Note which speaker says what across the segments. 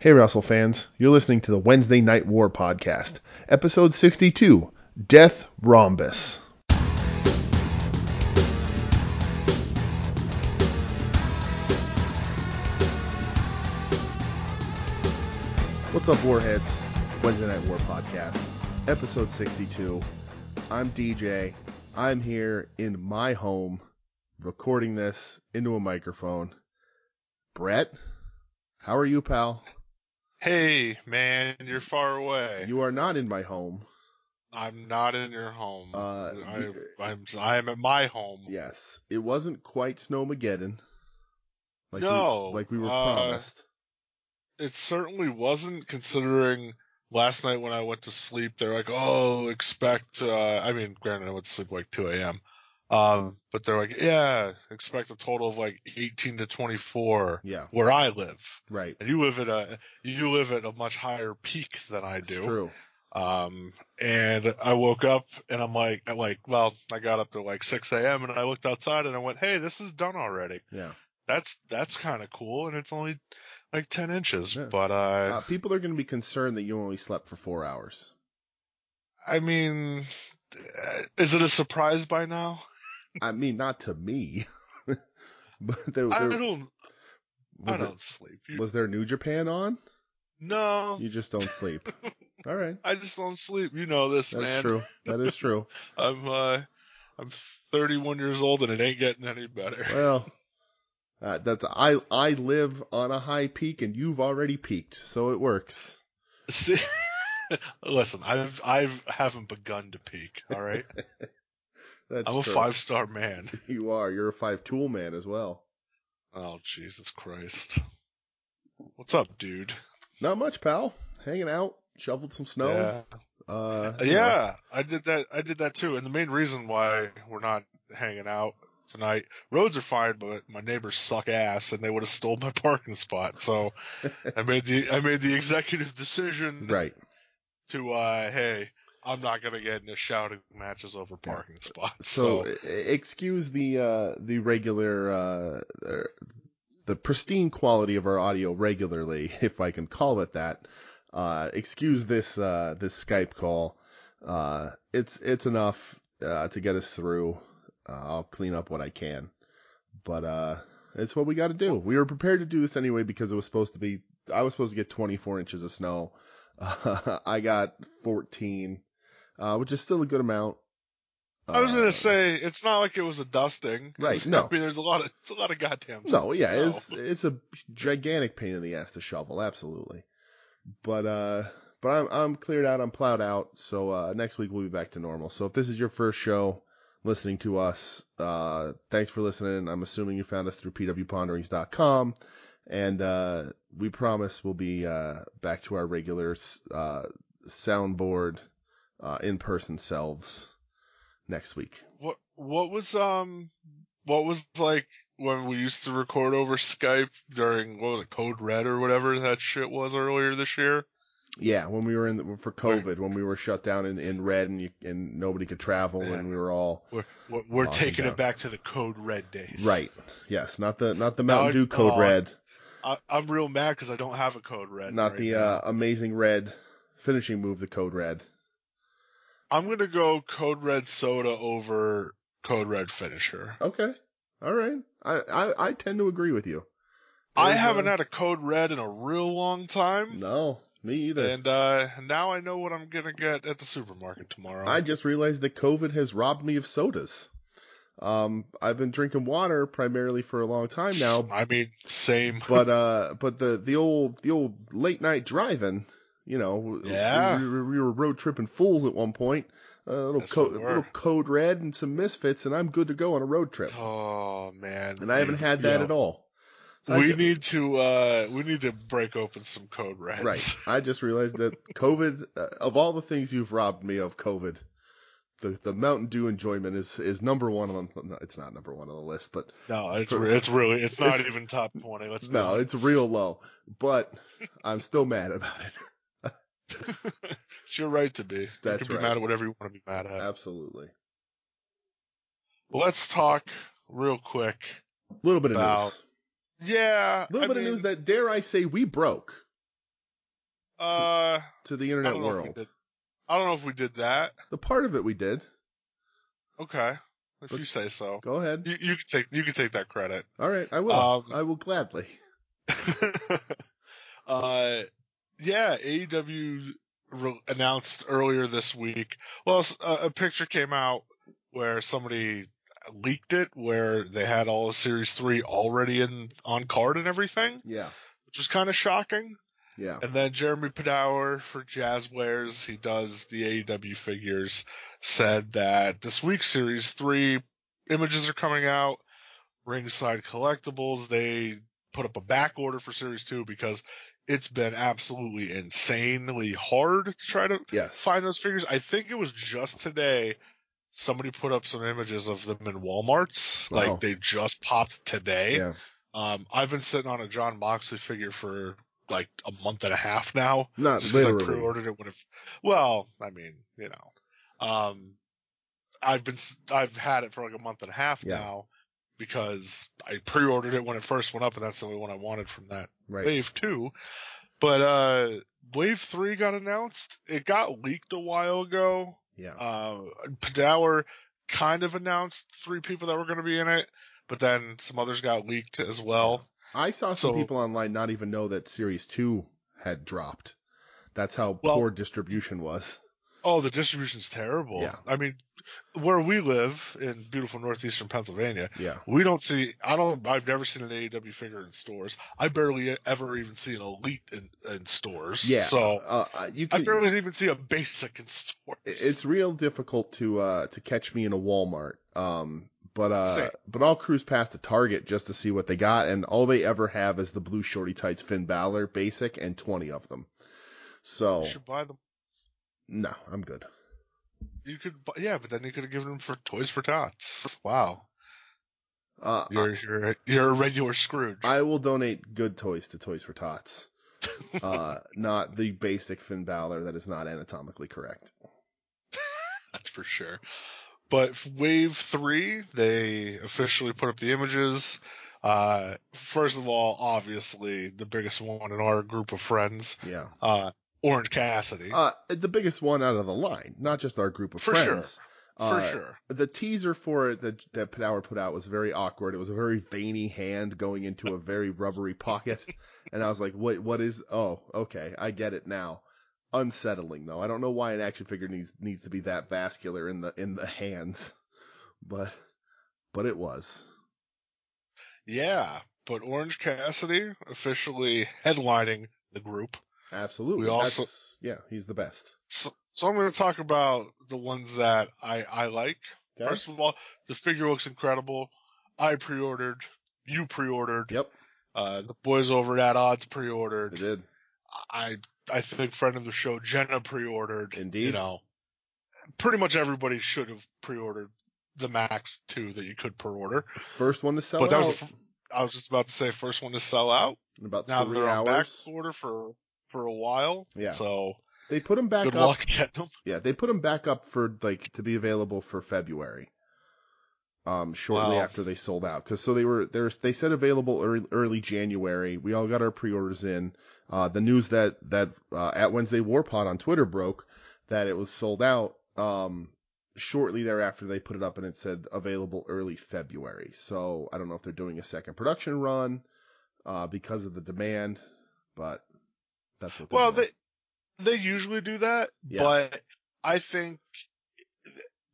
Speaker 1: Hey, Russell fans, you're listening to the Wednesday Night War Podcast, episode 62 Death Rhombus. What's up, Warheads? Wednesday Night War Podcast, episode 62. I'm DJ. I'm here in my home recording this into a microphone. Brett, how are you, pal?
Speaker 2: Hey, man, you're far away.
Speaker 1: You are not in my home.
Speaker 2: I'm not in your home.
Speaker 1: Uh,
Speaker 2: I,
Speaker 1: we-
Speaker 2: I'm I'm at my home.
Speaker 1: Yes, it wasn't quite Snowmageddon. Like
Speaker 2: No,
Speaker 1: we, like we were
Speaker 2: uh,
Speaker 1: promised.
Speaker 2: It certainly wasn't considering last night when I went to sleep. They're like, oh, expect. Uh, I mean, granted, I went to sleep like 2 a.m. Um, but they're like, yeah, expect a total of like 18 to 24
Speaker 1: Yeah,
Speaker 2: where I live,
Speaker 1: right.
Speaker 2: and you live at a you live at a much higher peak than I
Speaker 1: It's
Speaker 2: do.
Speaker 1: true.
Speaker 2: Um, and I woke up and I'm like, I like, well, I got up to like 6 a.m. and I looked outside and I went, hey, this is done already.
Speaker 1: Yeah.
Speaker 2: That's that's kind of cool, and it's only like 10 inches.
Speaker 1: Yeah.
Speaker 2: But uh,
Speaker 1: Uh, people are going to be concerned that you only slept for four hours.
Speaker 2: I mean, uh, is it a surprise by now?
Speaker 1: I mean, not to me, but there,
Speaker 2: I
Speaker 1: there-
Speaker 2: don't, I
Speaker 1: was,
Speaker 2: don't
Speaker 1: it-
Speaker 2: sleep. You-
Speaker 1: was there New Japan on?
Speaker 2: no,
Speaker 1: You just don't sleep. All right,
Speaker 2: I just don't sleep. You know this,
Speaker 1: that's
Speaker 2: man.
Speaker 1: true. That is true.
Speaker 2: I'm uh, I'm 31 years old and it ain't getting any better.
Speaker 1: Well, uh, that's I I live on a high peak and you've already peaked, so it works.
Speaker 2: See, listen, I've I've haven't begun to peak. All right,
Speaker 1: That's
Speaker 2: I'm a
Speaker 1: true.
Speaker 2: five star man.
Speaker 1: You are. You're a five tool man as well.
Speaker 2: Oh Jesus Christ! What's up, dude?
Speaker 1: Not much, pal. Hanging out, shoveled some snow. Uh,
Speaker 2: yeah,
Speaker 1: you know,
Speaker 2: yeah. I did that. I did that too. And the main reason why we're not hanging out tonight, roads are fine, but my neighbors suck ass, and they would have stole my parking spot. So I made the I made the executive decision
Speaker 1: right.
Speaker 2: to uh, hey, I'm not gonna get into shouting matches over parking spots.
Speaker 1: So, e- excuse the uh, the regular uh, er, the pristine quality of our audio regularly, if I can call it that. Uh, excuse this uh, this Skype call. Uh, it's it's enough uh, to get us through. Uh, I'll clean up what I can, but uh, it's what we got to do. We were prepared to do this anyway because it was supposed to be. I was supposed to get 24 inches of snow. I got 14, uh, which is still a good amount.
Speaker 2: I was
Speaker 1: Uh,
Speaker 2: gonna say it's not like it was a dusting.
Speaker 1: Right,
Speaker 2: I
Speaker 1: no.
Speaker 2: mean, there's a lot of it's a lot of goddamn.
Speaker 1: No, yeah,
Speaker 2: snow.
Speaker 1: it's it's a gigantic pain in the ass to shovel, absolutely. But uh, but I'm I'm cleared out, I'm plowed out, so uh, next week we'll be back to normal. So if this is your first show listening to us, uh, thanks for listening. I'm assuming you found us through pwponderings.com, and uh, we promise we'll be uh back to our regular uh soundboard uh in person selves next week.
Speaker 2: What what was um what was like when we used to record over Skype during what was it Code Red or whatever that shit was earlier this year?
Speaker 1: Yeah, when we were in the, for
Speaker 2: Right.
Speaker 1: COVID, when we were shut down in, in red and you, and nobody could travel and
Speaker 2: Yeah.
Speaker 1: we were all
Speaker 2: We're we're, we're
Speaker 1: Lock 'em
Speaker 2: taking
Speaker 1: down.
Speaker 2: it back to the Code Red days.
Speaker 1: Oh, right. Yes, not the not the
Speaker 2: Now
Speaker 1: Mountain
Speaker 2: I-
Speaker 1: Dew code
Speaker 2: aw,
Speaker 1: red,
Speaker 2: I, I'm real mad because I don't have a Code Red.
Speaker 1: not
Speaker 2: right
Speaker 1: the
Speaker 2: now.
Speaker 1: uh, amazing red finishing move, the code red.
Speaker 2: I'm gonna go Code Red soda over Code Red finisher.
Speaker 1: Okay, all right. I I, I tend to agree with you.
Speaker 2: I
Speaker 1: There's, uh,
Speaker 2: haven't had a Code Red in a real long time.
Speaker 1: No, me either.
Speaker 2: And uh, now I know what I'm gonna get at the supermarket tomorrow.
Speaker 1: I just realized that COVID has robbed me of sodas. Um, I've been drinking water primarily for a long time now,
Speaker 2: I mean, same.
Speaker 1: but uh, but the the old the old late night driving, you know,
Speaker 2: Yeah.
Speaker 1: we, we- we were road tripping fools at one point. A little
Speaker 2: Yes,
Speaker 1: code,
Speaker 2: we were.
Speaker 1: little code red and some misfits, and I'm good to go on a road trip.
Speaker 2: Oh man.
Speaker 1: and I haven't had that at all. So I
Speaker 2: we
Speaker 1: ju-
Speaker 2: need to uh, we need to break open some code reds.
Speaker 1: Right. I just realized that COVID, uh, of all the things you've robbed me of, COVID, the the Mountain Dew enjoyment is is number one on. no, It's not number one on the list, but
Speaker 2: No, it's
Speaker 1: For-
Speaker 2: re- it's really it's not
Speaker 1: it's-
Speaker 2: even top twenty. Let's be
Speaker 1: no, it's
Speaker 2: honest.
Speaker 1: real low. But I'm still mad about it.
Speaker 2: It's your right to be.
Speaker 1: That's
Speaker 2: you can be
Speaker 1: right.
Speaker 2: mad at whatever you want to be mad at.
Speaker 1: Absolutely.
Speaker 2: Let's talk real quick.
Speaker 1: A little bit of
Speaker 2: About-
Speaker 1: news.
Speaker 2: Yeah,
Speaker 1: A little
Speaker 2: I
Speaker 1: bit
Speaker 2: mean,
Speaker 1: of news that dare I say we broke.
Speaker 2: Uh,
Speaker 1: to the
Speaker 2: I
Speaker 1: internet
Speaker 2: don't know if we
Speaker 1: world.
Speaker 2: did. I don't know if we did that.
Speaker 1: The part of it we did.
Speaker 2: Okay, if
Speaker 1: But-
Speaker 2: you say so.
Speaker 1: Go ahead.
Speaker 2: You, you can take you can take that credit.
Speaker 1: All right, I will.
Speaker 2: Um,
Speaker 1: I will gladly.
Speaker 2: uh, yeah, AEW re- announced earlier this week. Well, s- uh, a, a picture came out where somebody leaked it, where they had all of Series Three already in on card and everything,
Speaker 1: Yeah,
Speaker 2: which was kind of shocking.
Speaker 1: yeah.
Speaker 2: And then Jeremy Padower for Jazzwares, he does the AEW figures, said that this week's series three images are coming out. Ringside Collectibles, they put up a back order for series two because it's been absolutely insanely hard to try to
Speaker 1: Yes.
Speaker 2: find those figures. I think it was just today somebody put up some images of them in Walmarts.
Speaker 1: Wow.
Speaker 2: Like they just popped today.
Speaker 1: Yeah.
Speaker 2: Um, I've been sitting on a John Moxley figure for like a month and a half now.
Speaker 1: Not
Speaker 2: Just 'cause I
Speaker 1: Uh, literally.
Speaker 2: pre-ordered it when it, well, I mean, you know, um, I've been, s- I've had it for like a month and a half
Speaker 1: Yeah.
Speaker 2: now because I pre-ordered it when it first went up and that's the only one I wanted from that
Speaker 1: Right.
Speaker 2: wave two. But, uh, wave three got announced. It got leaked a while ago.
Speaker 1: Yeah.
Speaker 2: Uh, Padower kind of announced three people that were going to be in it, but then some others got leaked as well.
Speaker 1: I saw some
Speaker 2: so-
Speaker 1: people online not even know that Series Two had dropped. That's how
Speaker 2: Well-
Speaker 1: poor distribution was.
Speaker 2: Oh, the distribution's terrible.
Speaker 1: Yeah.
Speaker 2: I mean, where we live in beautiful northeastern Pennsylvania,
Speaker 1: Yeah.
Speaker 2: we don't see. I don't. I've never seen an AEW figure in stores. I barely e, ever even see an elite in, in stores.
Speaker 1: Yeah.
Speaker 2: So
Speaker 1: uh, uh, you
Speaker 2: I
Speaker 1: can,
Speaker 2: barely even see a basic in stores.
Speaker 1: it's real difficult to uh to catch me in a Walmart. Um but uh
Speaker 2: Same.
Speaker 1: but I'll cruise past the Target just to see what they got and all they ever have is the blue shorty tights Finn Balor basic and 20 of them. So
Speaker 2: You should buy them.
Speaker 1: no, I'm good.
Speaker 2: You could. bu- Yeah, but then you could have given them for toys for tots. Wow.
Speaker 1: Uh I,
Speaker 2: You're you're you're a regular Scrooge.
Speaker 1: I will donate good toys to Toys for Tots. Uh not the basic Finn Balor that is not anatomically correct.
Speaker 2: That's for sure. But f- Wave 3, they officially put up the images. Uh, first of all, obviously, the biggest one in our group of friends,
Speaker 1: Yeah.
Speaker 2: uh, Orange Cassidy.
Speaker 1: Uh the biggest one out of the line, not just our group of
Speaker 2: For sure.
Speaker 1: friends.
Speaker 2: for
Speaker 1: Uh,
Speaker 2: sure.
Speaker 1: the teaser for it that that Padower put out was very awkward. It was a very veiny hand going into a very rubbery pocket, and I was like, "What? What is? Oh, okay, I get it now." Unsettling though. I don't know why an action figure needs needs to be that vascular in the in the hands, but but it was.
Speaker 2: Yeah. But Orange Cassidy officially headlining the group.
Speaker 1: Absolutely.
Speaker 2: We also-
Speaker 1: That's- yeah, he's the best.
Speaker 2: So, so I'm going to talk about the ones that I, I like.
Speaker 1: Okay?
Speaker 2: First of all, the figure looks incredible. I pre ordered. You pre ordered.
Speaker 1: Yep,
Speaker 2: Uh, the boys over at Odds pre
Speaker 1: I
Speaker 2: ordered.
Speaker 1: did.
Speaker 2: I I think friend of the show Jenna pre-ordered.
Speaker 1: Indeed.
Speaker 2: You know, pretty much everybody should have pre-ordered the max two that you could pre-order.
Speaker 1: First one to sell
Speaker 2: but that
Speaker 1: out
Speaker 2: was the, f- I was just about to say first one to sell out.
Speaker 1: in about
Speaker 2: Now
Speaker 1: three
Speaker 2: they're on back
Speaker 1: hours.
Speaker 2: order for for a while.
Speaker 1: Yeah.
Speaker 2: So
Speaker 1: They put him back
Speaker 2: good
Speaker 1: up.
Speaker 2: luck getting them.
Speaker 1: Yeah, they put them back up for like to be available for February. Um, shortly
Speaker 2: Wow.
Speaker 1: after they sold out, because so they were there. They said available early, early January. We all got our pre-orders in. Uh, the news that that uh, at Wednesday Warpod on Twitter broke that it was sold out. Um, shortly thereafter they put it up and it said available early February. So I don't know if they're doing a second production run uh, because of the demand, but that's what. They're
Speaker 2: Well,
Speaker 1: doing.
Speaker 2: they they usually do that,
Speaker 1: Yeah.
Speaker 2: but I think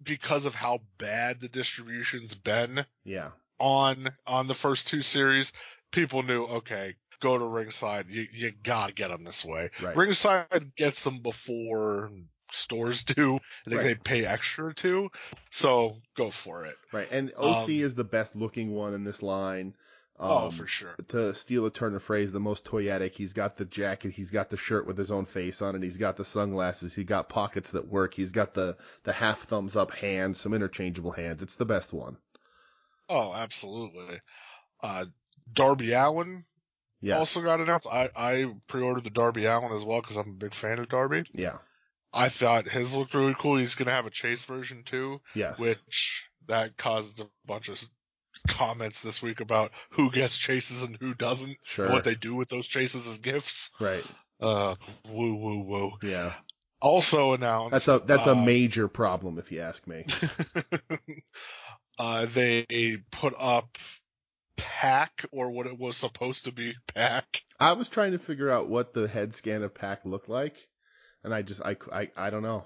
Speaker 2: because of how bad the distribution's been,
Speaker 1: yeah,
Speaker 2: on on the first two series, people knew okay, go to ringside. You you gotta get them this way.
Speaker 1: right,
Speaker 2: Ringside gets them before stores do. I think
Speaker 1: Right.
Speaker 2: they pay extra to, so go for it.
Speaker 1: Right, and OC
Speaker 2: Um,
Speaker 1: is the best looking one in this line. Um,
Speaker 2: oh, for sure.
Speaker 1: To steal a turn of phrase, the most toyetic. He's got the jacket, he's got the shirt with his own face on it, he's got the sunglasses, he's got pockets that work, he's got the the half thumbs up hand, some interchangeable hands. It's the best one.
Speaker 2: Oh, absolutely. Uh, Darby Allen
Speaker 1: Yes.
Speaker 2: also got announced. I I pre-ordered the Darby Allen as well because I'm a big fan of Darby.
Speaker 1: yeah.
Speaker 2: I thought his looked really cool. He's gonna have a chase version too.
Speaker 1: Yes.
Speaker 2: which that caused a bunch of comments this week about who gets chases and who doesn't,
Speaker 1: sure.
Speaker 2: what they do with those chases as gifts.
Speaker 1: right.
Speaker 2: Uh, woo, woo, woo.
Speaker 1: Yeah.
Speaker 2: Also announced.
Speaker 1: That's a that's a
Speaker 2: uh,
Speaker 1: major problem if you ask me.
Speaker 2: uh, they put up pack or what it was supposed to be pack.
Speaker 1: I was trying to figure out what the head scan of Pack looked like, and I just I c- I, I don't know.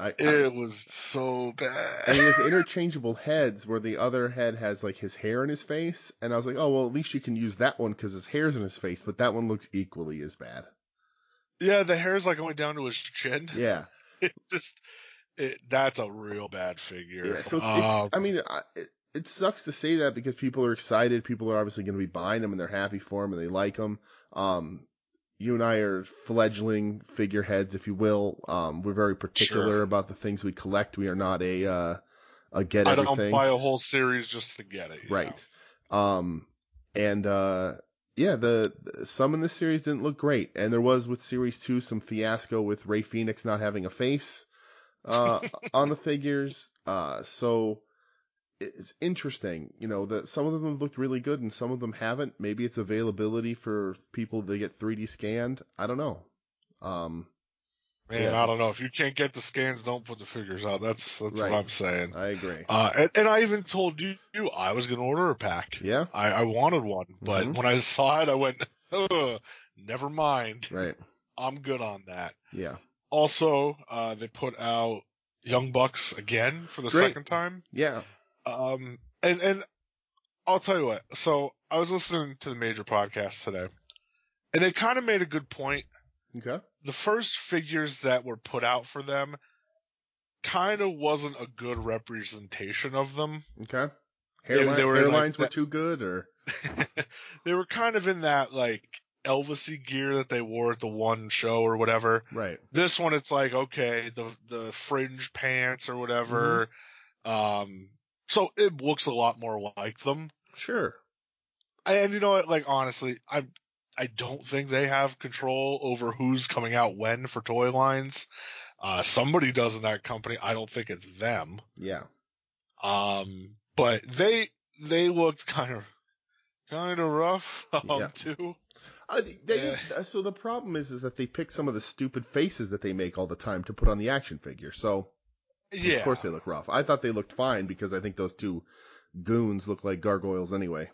Speaker 1: I, I
Speaker 2: It was so
Speaker 1: and he
Speaker 2: bad.
Speaker 1: has interchangeable heads where the other head has like his hair in his face, and I was like, oh well, at least you can use that one because his hair's in his face, but that one looks equally as bad.
Speaker 2: yeah, the hair's like going down to his chin.
Speaker 1: Yeah.
Speaker 2: It just it, that's a real bad figure.
Speaker 1: Yeah, so it's,
Speaker 2: Um,
Speaker 1: it's I mean, I, it, it sucks to say that because people are excited. People are obviously going to be buying them and they're happy for them and they like them. Um, you and I are fledgling figureheads, if you will. Um, we're very particular
Speaker 2: Sure.
Speaker 1: about the things we collect. We are not a uh, a get
Speaker 2: I
Speaker 1: everything
Speaker 2: don't buy a whole series just to get it. you
Speaker 1: right.
Speaker 2: know?
Speaker 1: Um, and uh, yeah, the, the- some in this series didn't look great, and there was with series two some fiasco with Ray Phoenix not having a face uh, on the figures. Uh, so it's interesting, you know, that some of them have looked really good and some of them haven't. Maybe it's availability for people to get 3D scanned. I don't know. Um,
Speaker 2: Man,
Speaker 1: Yeah.
Speaker 2: I don't know. If you can't get the scans, don't put the figures out. That's that's
Speaker 1: Right.
Speaker 2: what I'm saying.
Speaker 1: I agree.
Speaker 2: Uh, and, and I even told you you I was gonna order a pack.
Speaker 1: Yeah.
Speaker 2: I, I wanted one, but
Speaker 1: Mhm.
Speaker 2: when I saw it, I went, Ugh, never mind.
Speaker 1: Right.
Speaker 2: I'm good on that.
Speaker 1: Yeah.
Speaker 2: Also, uh, they put out Young Bucks again for the
Speaker 1: Great.
Speaker 2: second time.
Speaker 1: Yeah.
Speaker 2: Um, and and I'll tell you what. So I was listening to the major podcast today, and they kind of made a good point.
Speaker 1: Okay.
Speaker 2: The first figures that were put out for them kind of wasn't a good representation of them.
Speaker 1: Okay.
Speaker 2: They- they
Speaker 1: Hairline,
Speaker 2: were in,
Speaker 1: hairlines
Speaker 2: like,
Speaker 1: were
Speaker 2: that-
Speaker 1: too good or
Speaker 2: they were kind of in that like Elvisy gear that they wore at the one show or whatever.
Speaker 1: right.
Speaker 2: This one, it's like okay, the the fringe pants or whatever. Um, so it looks a lot more like them.
Speaker 1: Sure.
Speaker 2: And you know what? Like honestly, I I don't think they have control over who's coming out when for toy lines. Uh, somebody does in that company. I don't think it's them.
Speaker 1: Yeah.
Speaker 2: Um, but they they looked kind of kind of rough um,
Speaker 1: Yeah.
Speaker 2: too.
Speaker 1: I think they
Speaker 2: Yeah.
Speaker 1: uh, so the problem is is that they pick some of the stupid faces that they make all the time to put on the action figure. So
Speaker 2: Yeah,
Speaker 1: of course they look rough. I thought they looked fine because I think those two goons look like gargoyles anyway.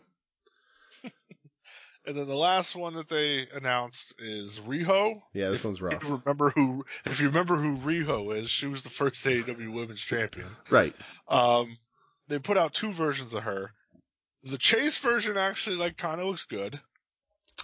Speaker 2: And then the last one that they announced is Riho.
Speaker 1: Yeah, this one's
Speaker 2: If
Speaker 1: rough.
Speaker 2: you remember who, if you remember who Riho is, she was the first AEW Women's Champion.
Speaker 1: Right.
Speaker 2: Um, they put out two versions of her. The Chase version actually like kind of looks good.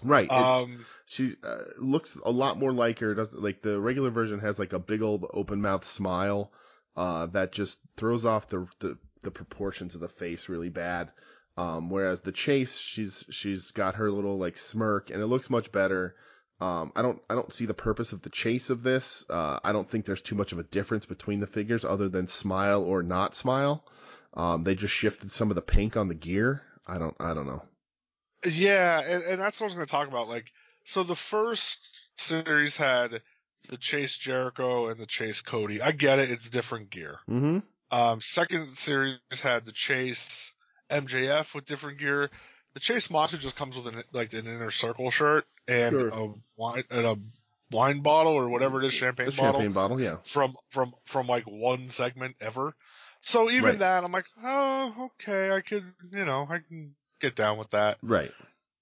Speaker 1: Right. It's,
Speaker 2: Um,
Speaker 1: she uh, looks a lot more like her. Doesn't like the regular version has like a big old open mouth smile uh, that just throws off the, the the proportions of the face really bad. Um, whereas the chase, she's she's got her little like smirk and it looks much better. Um, I don't I don't see the purpose of the chase of this. Uh, I don't think there's too much of a difference between the figures other than smile or not smile. Um, they just shifted some of the pink on the gear. I don't I don't know.
Speaker 2: yeah, and, and that's what I was going to talk about. Like, so the first series had the Chase Jericho and the Chase Cody. I get it; it's different gear.
Speaker 1: Mm-hmm.
Speaker 2: Um, second series had the Chase MJF with different gear. The Chase Macho just comes with an like an inner circle shirt and
Speaker 1: Sure.
Speaker 2: a wine and a wine bottle or whatever it is, champagne
Speaker 1: The
Speaker 2: bottle
Speaker 1: champagne bottle, yeah.
Speaker 2: from from from like one segment ever. So even
Speaker 1: Right.
Speaker 2: that, I'm like, oh, okay, I could, you know, I can get down with that.
Speaker 1: Right.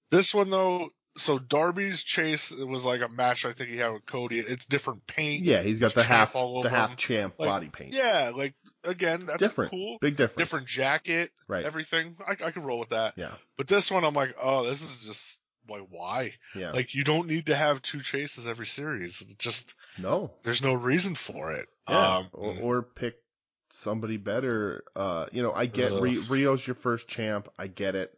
Speaker 2: This one though, so Darby's Chase it was like a match I think he had with Cody. It's different paint.
Speaker 1: Yeah, he's got the
Speaker 2: Champ
Speaker 1: half
Speaker 2: all over
Speaker 1: the half
Speaker 2: him.
Speaker 1: champ
Speaker 2: Like,
Speaker 1: body paint.
Speaker 2: Yeah, like again, that's
Speaker 1: different,
Speaker 2: cool.
Speaker 1: big difference.
Speaker 2: Different jacket
Speaker 1: right?
Speaker 2: everything. I, I can roll with that.
Speaker 1: yeah,
Speaker 2: But this one, I'm like, oh, this is just like why?
Speaker 1: yeah.
Speaker 2: Like you don't need to have two chases every series. It Just
Speaker 1: no,
Speaker 2: there's no reason for it.
Speaker 1: yeah.
Speaker 2: Um,
Speaker 1: or, or pick somebody better. Uh, you know, I get
Speaker 2: Ugh.
Speaker 1: Ri- Rio's your first champ. I get it.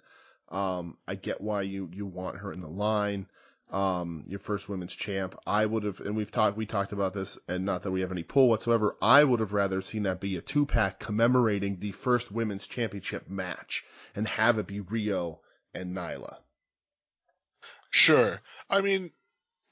Speaker 1: Um, I get why you you want her in the line. Um, your first women's champ. I would have, and we've talked we talked about this, and not that we have any pull whatsoever. I would have rather seen that be a two pack commemorating the first women's championship match, and have it be Rio and Nyla.
Speaker 2: sure. I mean,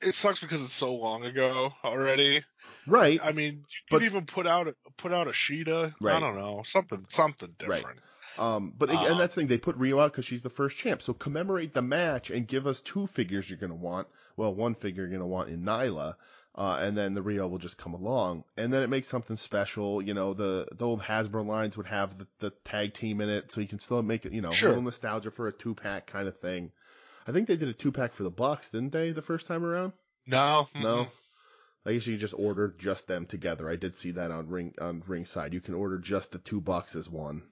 Speaker 2: it sucks because it's so long ago already.
Speaker 1: Right.
Speaker 2: I mean, you
Speaker 1: But-
Speaker 2: could even put out a- put out a Sheeta. I
Speaker 1: Right.
Speaker 2: don't know, something something
Speaker 1: Right.
Speaker 2: different.
Speaker 1: Um, but
Speaker 2: Uh,
Speaker 1: and that's the thing they put Rio out because she's the first champ. So commemorate the match and give us two figures you're gonna want well, one figure you're going to want in Nyla. Uh, and then the Rio will just come along, and then it makes something special. You know, the the old Hasbro lines would have the, the tag team in it, so you can still make it. You know,
Speaker 2: Sure.
Speaker 1: a little nostalgia for a two pack kind of thing. I think they did a two pack for the Bucks, didn't they, the first time around?
Speaker 2: No, mm-mm.
Speaker 1: No. I guess you just order just them together. I did see that on ring on ringside. You can order just the two bucks as one.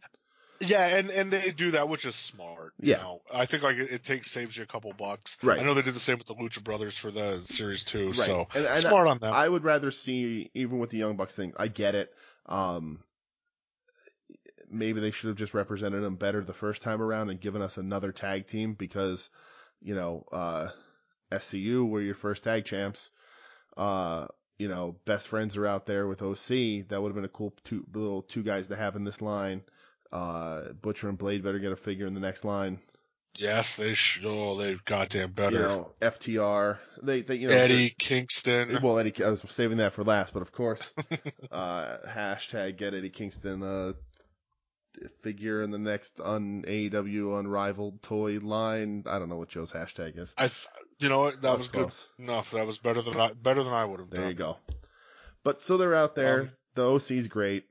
Speaker 2: Yeah, and and they do that, which is smart. you
Speaker 1: Yeah.
Speaker 2: know. I think like it, it takes saves you a couple bucks.
Speaker 1: Right.
Speaker 2: I know they did the same with the Lucha Brothers for the series too.
Speaker 1: Right.
Speaker 2: So
Speaker 1: and, and
Speaker 2: smart on that.
Speaker 1: I would rather see even with the Young Bucks thing. I get it. Um, maybe they should have just represented them better the first time around and given us another tag team because, you know, uh, SCU were your first tag champs. Uh, you know, best friends are out there with OC. That would have been a cool two little two guys to have in this line. Uh, Butcher and Blade better get a figure in the next line.
Speaker 2: yes, they should. Oh, they goddamn better.
Speaker 1: You know, FTR. They, they, you know,
Speaker 2: Eddie Kingston.
Speaker 1: Well, Eddie, I was saving that for last, but of course, uh, hashtag get Eddie Kingston uh, figure in the next un AEW unrivaled toy line. I don't know what Joe's hashtag is.
Speaker 2: I, th- you know what? That
Speaker 1: That's
Speaker 2: was
Speaker 1: close.
Speaker 2: good enough. That was better than I better than I would have
Speaker 1: There
Speaker 2: done.
Speaker 1: you go. But so they're out there.
Speaker 2: Um,
Speaker 1: the OC's great.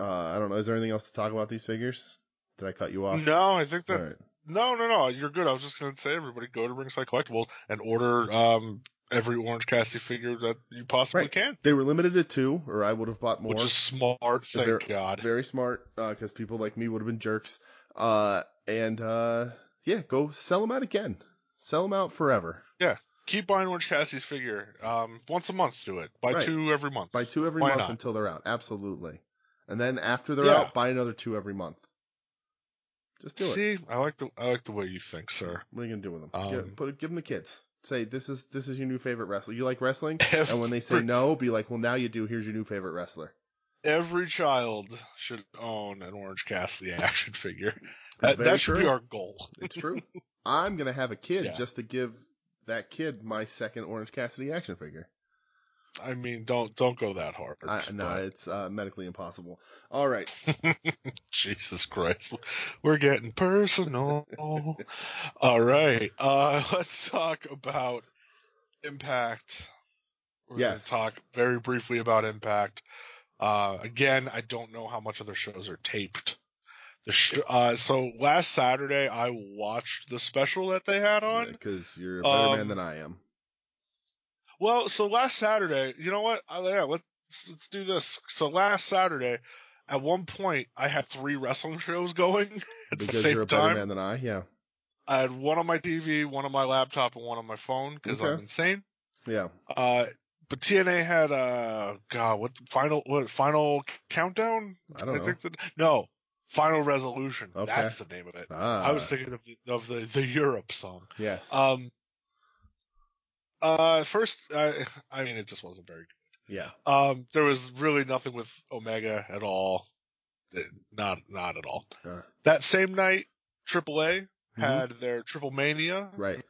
Speaker 1: Uh, I don't know. Is there anything else to talk about these figures? Did I cut you off?
Speaker 2: No, I think
Speaker 1: All
Speaker 2: that's
Speaker 1: right.
Speaker 2: no, no, no. You're good. I was just gonna say, everybody, go to Ringside Collectibles and order um every Orange Cassidy figure that you possibly
Speaker 1: Right.
Speaker 2: can,
Speaker 1: They were limited to two, or I would have bought more.
Speaker 2: which is smart. Thank
Speaker 1: there-
Speaker 2: God.
Speaker 1: very smart because people like me would have been jerks. Uh, and uh, yeah, go sell them out again. Sell them out forever.
Speaker 2: keep buying Orange Cassidy's figure. Um, once a month, do it. Buy
Speaker 1: Right.
Speaker 2: two every month.
Speaker 1: Buy two every
Speaker 2: Why
Speaker 1: month
Speaker 2: not?
Speaker 1: until they're out. Absolutely. And then after they're
Speaker 2: Yeah.
Speaker 1: out, buy another two every month. Just do it.
Speaker 2: See, I like the I like the way you think, sir.
Speaker 1: What are you gonna do with them?
Speaker 2: Um,
Speaker 1: give, put, give them the kids. Say this is this is your new favorite wrestler. You like wrestling?
Speaker 2: Every,
Speaker 1: And when they say no, be like, well, now you do. Here's your new favorite wrestler.
Speaker 2: every child should own an Orange Cassidy action figure.
Speaker 1: That's
Speaker 2: That,
Speaker 1: very
Speaker 2: that should be
Speaker 1: true.
Speaker 2: our goal.
Speaker 1: It's true. I'm gonna have a kid
Speaker 2: Yeah.
Speaker 1: just to give that kid my second Orange Cassidy action figure.
Speaker 2: I mean, don't don't go that hard.
Speaker 1: I, no,
Speaker 2: but-
Speaker 1: it's uh, medically impossible. All right.
Speaker 2: Jesus Christ, we're getting personal. All right, uh, let's talk about Impact. We're
Speaker 1: Yes.
Speaker 2: gonna talk very briefly about Impact. Uh, again, I don't know how much of their shows are taped. The sh- uh, so last Saturday, I watched the special that they had on.
Speaker 1: Because you're a better man
Speaker 2: Um,
Speaker 1: than I am.
Speaker 2: Well, so last Saturday, you know what? I, yeah, let's let's do this. So last Saturday, at one point, I had three wrestling shows going at the
Speaker 1: Because
Speaker 2: same
Speaker 1: you're a better
Speaker 2: time.
Speaker 1: man than I. Yeah.
Speaker 2: I had one on my TV, one on my laptop, and one on my phone because I'm
Speaker 1: Okay.
Speaker 2: insane.
Speaker 1: Yeah.
Speaker 2: Uh, but TNA had uh, God, what final what final countdown?
Speaker 1: I don't know.
Speaker 2: think that no, final resolution.
Speaker 1: Okay.
Speaker 2: That's the name of it.
Speaker 1: ah.
Speaker 2: I was thinking of the, of the the Europe song.
Speaker 1: Yes.
Speaker 2: Um. Uh, first, uh, I mean, it just wasn't very
Speaker 1: yeah.
Speaker 2: um, there was really nothing with Omega at all. Eh, Not, not at all.
Speaker 1: Uh.
Speaker 2: That same night, AAA
Speaker 1: Mhm.
Speaker 2: had their Triple Mania,
Speaker 1: Right.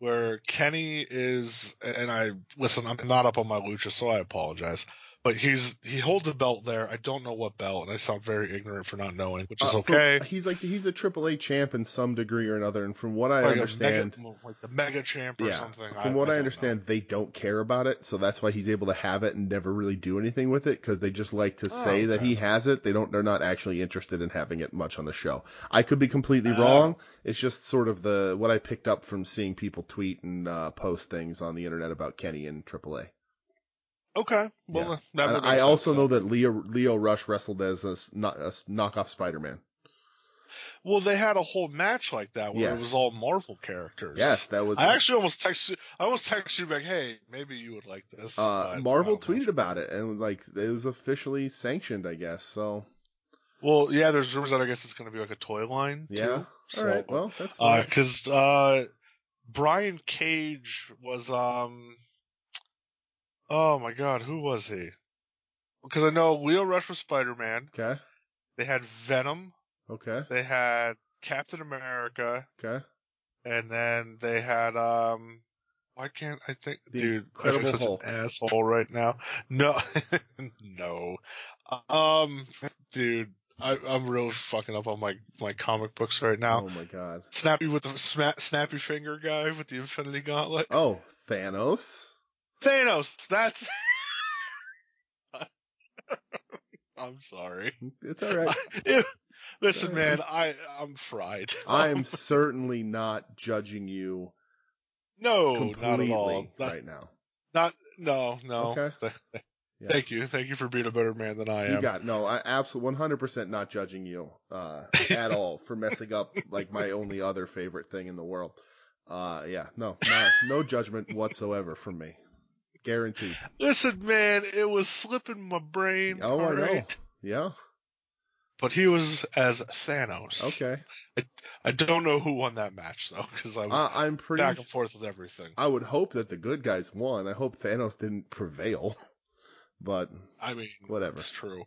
Speaker 2: where Kenny is, and I listen. I'm not up on my lucha, so I apologize. But he's he holds a belt there. I don't know what belt, and I sound very ignorant for not knowing, which is
Speaker 1: Uh, for-
Speaker 2: okay.
Speaker 1: he's like he's a AAA champ in some degree or another, and from what I
Speaker 2: Like a
Speaker 1: understand,
Speaker 2: mega, like the Mega Champ or
Speaker 1: yeah,
Speaker 2: something.
Speaker 1: from what I,
Speaker 2: don't
Speaker 1: understand, they don't care about it, so that's why he's able to have it and never really do anything with it because they just like to
Speaker 2: Oh,
Speaker 1: say that
Speaker 2: okay.
Speaker 1: he has it. They don't. They're not actually interested in having it much on the show. I could be completely
Speaker 2: Oh.
Speaker 1: wrong. It's just sort of the what I picked up from seeing people tweet and uh, post things on the internet about Kenny and AAA.
Speaker 2: know. Okay, well,
Speaker 1: Yeah.
Speaker 2: that would
Speaker 1: And
Speaker 2: make
Speaker 1: I
Speaker 2: sense,
Speaker 1: also
Speaker 2: then.
Speaker 1: know that Leo Leo Rush wrestled as a, s- not- a s- knockoff Spider Man.
Speaker 2: Well, they had a whole match like that where
Speaker 1: Yes.
Speaker 2: it was all Marvel characters.
Speaker 1: Yes, that was.
Speaker 2: I actually almost texted. I almost texted you back. Hey, maybe you would like this.
Speaker 1: uh,
Speaker 2: but
Speaker 1: Marvel
Speaker 2: I don't know.
Speaker 1: tweeted about it and like it was officially sanctioned, I guess. So
Speaker 2: Well, yeah, there's rumors that I guess it's going to be like a toy line.
Speaker 1: yeah.
Speaker 2: too.
Speaker 1: All right.
Speaker 2: So,
Speaker 1: Well, that's fine.
Speaker 2: because uh, Brian Cage was um. Oh my God, who was he? Because I know Leo Rush was Spider Man.
Speaker 1: okay.
Speaker 2: They had Venom.
Speaker 1: Okay.
Speaker 2: They had Captain America,
Speaker 1: Okay.
Speaker 2: and then they had um. Why can't I think,
Speaker 1: The
Speaker 2: dude? I'm
Speaker 1: Incredible
Speaker 2: such
Speaker 1: Hulk.
Speaker 2: an asshole right now. No, no. Um, dude, I, I'm real fucking up on my my comic books right now.
Speaker 1: Oh my god.
Speaker 2: Snappy with the sma- snappy finger guy with the Infinity Gauntlet.
Speaker 1: Oh, Thanos.
Speaker 2: Thanos. That's. I'm sorry.
Speaker 1: It's all right.
Speaker 2: Ew. Listen,
Speaker 1: Uh,
Speaker 2: man, I I'm fried.
Speaker 1: I'm certainly not judging you
Speaker 2: no, not at
Speaker 1: completely
Speaker 2: all. Not,
Speaker 1: right now.
Speaker 2: not no, no.
Speaker 1: Okay.
Speaker 2: Th-
Speaker 1: Yeah.
Speaker 2: Thank you, thank you for being a better man than I am.
Speaker 1: You got no. I absolutely 100% not judging you uh, at all for messing up like my only other favorite thing in the world. Uh, yeah, no, no, no judgment whatsoever from me, guaranteed.
Speaker 2: Listen, man, it was slipping my brain.
Speaker 1: Oh, I
Speaker 2: all
Speaker 1: know.
Speaker 2: right?
Speaker 1: Yeah.
Speaker 2: But he was as Thanos.
Speaker 1: Okay.
Speaker 2: I don't know who won that match though, because I was
Speaker 1: Uh, I'm pretty.
Speaker 2: back and forth with everything.
Speaker 1: I would hope that the good guys won. I hope Thanos didn't prevail, but
Speaker 2: I mean,
Speaker 1: whatever.
Speaker 2: it's true.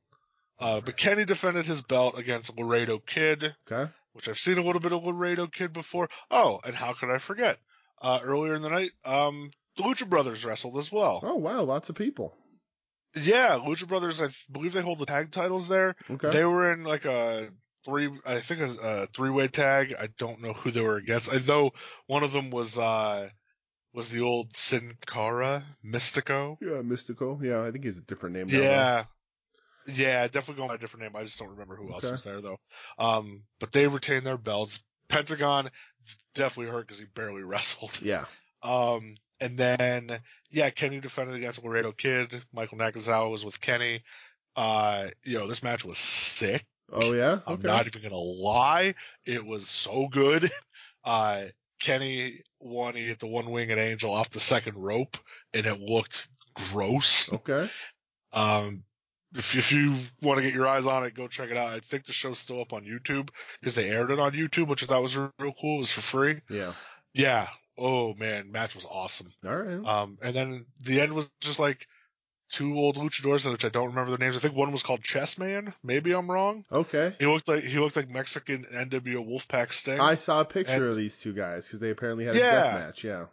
Speaker 2: Uh, but Kenny defended his belt against Laredo Kid,
Speaker 1: Okay.
Speaker 2: which I've seen a little bit of Laredo Kid before. Oh, and how could I forget? Uh, earlier in the night, um, the Lucha Brothers wrestled as well.
Speaker 1: Oh wow, lots of people.
Speaker 2: Yeah, Lucha Brothers. I believe they hold the tag titles there.
Speaker 1: Okay.
Speaker 2: They were in like a three, I think a, a three-way tag. I don't know who they were against. I know one of them was uh was the old Sin Cara Mystico.
Speaker 1: yeah, Mystico. Yeah, I think he's a different name. now, though.
Speaker 2: Yeah. Yeah, definitely going by a different name. I just don't remember who else
Speaker 1: Okay.
Speaker 2: was there though. Um, but they retained their belts. Pentagon definitely hurt because he barely wrestled.
Speaker 1: Yeah.
Speaker 2: Um, and then yeah, Kenny defended against Laredo Kid. Michael Nakazawa was with Kenny. Uh, yo, this match was sick.
Speaker 1: Oh yeah.
Speaker 2: I'm
Speaker 1: Okay.
Speaker 2: not even gonna lie, it was so good. Uh, Kenny won. He hit the one winged angel off the second rope, and it looked gross.
Speaker 1: Okay.
Speaker 2: Um, if, if you want to get your eyes on it, go check it out. I think the show's still up on YouTube because they aired it on YouTube, which I thought was real cool. It was for free.
Speaker 1: Yeah.
Speaker 2: Yeah. Oh man, match was awesome.
Speaker 1: All right.
Speaker 2: Um, and then the end was just like two old luchadors, which I don't remember their names. I think one was called Chess Man. Maybe I'm wrong.
Speaker 1: okay.
Speaker 2: He looked like he looked like Mexican NWO Wolfpack Sting.
Speaker 1: I saw a picture of these two guys because they apparently had a
Speaker 2: Yeah.
Speaker 1: death match. Yeah.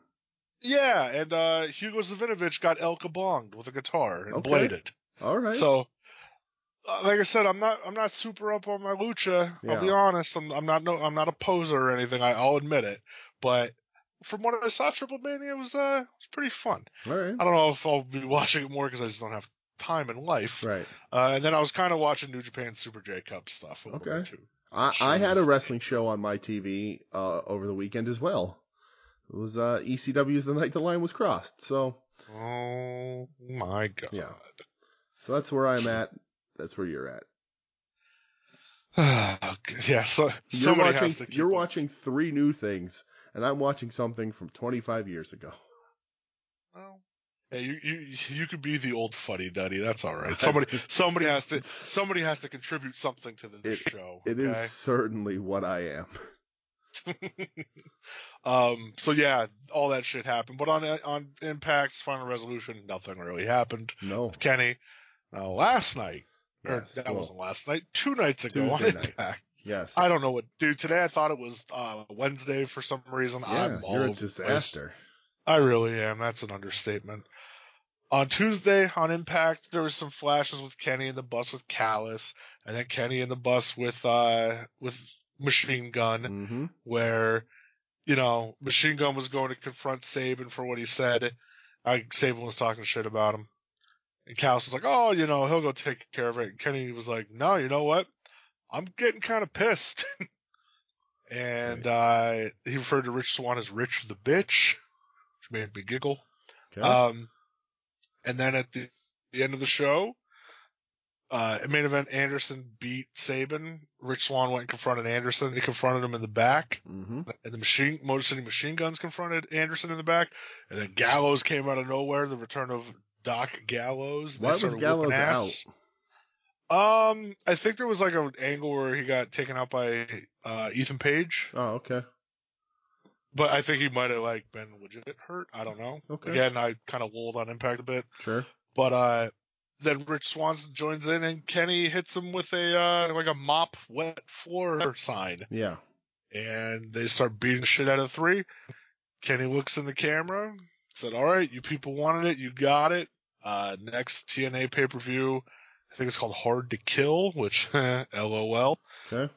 Speaker 2: yeah, and uh, Hugo Savinovich got El Kabonged with a guitar and
Speaker 1: Okay.
Speaker 2: bladed.
Speaker 1: All right.
Speaker 2: So, uh, like I said, I'm not I'm not super up on my lucha. I'll be
Speaker 1: Yeah.
Speaker 2: honest. I'm I'm not no I'm not a poser or anything. I, I'll admit it. But from what I saw, Triple Mania was uh was pretty fun.
Speaker 1: All right.
Speaker 2: I don't know if I'll be watching it more because I just don't have time in life.
Speaker 1: Right.
Speaker 2: Uh, and then I was kind of watching New Japan Super J Cup stuff. A little
Speaker 1: Okay.
Speaker 2: bit too.
Speaker 1: I, I had a
Speaker 2: Jeez.
Speaker 1: wrestling show on my TV uh, over the weekend as well. It was uh, ECW's The Night the Line Was Crossed. So
Speaker 2: Oh my god.
Speaker 1: Yeah. so that's where I'm at. That's where you're at.
Speaker 2: Okay, yeah. So
Speaker 1: You're
Speaker 2: somebody
Speaker 1: watching
Speaker 2: has to. Keep
Speaker 1: you're
Speaker 2: up.
Speaker 1: watching three new things, and I'm watching something from 25 years ago.
Speaker 2: Well, yeah, you you you could be the old fuddy duddy. That's all right. Somebody somebody has to somebody has to contribute something to the
Speaker 1: It-
Speaker 2: show.
Speaker 1: It is
Speaker 2: okay?
Speaker 1: certainly what I am.
Speaker 2: Um. So yeah, all that shit happened. But on on Impact's Final Resolution, nothing really happened.
Speaker 1: No.
Speaker 2: Kenny. Now last night, or
Speaker 1: Yes,
Speaker 2: that
Speaker 1: well,
Speaker 2: wasn't last night. Two nights ago on
Speaker 1: Tuesday night.
Speaker 2: Impact.
Speaker 1: Yes.
Speaker 2: I don't know what, dude. Today I thought it was uh, Wednesday for some reason.
Speaker 1: yeah,
Speaker 2: I'm all
Speaker 1: you're a
Speaker 2: over the place.
Speaker 1: disaster.
Speaker 2: I really am. That's an understatement. On Tuesday on Impact, there was some flashes with Kenny in the bus with Callus, and then Kenny in the bus with uh with Machine Gun,
Speaker 1: Mm-hmm.
Speaker 2: where you know Machine Gun was going to confront Saban for what he said. I Saban was talking shit about him, and Callus was like, "Oh, you know, he'll go take care of it." And Kenny was like, "No, you know what? I'm getting kind of pissed." and uh, he referred to Rich Swan as Rich the bitch, which made me giggle.
Speaker 1: Okay.
Speaker 2: Um, and then at the, the end of the show, uh, at main event, Anderson beat Saban. Rich Swan went and confronted Anderson. He confronted him in the back,
Speaker 1: mm-hmm.
Speaker 2: and the machine, Motor City Machine Guns confronted Anderson in the back, and then Gallows came out of nowhere. The return of Doc Gallows. They
Speaker 1: Why was
Speaker 2: started whooping
Speaker 1: Gallows
Speaker 2: ass.
Speaker 1: out?
Speaker 2: Um, I think there was like an angle where he got taken out by uh, Ethan Page,
Speaker 1: Oh, okay.
Speaker 2: but I think he might have like been legit hurt. I don't know.
Speaker 1: Okay.
Speaker 2: Again, I kind of lulled on Impact a bit.
Speaker 1: Sure.
Speaker 2: But uh then Rich Swanson joins in and Kenny hits him with a uh like a mop wet floor sign
Speaker 1: Yeah.
Speaker 2: and they start beating shit out of three. Kenny looks in the camera, said, All right, you people wanted it, you got it. Uh next TNA pay per view, I think it's called Hard to Kill, which LOL.
Speaker 1: Okay.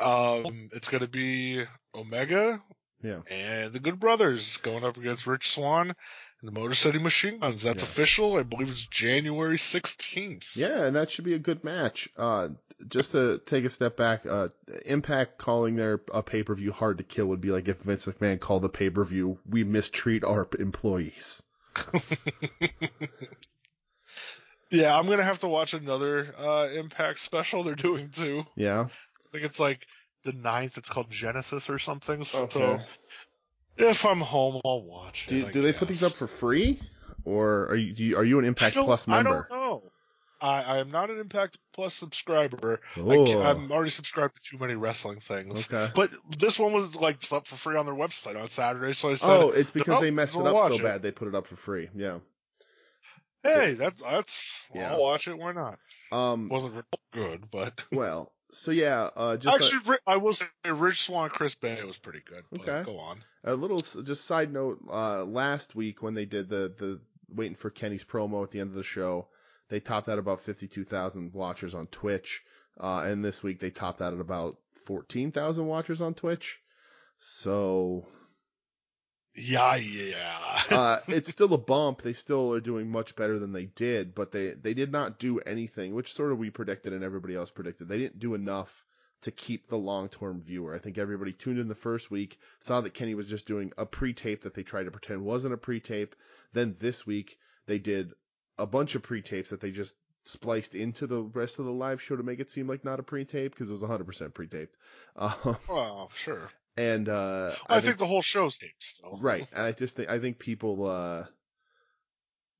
Speaker 2: Um it's gonna be Omega
Speaker 1: Yeah.
Speaker 2: And the Good Brothers going up against Rich Swan and the Motor City Machine Guns. That's
Speaker 1: Yeah.
Speaker 2: official. I believe it's January 16th.
Speaker 1: Yeah, and that should be a good match. Uh, just to take a step back, uh, Impact calling their a pay per view hard to kill would be like if Vince McMahon called the pay per view, we mistreat our p- employees.
Speaker 2: Yeah, I'm going to have to watch another uh, Impact special they're doing too.
Speaker 1: Yeah.
Speaker 2: I think it's like the ninth. It's called Genesis or something. So
Speaker 1: Okay.
Speaker 2: if I'm home, I'll watch it.
Speaker 1: Do,
Speaker 2: I
Speaker 1: do they put these up
Speaker 2: guess.
Speaker 1: for free, or are you do you- are you an
Speaker 2: I
Speaker 1: Impact
Speaker 2: don't-
Speaker 1: Plus member?
Speaker 2: I don't know. I, I am not an Impact Plus subscriber. I,
Speaker 1: Oh,
Speaker 2: am already subscribed to too many wrestling things.
Speaker 1: okay.
Speaker 2: But this one was like just up for free on their website on Saturday, so I said,
Speaker 1: Oh, it's because
Speaker 2: "Nope,
Speaker 1: they messed it
Speaker 2: we'll
Speaker 1: up
Speaker 2: watch
Speaker 1: so
Speaker 2: it."
Speaker 1: bad they put it up for free. Yeah.
Speaker 2: "Hey, that, that's
Speaker 1: Yeah.
Speaker 2: I'll watch it. Why not?"
Speaker 1: Um.
Speaker 2: It wasn't real good, but
Speaker 1: Well. So yeah. Uh. Just a-
Speaker 2: actually, Ri- I will say Rich Swan, Chris Bay was pretty good. But
Speaker 1: Okay.
Speaker 2: go on.
Speaker 1: A little s- just side note. Uh, last week when they did the the waiting for Kenny's promo at the end of the show, they topped out about fifty two thousand watchers on Twitch. Uh, and this week they topped out at about fourteen thousand watchers on Twitch. So
Speaker 2: Yeah, yeah.
Speaker 1: uh, it's still a bump. They still are doing much better than they did, but they they did not do anything, which sort of we predicted and everybody else predicted. They didn't do enough to keep the long term viewer. I think everybody tuned in the first week, saw that Kenny was just doing a pre tape that they tried to pretend wasn't a pre tape. Then this week they did a bunch of pre tapes that they just spliced into the rest of the live show to make it seem like not a pre tape because it was 100% pre taped. Um,
Speaker 2: well, sure.
Speaker 1: and uh,
Speaker 2: I, think, the whole show's taped still.
Speaker 1: Right. And I just think I think people uh,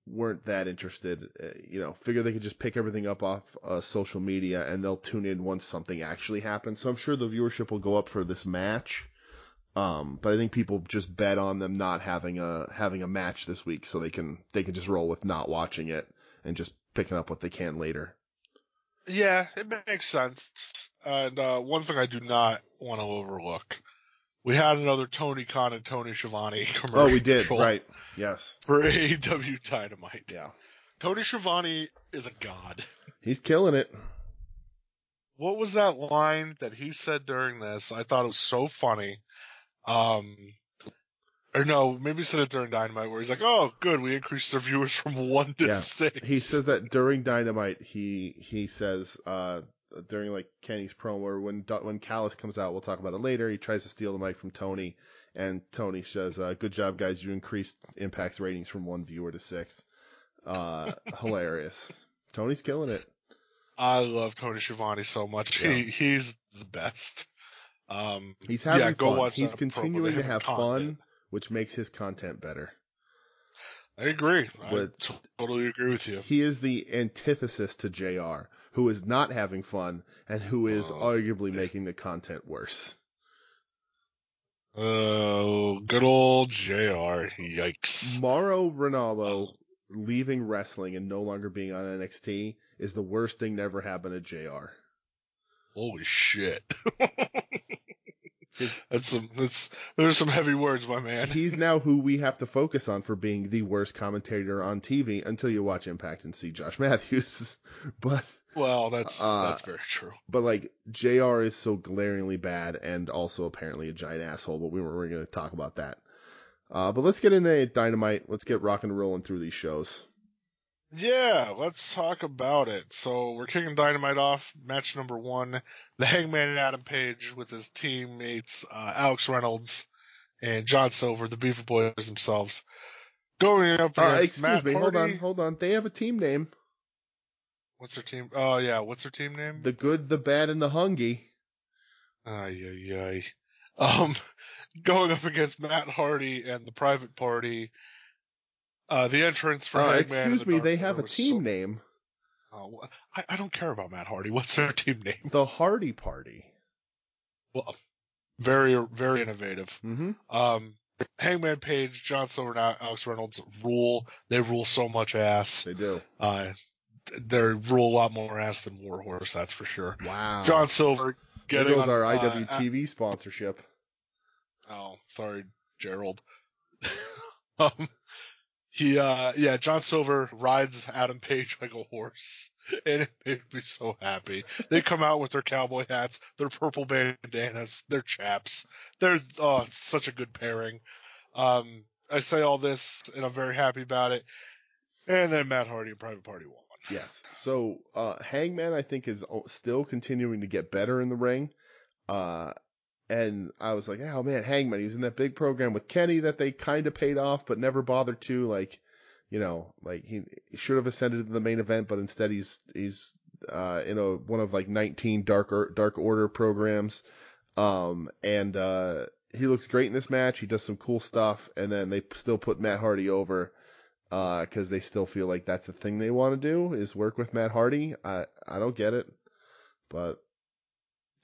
Speaker 1: weren't that interested. Uh, you know, figure they could just pick everything up off uh, social media and they'll tune in once something actually happens. So I'm sure the viewership will go up for this match. Um, but I think people just bet on them not having a having a match this week, so they can they can just roll with not watching it and just picking up what they can later.
Speaker 2: Yeah, it makes sense. And uh, one thing I do not want to overlook, we had another Tony Khan and Tony Schiavone commercial.
Speaker 1: Oh, we did right. Yes.
Speaker 2: for AEW Dynamite.
Speaker 1: Yeah.
Speaker 2: Tony Schiavone is a god.
Speaker 1: He's killing it.
Speaker 2: What was that line that he said during this? I thought it was so funny. Um, or no, maybe he said it during Dynamite, where he's like, "Oh, good, we increased their viewers from one to
Speaker 1: Yeah.
Speaker 2: six.
Speaker 1: he says that during Dynamite, he he says uh, during like Kenny's promo or when Do- when Callus comes out, we'll talk about it later. He tries to steal the mic from Tony, and Tony says, uh, "Good job, guys! You increased Impact's ratings from one viewer to six. Uh, hilarious. Tony's killing it.
Speaker 2: I love Tony Schiavone so much.
Speaker 1: Yeah.
Speaker 2: He he's the best. Um,
Speaker 1: He's having
Speaker 2: Yeah, go
Speaker 1: fun.
Speaker 2: watch
Speaker 1: He's
Speaker 2: that promo. They
Speaker 1: continuing to have
Speaker 2: have
Speaker 1: fun,
Speaker 2: content.
Speaker 1: which makes his content better.
Speaker 2: I agree.
Speaker 1: But-
Speaker 2: I totally agree with you.
Speaker 1: He is the antithesis to Jr., who is not having fun and who is
Speaker 2: Oh.
Speaker 1: arguably making the content worse.
Speaker 2: Oh, good old JR. Yikes.
Speaker 1: Mauro Ranallo leaving wrestling and no longer being on NXT is the worst thing to ever happen to JR.
Speaker 2: Holy shit. that's some that's there's some heavy words, my man.
Speaker 1: He's now who we have to focus on for being the worst commentator on TV until you watch Impact and see Josh Matthews. But
Speaker 2: Well, that's
Speaker 1: Uh,
Speaker 2: that's very true.
Speaker 1: but like JR is so glaringly bad and also apparently a giant asshole, but we weren't really gonna talk about that. Uh, but let's get into Dynamite. Let's get rock and rolling through these shows.
Speaker 2: Yeah, let's talk about it. So we're kicking Dynamite off, match number one. The Hangman and Adam Page with his teammates uh, Alex Reynolds and John Silver, the Beaver Boys themselves, going up against
Speaker 1: Uh, excuse
Speaker 2: Matt
Speaker 1: me, hold
Speaker 2: Hardy.
Speaker 1: on, hold on. They have a team name.
Speaker 2: What's their team? Oh yeah, what's their team name?
Speaker 1: The good, the bad, and the hungy.
Speaker 2: Ay, ay, ay. Um, going up against Matt Hardy and the Private Party. Uh, the entrance for
Speaker 1: Uh,
Speaker 2: Hangman.
Speaker 1: excuse me, they have a team name,
Speaker 2: name. I, I don't care about Matt Hardy. What's their team name?
Speaker 1: the Hardy Party.
Speaker 2: Very, very innovative.
Speaker 1: Mm-hmm.
Speaker 2: Um, Hangman Page, John Silver, and Alex Reynolds rule. They rule so much ass.
Speaker 1: They do.
Speaker 2: Uh, they rule a lot more ass than Warhorse, that's for sure.
Speaker 1: Wow.
Speaker 2: John Silver
Speaker 1: there
Speaker 2: getting
Speaker 1: goes
Speaker 2: on,
Speaker 1: our
Speaker 2: uh,
Speaker 1: IWTV sponsorship.
Speaker 2: Oh, sorry, Gerald. um, He, uh, yeah, John Silver rides Adam Page like a horse, and it made me so happy. They come out with their cowboy hats, their purple bandanas, their chaps. They're oh, it's such a good pairing. Um, I say all this, and I'm very happy about it. And then Matt Hardy and Private Party won.
Speaker 1: Yes. So uh, Hangman, I think, is o- still continuing to get better in the ring. Uh, and I was like, oh man, Hangman, he was in that big program with Kenny that they kind of paid off, but never bothered to. Like, you know, like he, he should have ascended to the main event, but instead he's he's uh, in a one of like 19 dark or, dark order programs. Um, and uh, he looks great in this match. He does some cool stuff, and then they p- still put Matt Hardy over because uh, they still feel like that's the thing they want to do is work with Matt Hardy. I I don't get it, but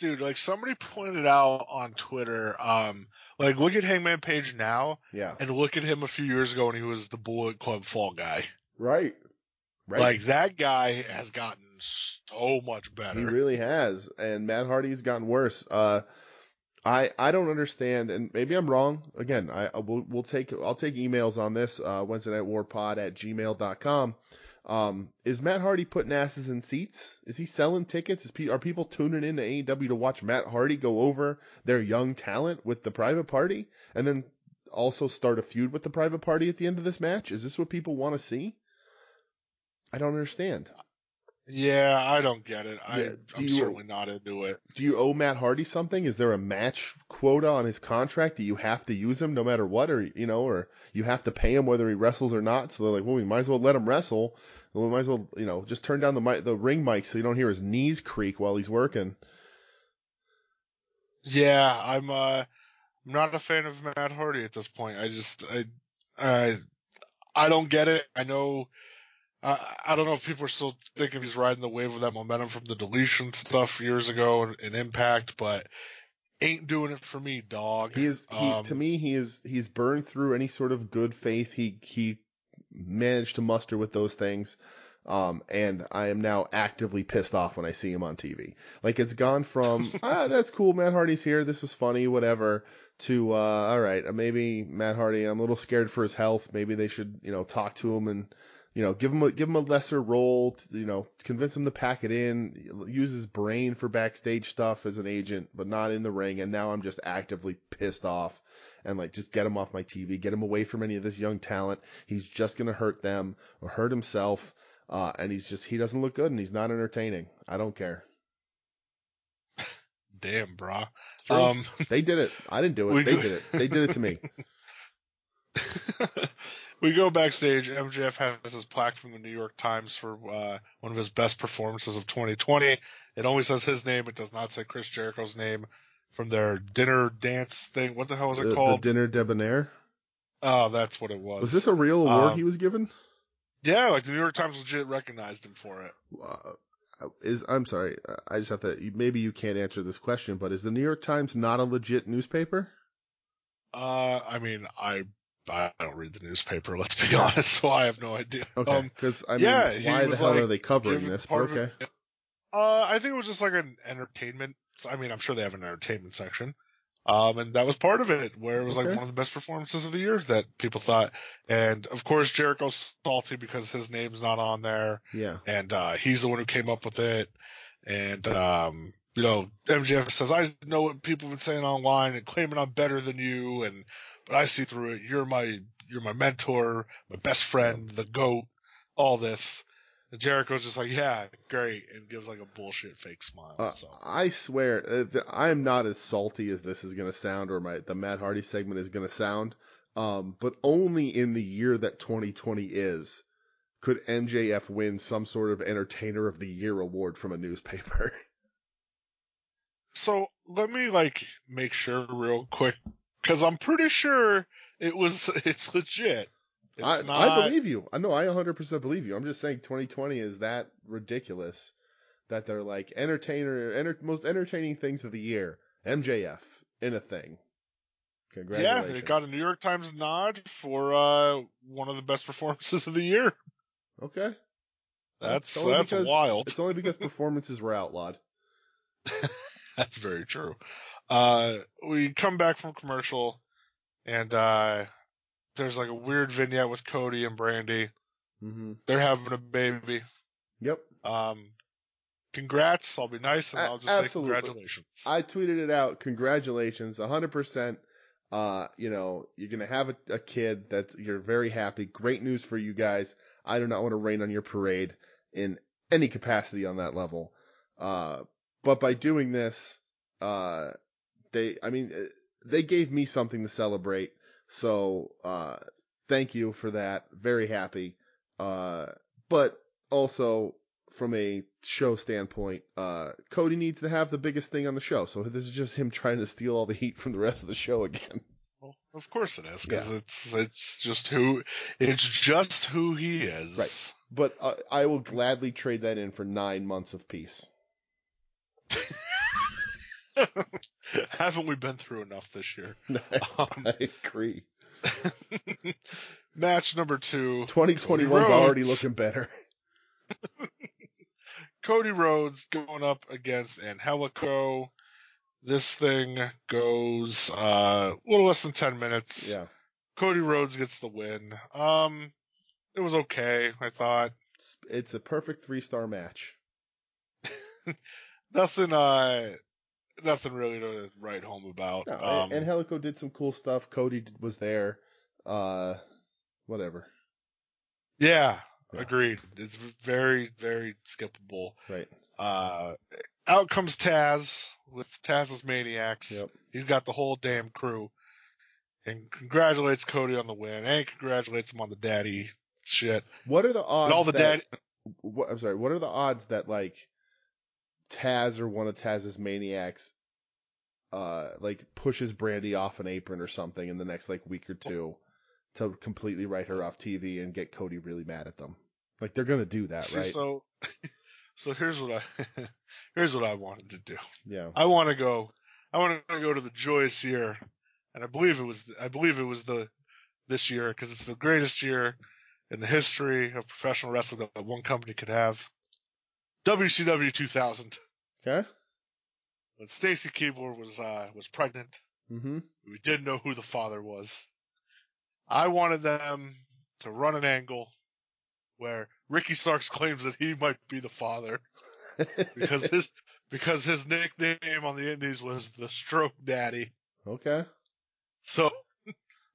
Speaker 2: Dude, like somebody pointed out on Twitter, um, like look at Hangman Page now
Speaker 1: yeah,
Speaker 2: and look at him a few years ago when he was the Bullet Club Fall guy.
Speaker 1: right, right.
Speaker 2: Like that guy has gotten so much better.
Speaker 1: He really has, and Matt Hardy's gotten worse. Uh, I I don't understand, and maybe I'm wrong. Again, I, I will we'll take I'll take emails on this. Uh, Wednesday Night War Pod at gmail.com. Um, is Matt Hardy putting asses in seats? Is he selling tickets? Is pe- are people tuning in to AEW to watch Matt Hardy go over their young talent with the private party, and then also start a feud with the private party at the end of this match? Is this what people want to see? I don't understand.
Speaker 2: Yeah, I don't get it. I,
Speaker 1: Yeah, do
Speaker 2: I'm
Speaker 1: you-
Speaker 2: certainly not into it.
Speaker 1: do you owe Matt Hardy something? Is there a match quota on his contract that you have to use him no matter what, or you know, or you have to pay him whether he wrestles or not? So they're like, well, we might as well let him wrestle. Well, we might as well, you know, just turn down the mi- the ring mic so you don't hear his knees creak while he's working.
Speaker 2: Yeah, I'm uh I'm not a fan of Matt Hardy at this point. I just I I I don't get it. I know I I don't know if people are still thinking he's riding the wave of that momentum from the deletion stuff years ago and, and impact, but ain't doing it for me, dog.
Speaker 1: He is, he,
Speaker 2: Um,
Speaker 1: to me, he is he's burned through any sort of good faith he he managed to muster with those things. Um, and I am now actively pissed off when I see him on TV. Like it's gone from ah, that's cool, Matt Hardy's here, this was funny, whatever, to uh, all right, maybe Matt Hardy, I'm a little scared for his health. Maybe they should, you know, talk to him and you know, give him a, give him a lesser role, t- you know, convince him to pack it in, use his brain for backstage stuff as an agent, but not in the ring. And now I'm just actively pissed off and like, just get him off my TV, get him away from any of this young talent. He's just going to hurt them or hurt himself. Uh, and he's just, he doesn't look good and he's not entertaining. I don't care.
Speaker 2: damn, brah.
Speaker 1: It's true.
Speaker 2: Um
Speaker 1: they did it. I didn't do
Speaker 2: We
Speaker 1: it. They
Speaker 2: go-
Speaker 1: did it. They did it to me.
Speaker 2: we go backstage. MJF has his plaque from the New York Times for uh, one of his best performances of 2020. It only says his name. It does not say Chris Jericho's name from their dinner dance thing. What the hell was
Speaker 1: The-
Speaker 2: it
Speaker 1: the,
Speaker 2: called?
Speaker 1: dinner debonair?
Speaker 2: oh, that's what it was.
Speaker 1: Was this a real award
Speaker 2: Um,
Speaker 1: he was given?
Speaker 2: yeah, like the New York Times legit recognized him for it.
Speaker 1: uh, is I'm sorry, uh, I just have to. you- Maybe you can't answer this question, but is the New York Times not a legit newspaper?
Speaker 2: Uh, I mean, I I don't read the newspaper. Let's be honest, so I have no idea.
Speaker 1: Okay,
Speaker 2: Um,
Speaker 1: because I mean,
Speaker 2: yeah, he
Speaker 1: why the
Speaker 2: was
Speaker 1: hell
Speaker 2: like,
Speaker 1: are they covering
Speaker 2: give
Speaker 1: this? But
Speaker 2: part of
Speaker 1: okay,
Speaker 2: it- Uh, I think it was just like an entertainment. I mean, I'm sure they have an entertainment section. Um, and that was part of it, where it was like
Speaker 1: Okay.
Speaker 2: one of the best performances of the year that people thought. And of course, Jericho's salty because his name's not on there,
Speaker 1: yeah,
Speaker 2: and uh, he's the one who came up with it. And um, you know, MJF says, "I know what people have been saying online and claiming I'm better than you, and but I see through it. You're my you're my mentor, my best friend, the goat. All this." And Jericho's just like, "Yeah, great," and gives like a bullshit fake smile.
Speaker 1: uh,
Speaker 2: so
Speaker 1: I swear, uh, th- I am not as salty as this is gonna sound, or my the Matt Hardy segment is gonna sound. Um, but only in the year that 2020 is could MJF win some sort of Entertainer of the Year award from a newspaper.
Speaker 2: So let me like make sure real quick because I'm pretty sure it was it's legit.
Speaker 1: I,
Speaker 2: It's not.
Speaker 1: I believe you. I know I 100% believe you. I'm just saying 2020 is that ridiculous that they're like entertainer enter, most entertaining things of the year. MJF in a thing.
Speaker 2: yeah,
Speaker 1: Congratulations.
Speaker 2: it got a New York Times nod for uh, one of the best performances of the year.
Speaker 1: okay.
Speaker 2: That's
Speaker 1: It's only
Speaker 2: that's
Speaker 1: because-
Speaker 2: wild.
Speaker 1: It's only because performances were outlawed.
Speaker 2: That's very true. Uh, we come back from commercial, and uh, there's like a weird vignette with Cody and Brandy.
Speaker 1: Mm-hmm.
Speaker 2: They're having a baby.
Speaker 1: Yep.
Speaker 2: Um, congrats. I'll be nice and
Speaker 1: A-
Speaker 2: I'll just
Speaker 1: absolutely.
Speaker 2: say congratulations.
Speaker 1: I tweeted it out. Congratulations, 100%. Uh, you know, you're gonna have a, a kid that you're very happy. Great news for you guys. I do not want to rain on your parade in any capacity on that level. Uh, but by doing this, uh, they, I mean, eh, they gave me something to celebrate. So, uh, thank you for that. Very happy. Uh, but also from a show standpoint, uh, Cody needs to have the biggest thing on the show. So this is just him trying to steal all the heat from the rest of the show again.
Speaker 2: Well, of course it is because
Speaker 1: Yeah.
Speaker 2: it's it's just who it's just who he is.
Speaker 1: Right. But uh, I will gladly trade that in for nine months of peace.
Speaker 2: Haven't we been through enough this year? Um,
Speaker 1: I agree.
Speaker 2: match number two
Speaker 1: 2021's
Speaker 2: Rhodes.
Speaker 1: already looking better.
Speaker 2: Cody Rhodes going up against Angelico. This thing goes uh, a little less than 10 minutes.
Speaker 1: Yeah.
Speaker 2: Cody Rhodes gets the win. Um, it was okay, I thought.
Speaker 1: It's, it's a perfect three star match.
Speaker 2: Nothing, uh, nothing really to write home about.
Speaker 1: No,
Speaker 2: um,
Speaker 1: and Helico did some cool stuff. Cody d- was there. Uh, whatever.
Speaker 2: yeah,
Speaker 1: Yeah.
Speaker 2: agreed. It's very, very skippable.
Speaker 1: Right.
Speaker 2: Uh, out comes Taz with Taz's Maniacs.
Speaker 1: Yep.
Speaker 2: He's got the whole damn crew. And congratulates Cody on the win and congratulates him on the daddy shit.
Speaker 1: What are the odds?
Speaker 2: And all the
Speaker 1: that-
Speaker 2: daddy
Speaker 1: what, I'm sorry, what are the odds that like Taz or one of Taz's maniacs uh like pushes Brandy off an apron or something in the next like week or two to completely write her off TV and get Cody really mad at them? Like they're gonna do that,
Speaker 2: See,
Speaker 1: right?
Speaker 2: So, so here's what I here's what I wanted to do.
Speaker 1: yeah.
Speaker 2: I want to go. I want to go to the joyous year, and I believe it was. I believe it was the this year because it's the greatest year in the history of professional wrestling that one company could have. WCW 2000.
Speaker 1: Okay.
Speaker 2: When Stacy Keebler was uh, was pregnant,
Speaker 1: Mm-hmm.
Speaker 2: we didn't know who the father was. I wanted them to run an angle where Ricky Starks claims that he might be the father because his because his nickname on the Indies was the Stroke Daddy.
Speaker 1: okay.
Speaker 2: So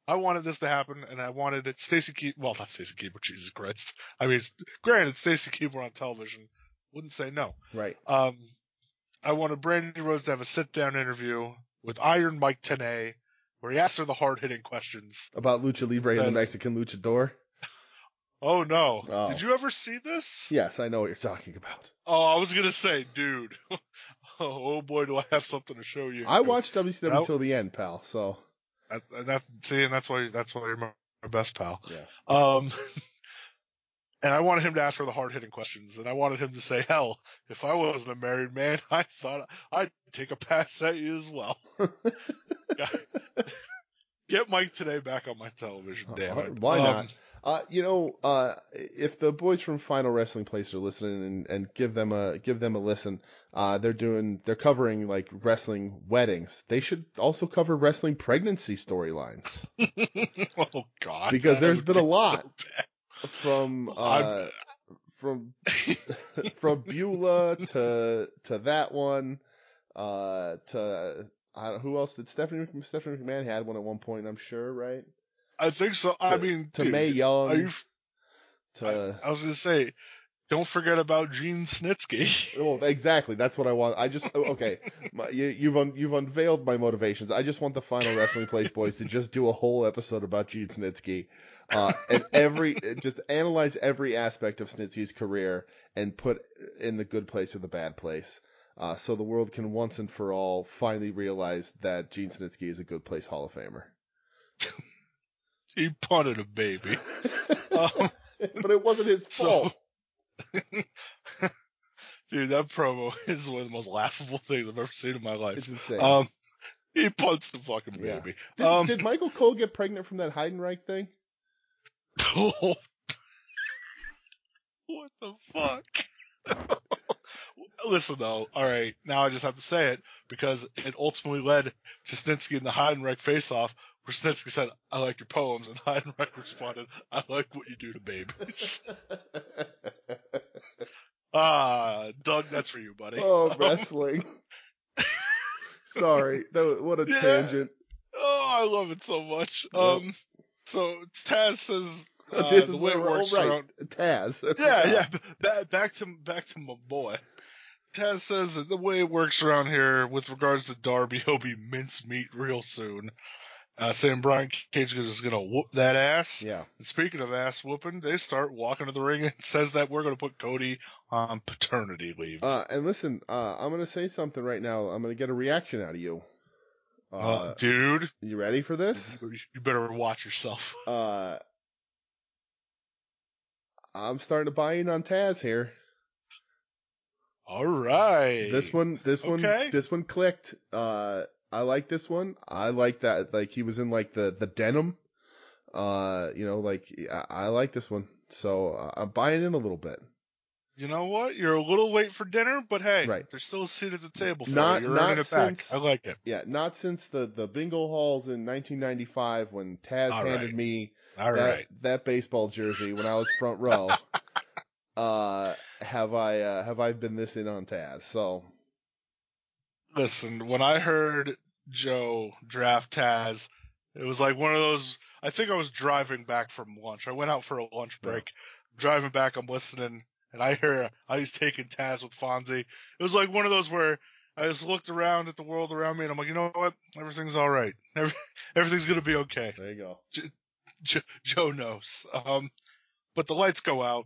Speaker 2: I wanted this to happen, and I wanted it. Stacy Keeb, well, not Stacy Keebler, Jesus Christ. I mean, granted, Stacy Keebler on television wouldn't say no.
Speaker 1: Right.
Speaker 2: Um, I wanted Brandy Rhodes to have a sit-down interview with Iron Mike Tenay, where he asked her the hard-hitting questions.
Speaker 1: About Lucha Libre and
Speaker 2: Says-
Speaker 1: the Mexican Luchador.
Speaker 2: Oh no!
Speaker 1: Oh.
Speaker 2: Did you ever see this?
Speaker 1: Yes, I know what you're talking about.
Speaker 2: Oh, I was gonna say, dude. oh boy, do I have something to show you.
Speaker 1: I watched WCW
Speaker 2: Nope.
Speaker 1: till the end, pal. So
Speaker 2: That, that's see, and that's why that's why you're my my best pal.
Speaker 1: Yeah.
Speaker 2: Um, and I wanted him to ask her the hard hitting questions, and I wanted him to say, "Hell, if I wasn't a married man, I thought I'd take a pass at you as well." Get Mike today back on my television, damn it.
Speaker 1: Why
Speaker 2: Um,
Speaker 1: not? Uh, you know, uh, if the boys from Final Wrestling Place are listening and, and give them a give them a listen, uh, they're doing they're covering like wrestling weddings. They should also cover wrestling pregnancy storylines
Speaker 2: oh God!
Speaker 1: Because
Speaker 2: that
Speaker 1: there's
Speaker 2: would
Speaker 1: been a
Speaker 2: be so
Speaker 1: lot.
Speaker 2: bad.
Speaker 1: from uh,
Speaker 2: I'm-
Speaker 1: from from Beulah to to that one uh, to I don't, who else did Stephanie Stephanie McMahon had one at one point? I'm sure, right?
Speaker 2: I think so. I mean,
Speaker 1: to
Speaker 2: dude,
Speaker 1: May
Speaker 2: are
Speaker 1: Young
Speaker 2: you
Speaker 1: to
Speaker 2: I, I was gonna say, don't forget about Gene Snitsky.
Speaker 1: Well, exactly. That's what I want. I just oh, okay. My, you, you've un, you've unveiled my motivations. I just want the final wrestling place boys to just do a whole episode about Gene Snitsky, uh, and every just analyze every aspect of Snitsky's career and put in the good place or the bad place, uh, so the world can once and for all finally realize that Gene Snitsky is a good place Hall of Famer.
Speaker 2: he punted a baby. Um,
Speaker 1: but it wasn't his
Speaker 2: So-
Speaker 1: fault.
Speaker 2: Dude, that promo is one of the most laughable things I've ever seen in my life.
Speaker 1: It's insane.
Speaker 2: Um, he punts the fucking
Speaker 1: Yeah.
Speaker 2: baby.
Speaker 1: did,
Speaker 2: um,
Speaker 1: did Michael Cole get pregnant from that Heidenreich thing?
Speaker 2: what the fuck? Listen though, all right, now I just have to say it because it ultimately led to Snitsky and the Heidenreich face-off, Krasinski said, I like your poems, and Heidenreich responded, I like what you do to babies. ah, Doug, that's for you, buddy.
Speaker 1: oh,
Speaker 2: Um,
Speaker 1: wrestling. Sorry, that was, what a
Speaker 2: Yeah.
Speaker 1: tangent.
Speaker 2: oh, I love it so much.
Speaker 1: Yep.
Speaker 2: Um, so Taz says, uh,
Speaker 1: this
Speaker 2: the
Speaker 1: is where
Speaker 2: way it works
Speaker 1: oh, right.
Speaker 2: around-
Speaker 1: Taz.
Speaker 2: yeah, yeah. Back, back to back to my boy. Taz says that the way it works around here with regards to Darby, he'll be mincemeat real soon. Uh, saying Brian Cage is gonna whoop that ass.
Speaker 1: Yeah.
Speaker 2: And speaking of ass whooping, they start walking to the ring and says that we're gonna put Cody on paternity leave.
Speaker 1: Uh, and listen, uh, I'm gonna say something right now. I'm gonna get a reaction out of you. Uh,
Speaker 2: Uh, dude,
Speaker 1: you ready for this?
Speaker 2: you better watch yourself.
Speaker 1: Uh, I'm starting to buy in on Taz here.
Speaker 2: All right.
Speaker 1: This one, this
Speaker 2: Okay.
Speaker 1: one, this one clicked. Uh, I like this one. I like that. Like he was in like the the denim. Uh, you know, like I, I like this one. So uh, I'm buying in a little bit.
Speaker 2: You know what? You're a little late for dinner, but hey,
Speaker 1: Right.
Speaker 2: there's still a seat at the table for
Speaker 1: Not-
Speaker 2: you. You're
Speaker 1: not
Speaker 2: earning it
Speaker 1: since-
Speaker 2: back. I like it.
Speaker 1: Yeah, not since the the bingo halls in 1995 when Taz
Speaker 2: All
Speaker 1: handed
Speaker 2: right.
Speaker 1: me
Speaker 2: All right.
Speaker 1: that that baseball jersey when I was front row. uh, have I uh, have I been this in on Taz? So
Speaker 2: Listen, when I heard Joe draft Taz, it was like one of those. I think I was driving back from lunch. I went out for a lunch
Speaker 1: Yeah.
Speaker 2: break. Driving back, I'm listening, and I hear I was taking Taz with Fonzie. It was like one of those where I just looked around at the world around me, and I'm like, you know what? Everything's all right. Every, everything's gonna be okay.
Speaker 1: there you go.
Speaker 2: Jo- Joe knows. Um, but the lights go out,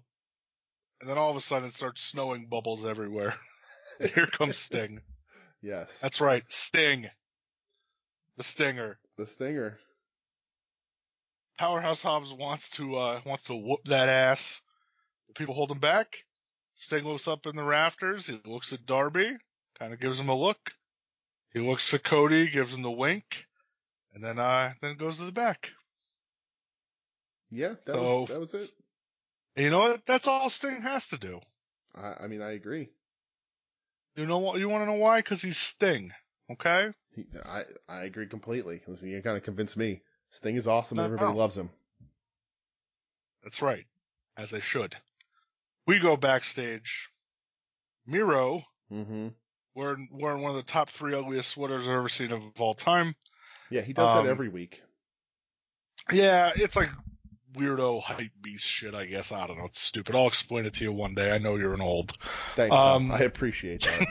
Speaker 2: and then all of a sudden it starts snowing bubbles everywhere. Here comes Sting.
Speaker 1: Yes,
Speaker 2: That's right, Sting. The Stinger.
Speaker 1: the stinger.
Speaker 2: Powerhouse Hobbs wants to uh wants to whoop that ass. The people hold him back. Sting looks up in the rafters. He looks at Darby, kind of gives him a look. He looks at Cody, gives him the wink, and then uh then goes to the back.
Speaker 1: Yeah, that
Speaker 2: So-
Speaker 1: was that was it.
Speaker 2: And you know what? That's all Sting has to do.
Speaker 1: I, I mean, I agree.
Speaker 2: You know what? You want to know why? Because he's Sting. Okay.
Speaker 1: He, I I agree completely. Listen, you kind of convinced me. Sting is awesome.
Speaker 2: No.
Speaker 1: Everybody loves him.
Speaker 2: That's right. As they should. We go backstage. Miro
Speaker 1: hmm
Speaker 2: wearing wearing one of the top three ugliest sweaters I've ever seen of all time.
Speaker 1: Yeah, he does
Speaker 2: Um,
Speaker 1: that every week.
Speaker 2: Yeah, it's like weirdo hype beast shit, I guess. I don't know. It's stupid. I'll explain it to you one day. I know you're an old.
Speaker 1: Thanks, pal.
Speaker 2: um,
Speaker 1: I appreciate that.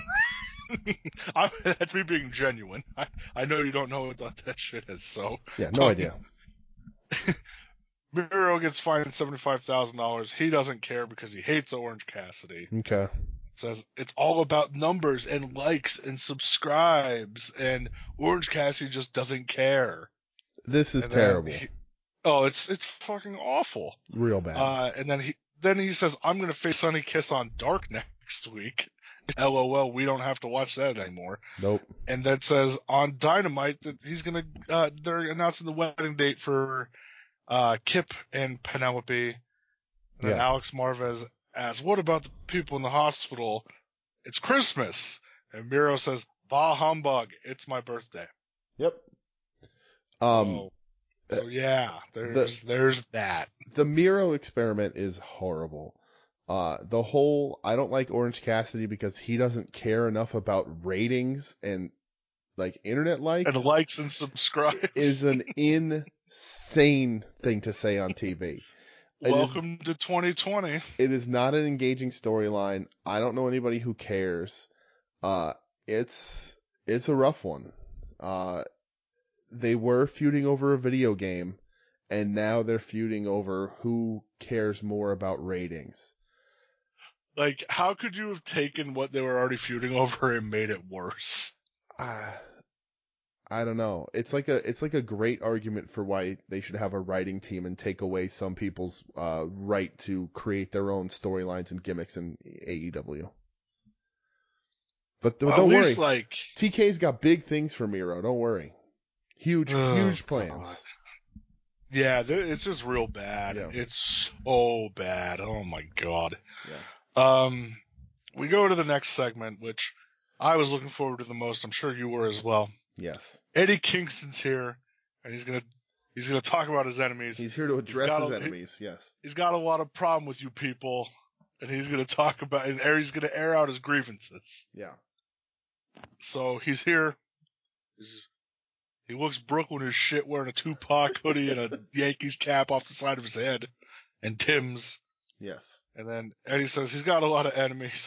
Speaker 2: I, that's me being genuine. I, I know you don't know what that, that shit is. So
Speaker 1: yeah, no idea.
Speaker 2: Miro gets fined seventy five thousand dollars. He doesn't care because he hates Orange Cassidy.
Speaker 1: Okay.
Speaker 2: says it's all about numbers and likes and subscribes and Orange Cassidy just doesn't care.
Speaker 1: This is
Speaker 2: And then
Speaker 1: terrible.
Speaker 2: he- oh, it's it's fucking awful.
Speaker 1: Real bad.
Speaker 2: Uh, and then he then he says, "I'm gonna face Sunny Kiss on Dark next week." LOL, we don't have to watch that anymore.
Speaker 1: nope.
Speaker 2: And then says on Dynamite that he's gonna uh, they're announcing the wedding date for uh, Kip and Penelope. And then
Speaker 1: Yeah.
Speaker 2: Alex Marvez asks, "What about the people in the hospital? It's Christmas." And Miro says, "Bah humbug! It's my birthday."
Speaker 1: Yep. Um,
Speaker 2: Oh. so, so yeah, there's there's that.
Speaker 1: the Miro experiment is horrible. Uh, the whole I don't like Orange Cassidy because he doesn't care enough about ratings and like internet likes
Speaker 2: And likes and subscribes.
Speaker 1: is an insane thing to say on TV. It is-
Speaker 2: Welcome to 2020.
Speaker 1: It is not an engaging storyline. I don't know anybody who cares. Uh, it's it's a rough one. Uh, they were feuding over a video game, and now they're feuding over who cares more about ratings.
Speaker 2: Like, how could you have taken what they were already feuding over and made it worse?
Speaker 1: Ah, I don't know. It's like a it's like a great argument for why they should have a writing team and take away some people's uh, right to create their own storylines and gimmicks in AEW. But th-
Speaker 2: At
Speaker 1: don't worry,
Speaker 2: least, like,
Speaker 1: TK's got big things for Miro. Don't worry, huge
Speaker 2: Oh,
Speaker 1: huge plans.
Speaker 2: yeah, th- it's just real bad.
Speaker 1: Yeah.
Speaker 2: It's so bad. Oh my god.
Speaker 1: Yeah.
Speaker 2: Um, we go to the next segment, which I was looking forward to the most. I'm sure you were as well.
Speaker 1: Yes.
Speaker 2: Eddie Kingston's here, and he's gonna He's going to talk about his enemies.
Speaker 1: He's here to address
Speaker 2: gotta-
Speaker 1: his enemies. Yes.
Speaker 2: he's got a lot of problem with you people, and he's going to talk about and air, he's going to air out his grievances.
Speaker 1: Yeah.
Speaker 2: So he's here. He's- he looks Brooklyn as shit, wearing a Tupac hoodie and a Yankees cap off the side of his head, and Tim's.
Speaker 1: Yes.
Speaker 2: And then Eddie says he's got a lot of enemies,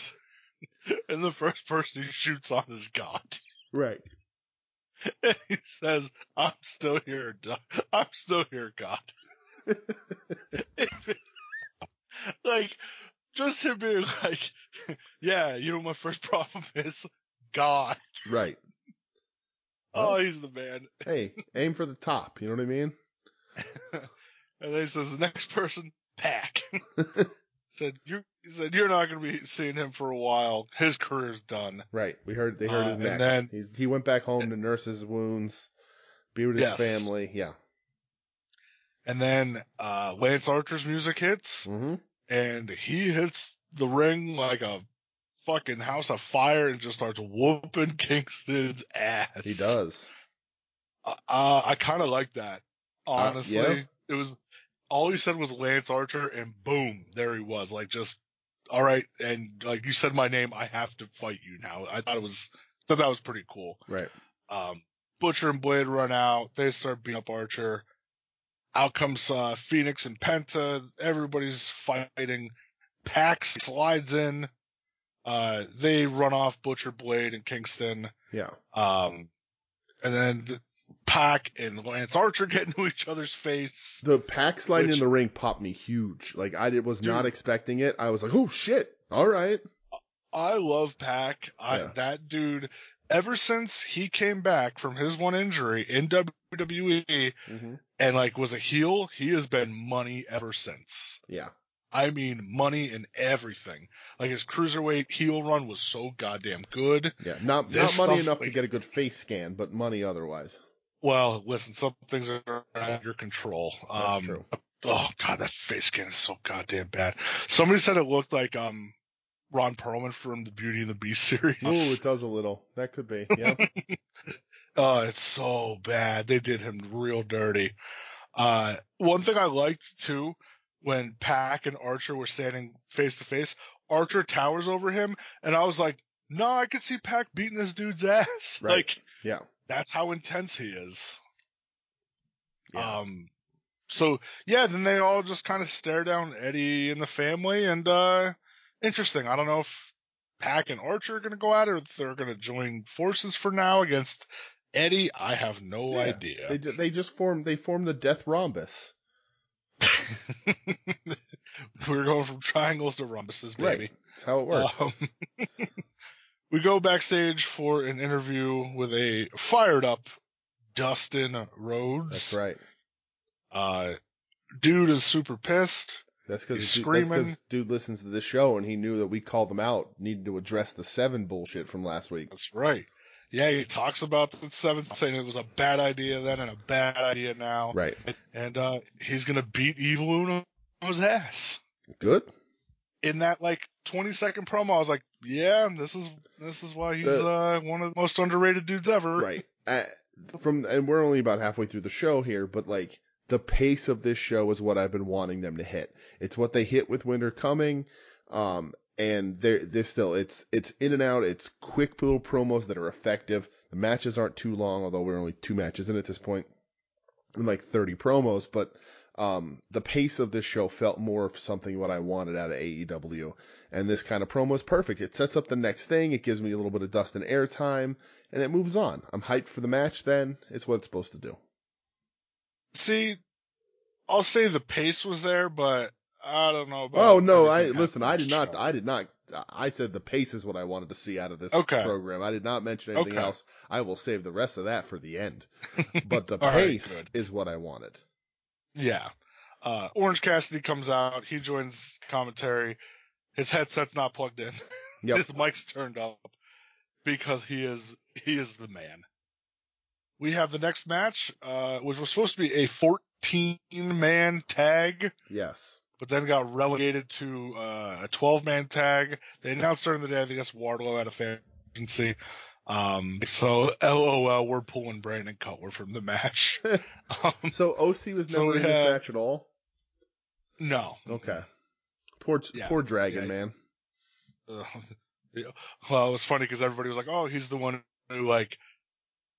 Speaker 2: and the first person he shoots on is God.
Speaker 1: Right.
Speaker 2: And he says, "I'm still here. Do- I'm still here, God." like, just him being like, "Yeah, you know what my first problem is God.
Speaker 1: Right.
Speaker 2: Oh, he's the man."
Speaker 1: Hey, aim for the top. You know what I mean?
Speaker 2: And then he says, "The next person, Pack." said you he said you're not going to be seeing him for a while. His career's done.
Speaker 1: Right. We heard they heard
Speaker 2: Uh,
Speaker 1: his
Speaker 2: and
Speaker 1: neck.
Speaker 2: then-
Speaker 1: He's, he went back home to nurse his wounds, be with his
Speaker 2: Yes.
Speaker 1: family. Yeah.
Speaker 2: And then uh, Lance Archer's music hits,
Speaker 1: Mm-hmm.
Speaker 2: and he hits the ring like a fucking house of fire and just starts whooping Kingston's ass.
Speaker 1: He does.
Speaker 2: Uh, uh, I kind of like that. Honestly,
Speaker 1: Uh, yeah.
Speaker 2: it was all he said was Lance Archer, and boom, there he was. Like just all right, and like you said my name, I have to fight you now. I thought it was thought that was pretty cool.
Speaker 1: Right.
Speaker 2: Um, Butcher and Blade run out. They start beating up Archer. Out comes uh, Phoenix and Penta. Everybody's fighting. Pax slides in. Uh, they run off Butcher, Blade, and Kingston.
Speaker 1: Yeah.
Speaker 2: Um, and then Pac and Lance Archer get into each other's face.
Speaker 1: The pack sliding
Speaker 2: Which-
Speaker 1: in the ring popped me huge. Like I did, was not
Speaker 2: Dude.
Speaker 1: expecting it. I was like, oh shit. All right.
Speaker 2: I love Pac. I,
Speaker 1: Yeah.
Speaker 2: That dude, ever since he came back from his one injury in WWE,
Speaker 1: Mm-hmm.
Speaker 2: and like was a heel, he has been money ever since.
Speaker 1: Yeah.
Speaker 2: I mean, money in everything. Like his cruiserweight heel run was so goddamn good.
Speaker 1: Yeah. Not
Speaker 2: This
Speaker 1: not money
Speaker 2: stuff,
Speaker 1: enough to
Speaker 2: like-
Speaker 1: get a good face scan, but money otherwise.
Speaker 2: Well, listen, some things are out of your control.
Speaker 1: That's
Speaker 2: um,
Speaker 1: true.
Speaker 2: Oh god, that face scan is so goddamn bad. Somebody said it looked like um Ron Perlman from the Beauty and the Beast series.
Speaker 1: Oh, it does a little. That could be. Yeah.
Speaker 2: Oh, it's so bad. They did him real dirty. Uh, one thing I liked too, when Pack and Archer were standing face to face, Archer towers over him, and I was like, "No, I could see Pack beating this dude's ass."
Speaker 1: Right.
Speaker 2: Like,
Speaker 1: Yeah.
Speaker 2: that's how intense he is.
Speaker 1: yeah.
Speaker 2: Um, so yeah, then they all just kind of stare down Eddie and the family, and uh, interesting. I don't know if Pack and Archer are gonna go at it, or if they're gonna join forces for now against Eddie. I have no
Speaker 1: Yeah,
Speaker 2: idea.
Speaker 1: They ju- they just formed they formed a death rhombus.
Speaker 2: We're going from triangles to rhombuses, baby.
Speaker 1: Right. That's how it works.
Speaker 2: Um, we go backstage for an interview with a fired up Dustin Rhodes.
Speaker 1: That's right.
Speaker 2: Uh, dude is super pissed.
Speaker 1: That's because
Speaker 2: He's
Speaker 1: dude,
Speaker 2: screaming.
Speaker 1: listens to the show and he knew that we called them out, needed to address the seven bullshit from last week.
Speaker 2: That's right. Yeah, he talks about the seventh, saying it was a bad idea then and a bad idea now,
Speaker 1: Right.
Speaker 2: and uh, he's gonna beat Evil Uno's ass.
Speaker 1: Good.
Speaker 2: In that like twenty second promo, I was like, "Yeah, this is this is why he's
Speaker 1: The-
Speaker 2: uh, one of the most underrated dudes ever."
Speaker 1: Right. Uh, from and we're only about halfway through the show here, but like the pace of this show is what I've been wanting them to hit. It's what they hit with Winter Coming, um, and they're they're still it's it's in and out. It's quick little promos that are effective. The matches aren't too long, although we're only two matches in at this point, and like thirty promos. But um, the pace of this show felt more of something what I wanted out of AEW, and this kind of promo is perfect. It sets up the next thing. It gives me a little bit of dust and air time and it moves on. I'm hyped for the match then. It's what it's supposed to do.
Speaker 2: See, I'll say the pace was there, but I don't know about.
Speaker 1: Oh no, I
Speaker 2: everything
Speaker 1: listen, I
Speaker 2: happening
Speaker 1: did
Speaker 2: in the
Speaker 1: not
Speaker 2: show.
Speaker 1: I did not I said the pace is what I wanted to see out of this
Speaker 2: Okay.
Speaker 1: program. I did not mention anything
Speaker 2: Okay.
Speaker 1: else. I will save the rest of that for the end. But the
Speaker 2: All right,
Speaker 1: pace
Speaker 2: good.
Speaker 1: is what I wanted.
Speaker 2: Yeah. Uh, Orange Cassidy comes out. He joins commentary. His headset's not plugged in.
Speaker 1: Yep.
Speaker 2: His mic's turned up because he is he is the man. We have the next match, uh, which was supposed to be a 14 man tag,
Speaker 1: yes.
Speaker 2: but then got relegated to uh, a 12 man tag. They announced during the day, I guess Wardlow had a fancy. Um, so LOL, we're pulling Brandon Cutler from the match. um,
Speaker 1: So OC was
Speaker 2: So
Speaker 1: never
Speaker 2: we
Speaker 1: in this
Speaker 2: had-
Speaker 1: match at all.
Speaker 2: no.
Speaker 1: Okay. Poor
Speaker 2: Yeah.
Speaker 1: poor Dragon
Speaker 2: Yeah.
Speaker 1: man.
Speaker 2: Uh, yeah. well, it was funny because everybody was like, "Oh, he's the one who like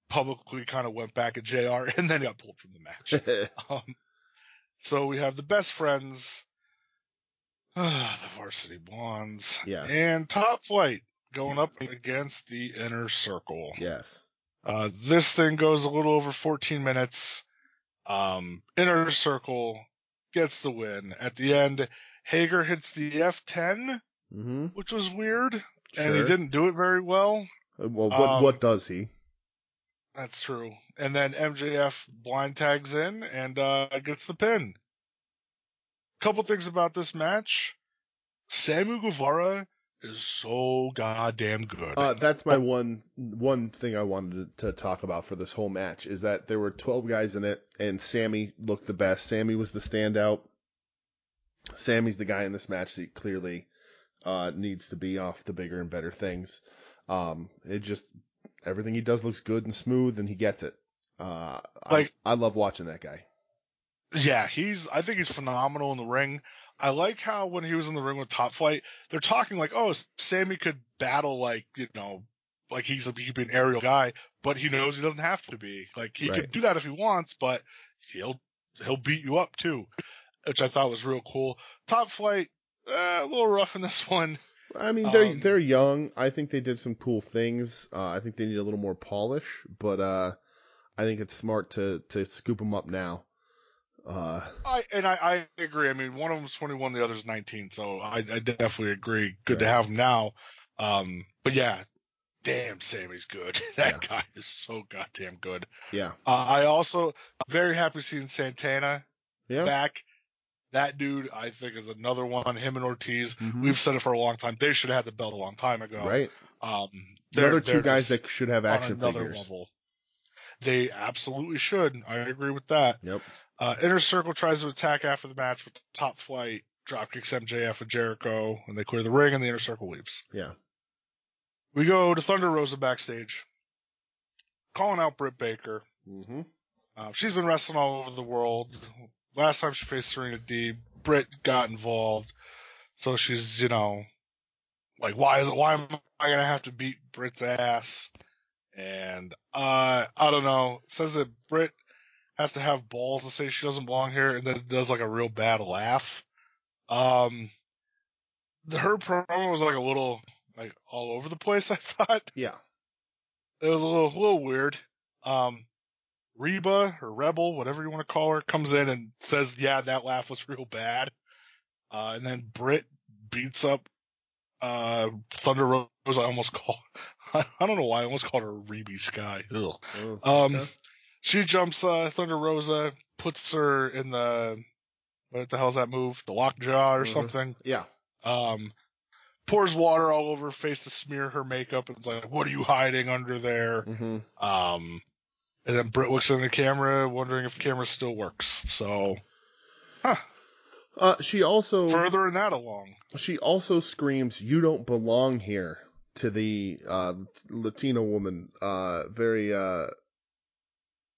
Speaker 2: publicly kind of went back at Jr. and then got pulled from the match." Um, so we have the best friends, the Varsity Blondes,
Speaker 1: Yes.
Speaker 2: and Top Flight going up against the Inner Circle.
Speaker 1: yes.
Speaker 2: Uh, this thing goes a little over 14 minutes. Um, Inner Circle gets the win. At the end, Hager hits the F10,
Speaker 1: Mm-hmm.
Speaker 2: which was weird,
Speaker 1: Sure.
Speaker 2: and he didn't do it very well.
Speaker 1: Uh, Well, what
Speaker 2: Um,
Speaker 1: what does he?
Speaker 2: That's true. And then MJF blind tags in and uh, gets the pin. Couple things about this match: Samu Guevara is so goddamn good.
Speaker 1: Uh, that's my one one thing I wanted to talk about for this whole match is that there were 12 guys in it, and Sammy looked the best. Sammy was the standout. Sammy's the guy in this match that clearly uh, needs to be off the bigger and better things. Um, it just everything he does looks good and smooth, and he gets it. Uh,
Speaker 2: Like-
Speaker 1: I, I love watching that guy.
Speaker 2: Yeah, he's. I think he's phenomenal in the ring. I like how when he was in the ring with Top Flight, they're talking like, "Oh, Sammy could battle like you know, like he's a he'd be an aerial guy, but he knows he doesn't have to be. Like he
Speaker 1: Right.
Speaker 2: could do that if he wants, but he'll he'll beat you up too," which I thought was real cool. Top Flight, uh, a little rough in this one.
Speaker 1: I mean, they're
Speaker 2: Um,
Speaker 1: they're young. I think they did some cool things. Uh, I think they need a little more polish, but uh, I think it's smart to to scoop them up now. Uh,
Speaker 2: I and I, I agree. I mean, one of them's 21, the other's 19, so I, I definitely agree. Good to
Speaker 1: Right.
Speaker 2: have him now. Um, but yeah, damn, Sammy's good. that guy is so goddamn good.
Speaker 1: yeah,
Speaker 2: Uh, I also very happy seeing Santana
Speaker 1: yeah.
Speaker 2: back. That dude, I think, is another one. Him and Ortiz.
Speaker 1: Mhm.
Speaker 2: We've said it for a long time. They should have had the belt a long time ago.
Speaker 1: right.
Speaker 2: Um,
Speaker 1: The
Speaker 2: they're,
Speaker 1: other two
Speaker 2: they're
Speaker 1: guys
Speaker 2: just
Speaker 1: that should have
Speaker 2: on
Speaker 1: action
Speaker 2: another
Speaker 1: figures.
Speaker 2: level. They absolutely should. I agree with that.
Speaker 1: Yep.
Speaker 2: Uh, Inner Circle tries to attack after the match with Top Flight, dropkicks MJF and Jericho, and they clear the ring, and the Inner Circle leaves.
Speaker 1: Yeah.
Speaker 2: We go to Thunder Rosa backstage, calling out Britt Baker.
Speaker 1: Mm-hmm.
Speaker 2: Uh, she's been wrestling all over the world. Last time she faced Serena D, Britt got involved, so she's you know, like why is it? Why am I gonna have to beat Britt's ass? And uh, I don't know. Says that Britt has to have balls to say she doesn't belong here, and then does like a real bad laugh. Um, the, her promo was like a little like all over the place. I thought
Speaker 1: Yeah.
Speaker 2: it was a little, a little weird. Um, Reba or Rebel, whatever you want to call her, comes in and says, "Yeah, that laugh was real bad." Uh, and then Britt beats up uh, Thunder Rose. I almost call. I don't know why I almost called her Rebe Sky. Ugh.
Speaker 1: Oh,
Speaker 2: Um,
Speaker 1: okay.
Speaker 2: she jumps uh, Thunder Rosa, puts her in the what the hell's that move? The lockjaw or
Speaker 1: Mhm.
Speaker 2: something.
Speaker 1: yeah.
Speaker 2: Um, pours water all over her face to smear her makeup, and it's like, "What are you hiding under there?"
Speaker 1: Mm-hmm.
Speaker 2: Um, and then Britt looks in the camera, wondering if the camera still works. So
Speaker 1: Uh, she also
Speaker 2: furthering that along,
Speaker 1: she also screams, "You don't belong here." To the uh, Latino woman, uh, very uh,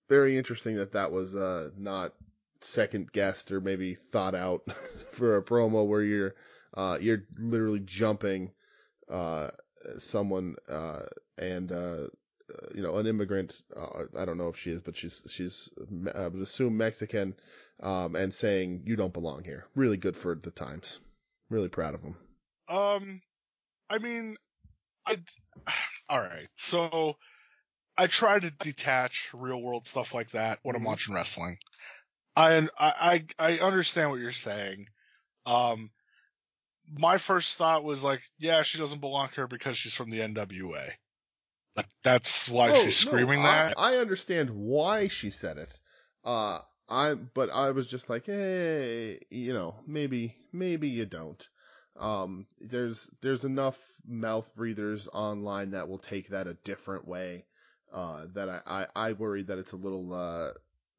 Speaker 1: very interesting that that was uh, not second guessed or maybe thought out for a promo where you're uh, you're literally jumping uh, someone uh, and uh, you know an immigrant. Uh, I don't know if she is, but she's she's uh, I would assume Mexican um, and saying you don't belong here. Really good for the times. Really proud of him.
Speaker 2: um, I mean, I, all right. So I try to detach real world stuff like that when I'm
Speaker 1: Mhm.
Speaker 2: watching wrestling. I, I, I I understand what you're saying. Um, my first thought was like, yeah, she doesn't belong here because she's from the NWA. Like that's why she's screaming that.
Speaker 1: Oh, I, I understand why she said it. Uh, I but I was just like, hey, you know, maybe maybe you don't. Um, there's there's enough mouth breathers online that will take that a different way. Uh, that I I, I worry that it's a little uh,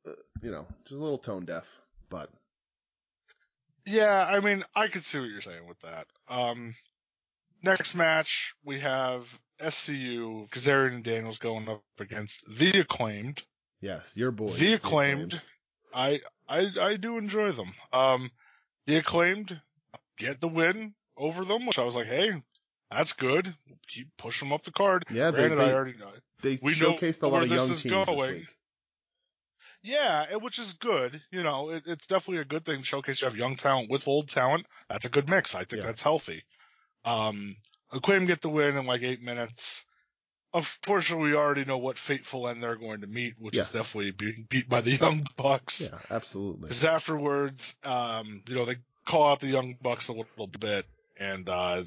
Speaker 1: uh, you know, just a little tone deaf. But
Speaker 2: Yeah, I mean, I could see what you're saying with that. Um, Next match, we have SCU, Kazarian and Daniels going up against the acclaimed.
Speaker 1: Yes, your boy.
Speaker 2: the acclaimed. I, I, I do enjoy them. Um, the acclaimed get the win over them, which I was like, hey, that's good. Keep pushing them up the card.
Speaker 1: Yeah, they,
Speaker 2: Granted, I
Speaker 1: they,
Speaker 2: already know.
Speaker 1: they
Speaker 2: we know
Speaker 1: showcased a lot
Speaker 2: where
Speaker 1: of
Speaker 2: this
Speaker 1: young
Speaker 2: is
Speaker 1: teams this
Speaker 2: going.
Speaker 1: week.
Speaker 2: Yeah, and which is good. You know, it, it's definitely a good thing to showcase you have young talent with old talent. That's a good mix. I think
Speaker 1: Yeah.
Speaker 2: that's healthy. Um, Aquarium get the win in like eight minutes. Unfortunately, we already know what fateful end they're going to meet, which
Speaker 1: Yes.
Speaker 2: is definitely being beat by the Young Bucks.
Speaker 1: Yeah, absolutely.
Speaker 2: Because afterwards, um, you know, they call out the Young Bucks a little bit, and uh,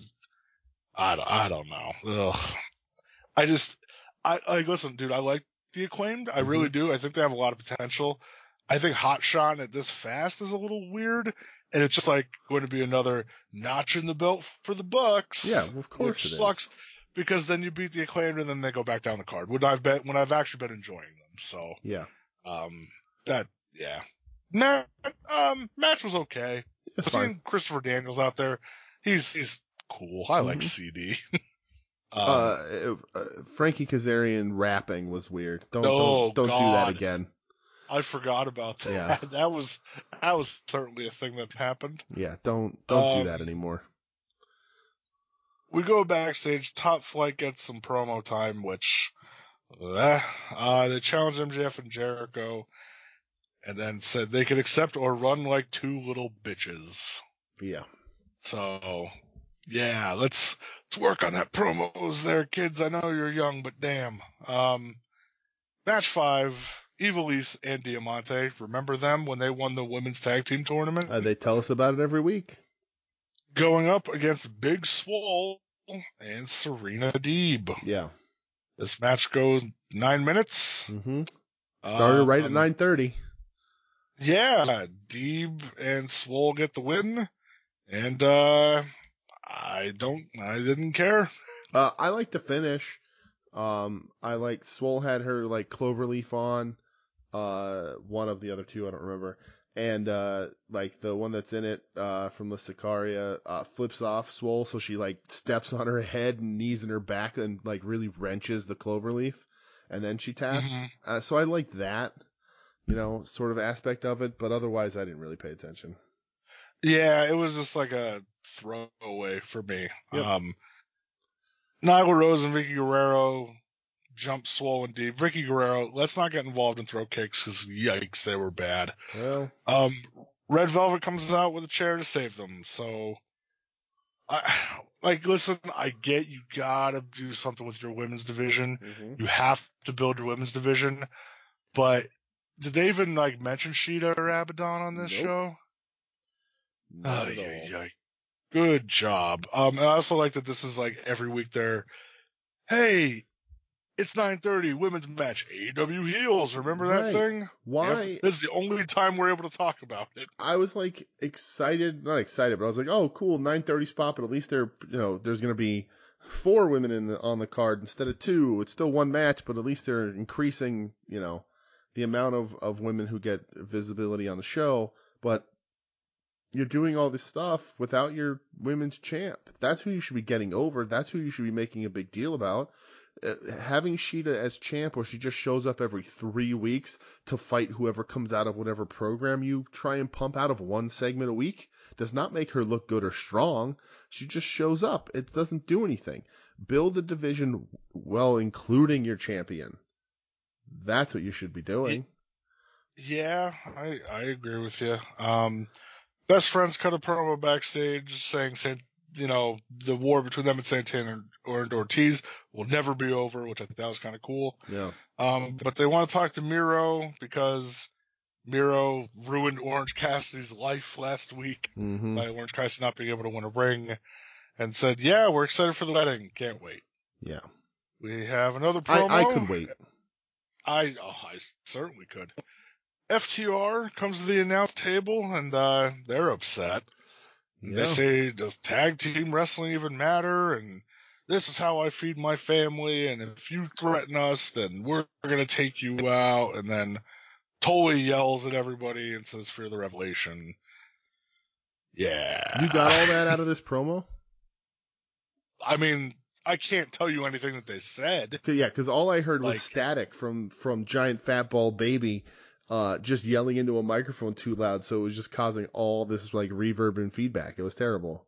Speaker 2: I don't, I don't know. Ugh. I just, I like listen, dude. I like the acclaimed.
Speaker 1: Mm-hmm.
Speaker 2: I really do. I think they have a lot of potential. I think Hot Shot at this fast is a little weird, and it's just like going to be another notch in the belt for the Bucks.
Speaker 1: Yeah, well, of course
Speaker 2: which
Speaker 1: it is.
Speaker 2: sucks because then you beat the acclaimed and then they go back down the card. When I've been, when I've actually been enjoying them, so.
Speaker 1: Yeah,
Speaker 2: Um, that yeah. Nah, um, match was okay.
Speaker 1: it's fine.
Speaker 2: Seeing Christopher Daniels out there, he's he's cool. I like
Speaker 1: Mhm.
Speaker 2: CD. um,
Speaker 1: uh, it- uh, Frankie Kazarian rapping was weird. Don't
Speaker 2: Oh,
Speaker 1: don't, don't do that
Speaker 2: God.
Speaker 1: again.
Speaker 2: I forgot about that.
Speaker 1: Yeah.
Speaker 2: that was that was certainly a thing that happened.
Speaker 1: Yeah, don't don't
Speaker 2: Um,
Speaker 1: do that anymore.
Speaker 2: We go backstage. Top Flight gets some promo time, which eh, uh, they challenge MJF and Jericho, and then said they could accept or run like two little bitches.
Speaker 1: Yeah,
Speaker 2: So yeah, let's let's work on that promos there, kids. I know you're young, but damn. Um Match five, Evilise and Diamante. Remember them when they won the women's tag team tournament?
Speaker 1: uh, they tell us about it every week.
Speaker 2: Going up against Big Swole and Serena Deeb.
Speaker 1: Yeah,
Speaker 2: This match goes nine minutes.
Speaker 1: hmm started right at
Speaker 2: Um,
Speaker 1: nine thirty.
Speaker 2: Yeah, Deeb and Swole get the win. And uh I don't I didn't care.
Speaker 1: Uh, I like the finish. Um, I like Swole had her like cloverleaf on, uh, one of the other two I don't remember, and uh, like the one that's in it, uh, from the Sicaria, uh, flips off Swole, so she like steps on her head and knees in her back and like really wrenches the cloverleaf, and then she taps.
Speaker 2: Mhm.
Speaker 1: Uh, so I like that, you know, sort of aspect of it, but otherwise I didn't really pay attention.
Speaker 2: Yeah, it was just like a throwaway for me.
Speaker 1: Yep.
Speaker 2: Um, Nyla Rose and Vicky Guerrero jump swole and deep. Vicky Guerrero, let's not get involved in throw kicks because yikes, they were bad.
Speaker 1: Well,
Speaker 2: Um, Red Velvet comes out with a chair to save them. So, I like listen. I get you gotta do something with your women's division.
Speaker 1: mhm.
Speaker 2: You have to build your women's division, but did they even like mention Sheeta or Abaddon on this
Speaker 1: Nope.
Speaker 2: show?
Speaker 1: Not at
Speaker 2: Ay,
Speaker 1: all.
Speaker 2: ay, ay. Oh, Good job. Um, and I also like that this is like every week they're, hey, it's 9:30 women's match AEW heels. Remember
Speaker 1: Right.
Speaker 2: that thing?
Speaker 1: Why?
Speaker 2: Yep. This is the only time we're able to talk about it.
Speaker 1: I was like excited, not excited, but I was like, oh, cool, 9:30 spot, but at least there, you know, there's gonna be four women in the, on the card instead of two. It's still one match, but at least they're increasing, you know, the amount of of women who get visibility on the show. But you're doing all this stuff without your women's champ. That's who you should be getting over. That's who you should be making a big deal about. Uh, having Sheeta as champ, where she just shows up every three weeks to fight whoever comes out of whatever program you try and pump out of one segment a week does not make her look good or strong. She just shows up. It doesn't do anything. Build the division well, including your champion. That's what you should be doing.
Speaker 2: Yeah, I I agree with you. Um, best friends cut a promo backstage saying, "San- you know, the war between them and Santana or and Ortiz will never be over," which I thought was kind of cool.
Speaker 1: Yeah.
Speaker 2: Um, but they want to talk to Miro because Miro ruined Orange Cassidy's life last week
Speaker 1: hmm
Speaker 2: by Orange Cassidy not being able to win a ring and said, Yeah, we're excited for the wedding. Can't wait.
Speaker 1: Yeah.
Speaker 2: We have another promo.
Speaker 1: I, I could wait.
Speaker 2: I, oh, I certainly could. FTR comes to the announce table and uh, they're upset.
Speaker 1: Yeah.
Speaker 2: They say, does tag team wrestling even matter? And this is how I feed my family. And if you threaten us, then we're going to take you out. And then Tully yells at everybody and says, fear the revelation. Yeah.
Speaker 1: You got all that out of this promo?
Speaker 2: I mean, I can't tell you anything that they said.
Speaker 1: 'Cause- yeah, because all I heard
Speaker 2: Like-
Speaker 1: was static from from giant fat bald baby, uh, just yelling into a microphone too loud, so it was just causing all this like reverb and feedback. It was terrible.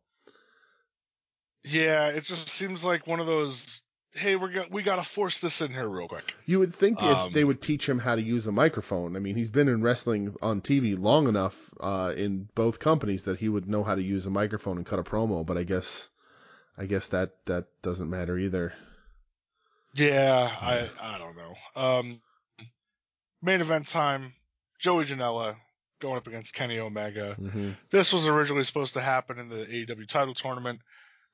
Speaker 2: Yeah, it just seems like one of those. Hey, we're going we gotta force this in here real quick.
Speaker 1: You would think that
Speaker 2: Um,
Speaker 1: they would teach him how to use a microphone. I mean, he's been in wrestling on TV long enough uh, in both companies that he would know how to use a microphone and cut a promo. But I guess, I guess that that doesn't matter either.
Speaker 2: Yeah, I I don't know. Um, main event time: Joey Janela going up against Kenny Omega.
Speaker 1: Mm-hmm.
Speaker 2: This was originally supposed to happen in the AEW title tournament,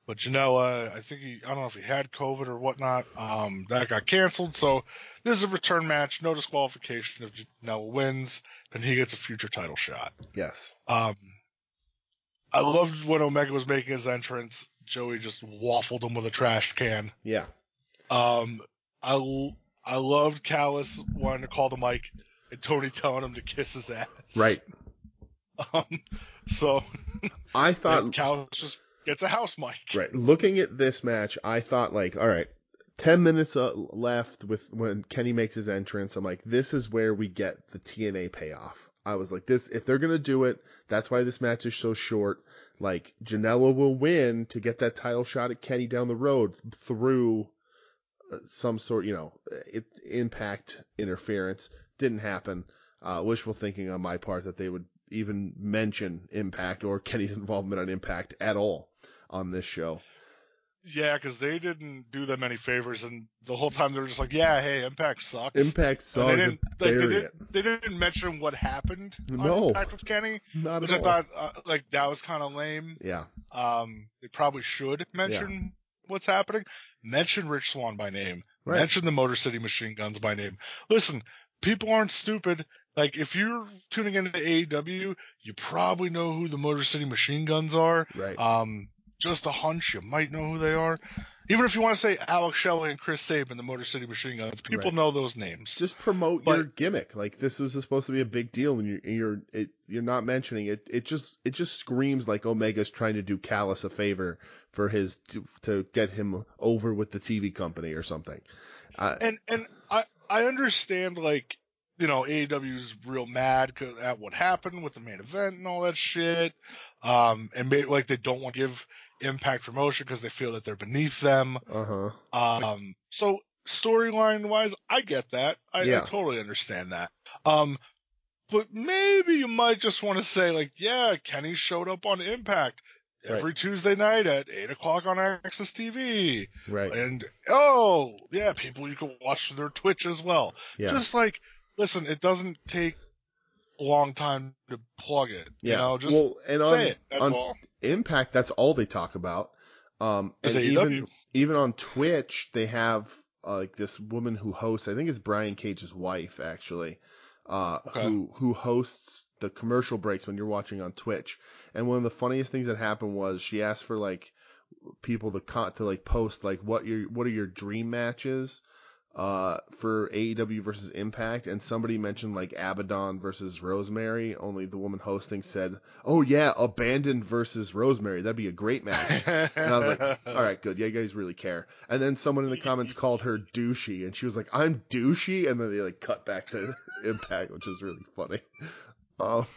Speaker 2: but Janela, I think he I don't know if he had COVID or whatnot. Um, that got canceled. So this is a return match, no disqualification. If Janela wins, then he gets a future title shot.
Speaker 1: Yes.
Speaker 2: Um, I loved when Omega was making his entrance. Joey just waffled him with a trash can.
Speaker 1: Yeah.
Speaker 2: Um, I l- I loved Callus wanting to call the mic and Tony telling him to kiss his ass.
Speaker 1: Right.
Speaker 2: Um, so
Speaker 1: I thought
Speaker 2: Callus just gets a house mic.
Speaker 1: Right. Looking at this match, I thought like, all right, ten minutes uh, left with when Kenny makes his entrance. I'm like, this is where we get the TNA payoff. I was like, this if they're gonna do it, that's why this match is so short. Like Janela will win to get that title shot at Kenny down the road through uh, some sort, you know, it, impact interference. Didn't happen. Uh, wishful thinking on my part that they would even mention impact or Kenny's involvement on impact at all on this show.
Speaker 2: Yeah, because they didn't do them any favors, and the whole time they were just like, "Yeah, hey, Impact sucks."
Speaker 1: Impact
Speaker 2: And they
Speaker 1: songs
Speaker 2: didn't,
Speaker 1: and
Speaker 2: like, they,
Speaker 1: bury it.
Speaker 2: didn't, they didn't mention what happened on
Speaker 1: No.
Speaker 2: Impact with Kenny,
Speaker 1: Not
Speaker 2: which
Speaker 1: at
Speaker 2: I
Speaker 1: all.
Speaker 2: thought uh, like that was kind of lame.
Speaker 1: yeah,
Speaker 2: Um, they probably should mention what's happening. Mention Rich Swan by name.
Speaker 1: right.
Speaker 2: Mention the Motor City Machine Guns by name. Listen, people aren't stupid. Like if you're tuning into AEW, you probably know who the Motor City Machine Guns are.
Speaker 1: right.
Speaker 2: Um, just a hunch, you might know who they are. Even if you want to say Alex Shelley and Chris Sabin, the Motor City Machine Guns, people
Speaker 1: Right.
Speaker 2: know those names.
Speaker 1: Just promote
Speaker 2: but-
Speaker 1: your gimmick. Like this was supposed to be a big deal, and you're and you're it, you're not mentioning it. It just it just screams like Omega's trying to do Callus a favor for his to, to get him over with the TV company or something. Uh,
Speaker 2: and and I I understand like you know AEW's real mad 'cause- at what happened with the main event and all that shit, um, and maybe like they don't want to give Impact promotion because they feel that they're beneath them.
Speaker 1: uh huh.
Speaker 2: Um, so storyline wise, I get that. I,
Speaker 1: Yeah.
Speaker 2: I totally understand that. Um, but maybe you might just want to say like, yeah, Kenny showed up on Impact.
Speaker 1: Right.
Speaker 2: Every Tuesday night at eight o'clock on Access TV,
Speaker 1: Right.
Speaker 2: and oh yeah, people you can watch through their Twitch as well.
Speaker 1: yeah.
Speaker 2: Just like listen, it doesn't take a long time to plug it.
Speaker 1: yeah.
Speaker 2: You know, just
Speaker 1: well, and
Speaker 2: say
Speaker 1: on
Speaker 2: it. That's
Speaker 1: on
Speaker 2: all.
Speaker 1: Impact, that's all they talk about. Um,
Speaker 2: Is
Speaker 1: and
Speaker 2: AEW.
Speaker 1: even even on Twitch, they have uh, like this woman who hosts. I think it's Brian Cage's wife, actually, uh,
Speaker 2: Okay.
Speaker 1: who who hosts the commercial breaks when you're watching on Twitch. And one of the funniest things that happened was she asked for like people to con- to like post like what your what are your dream matches uh for AEW versus Impact and somebody mentioned like Abaddon versus Rosemary only the woman hosting said oh yeah Abandoned versus Rosemary that'd be a great match and I was like, all right, good. Yeah, you guys really care. And then someone in the comments called her douchey, and she was like, I'm douchey. And then they like cut back to Impact, which is really funny. Um,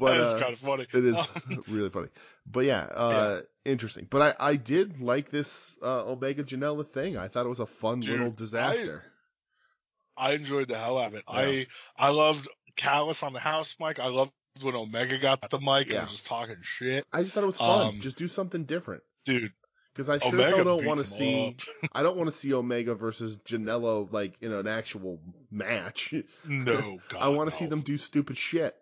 Speaker 1: but
Speaker 2: that is
Speaker 1: uh,
Speaker 2: kind of funny.
Speaker 1: it is
Speaker 2: Um,
Speaker 1: really funny. But yeah, uh, interesting. But I, I did like this uh, Omega Janela thing. I thought it was a fun
Speaker 2: Dude,
Speaker 1: little disaster.
Speaker 2: I enjoyed the hell out of it. I I loved Callus on the house mic. I loved when Omega got the mic
Speaker 1: Yeah.
Speaker 2: and was just talking shit,
Speaker 1: I, just thought it was fun.
Speaker 2: Um,
Speaker 1: just do something different.
Speaker 2: dude.
Speaker 1: Because I sure as
Speaker 2: Omega
Speaker 1: hell don't
Speaker 2: beat
Speaker 1: want to
Speaker 2: them all
Speaker 1: see
Speaker 2: up.
Speaker 1: I don't want to see Omega versus Janela like in an actual match.
Speaker 2: No, God,
Speaker 1: I want to
Speaker 2: no.
Speaker 1: see them do stupid shit.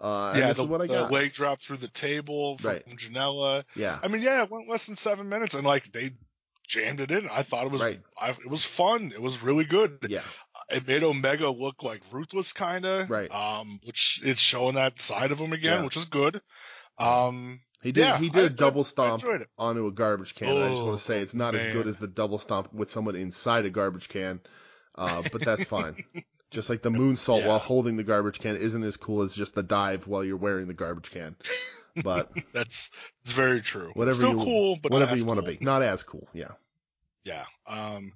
Speaker 1: Uh, and
Speaker 2: yeah,
Speaker 1: this
Speaker 2: the,
Speaker 1: is what I
Speaker 2: the
Speaker 1: got.
Speaker 2: leg drop through the table from
Speaker 1: Right.
Speaker 2: Janela.
Speaker 1: yeah,
Speaker 2: I mean, yeah, it went less than seven minutes, and like they jammed it in. I thought it was
Speaker 1: Right.
Speaker 2: I, it was fun. It was really good.
Speaker 1: yeah,
Speaker 2: It made Omega look like ruthless, kind of.
Speaker 1: Right.
Speaker 2: Um, which it's showing that side of him again,
Speaker 1: Yeah.
Speaker 2: which is good. Um,
Speaker 1: he did.
Speaker 2: Yeah,
Speaker 1: he
Speaker 2: I
Speaker 1: did a
Speaker 2: enjoyed-
Speaker 1: double
Speaker 2: I
Speaker 1: stomp
Speaker 2: enjoyed it.
Speaker 1: onto a garbage can. and I just
Speaker 2: Oh,
Speaker 1: want to say it's not as good
Speaker 2: man.
Speaker 1: as the double stomp with someone inside a garbage can, uh, but that's fine. Just like the moonsault
Speaker 2: Yeah.
Speaker 1: while holding the garbage can isn't as cool as just the dive while you're wearing the garbage can. but
Speaker 2: That's it's very true.
Speaker 1: Whatever
Speaker 2: Still
Speaker 1: you-
Speaker 2: cool, but not
Speaker 1: whatever
Speaker 2: as
Speaker 1: you want
Speaker 2: cool.
Speaker 1: to be, not as cool. Yeah.
Speaker 2: Yeah. Um,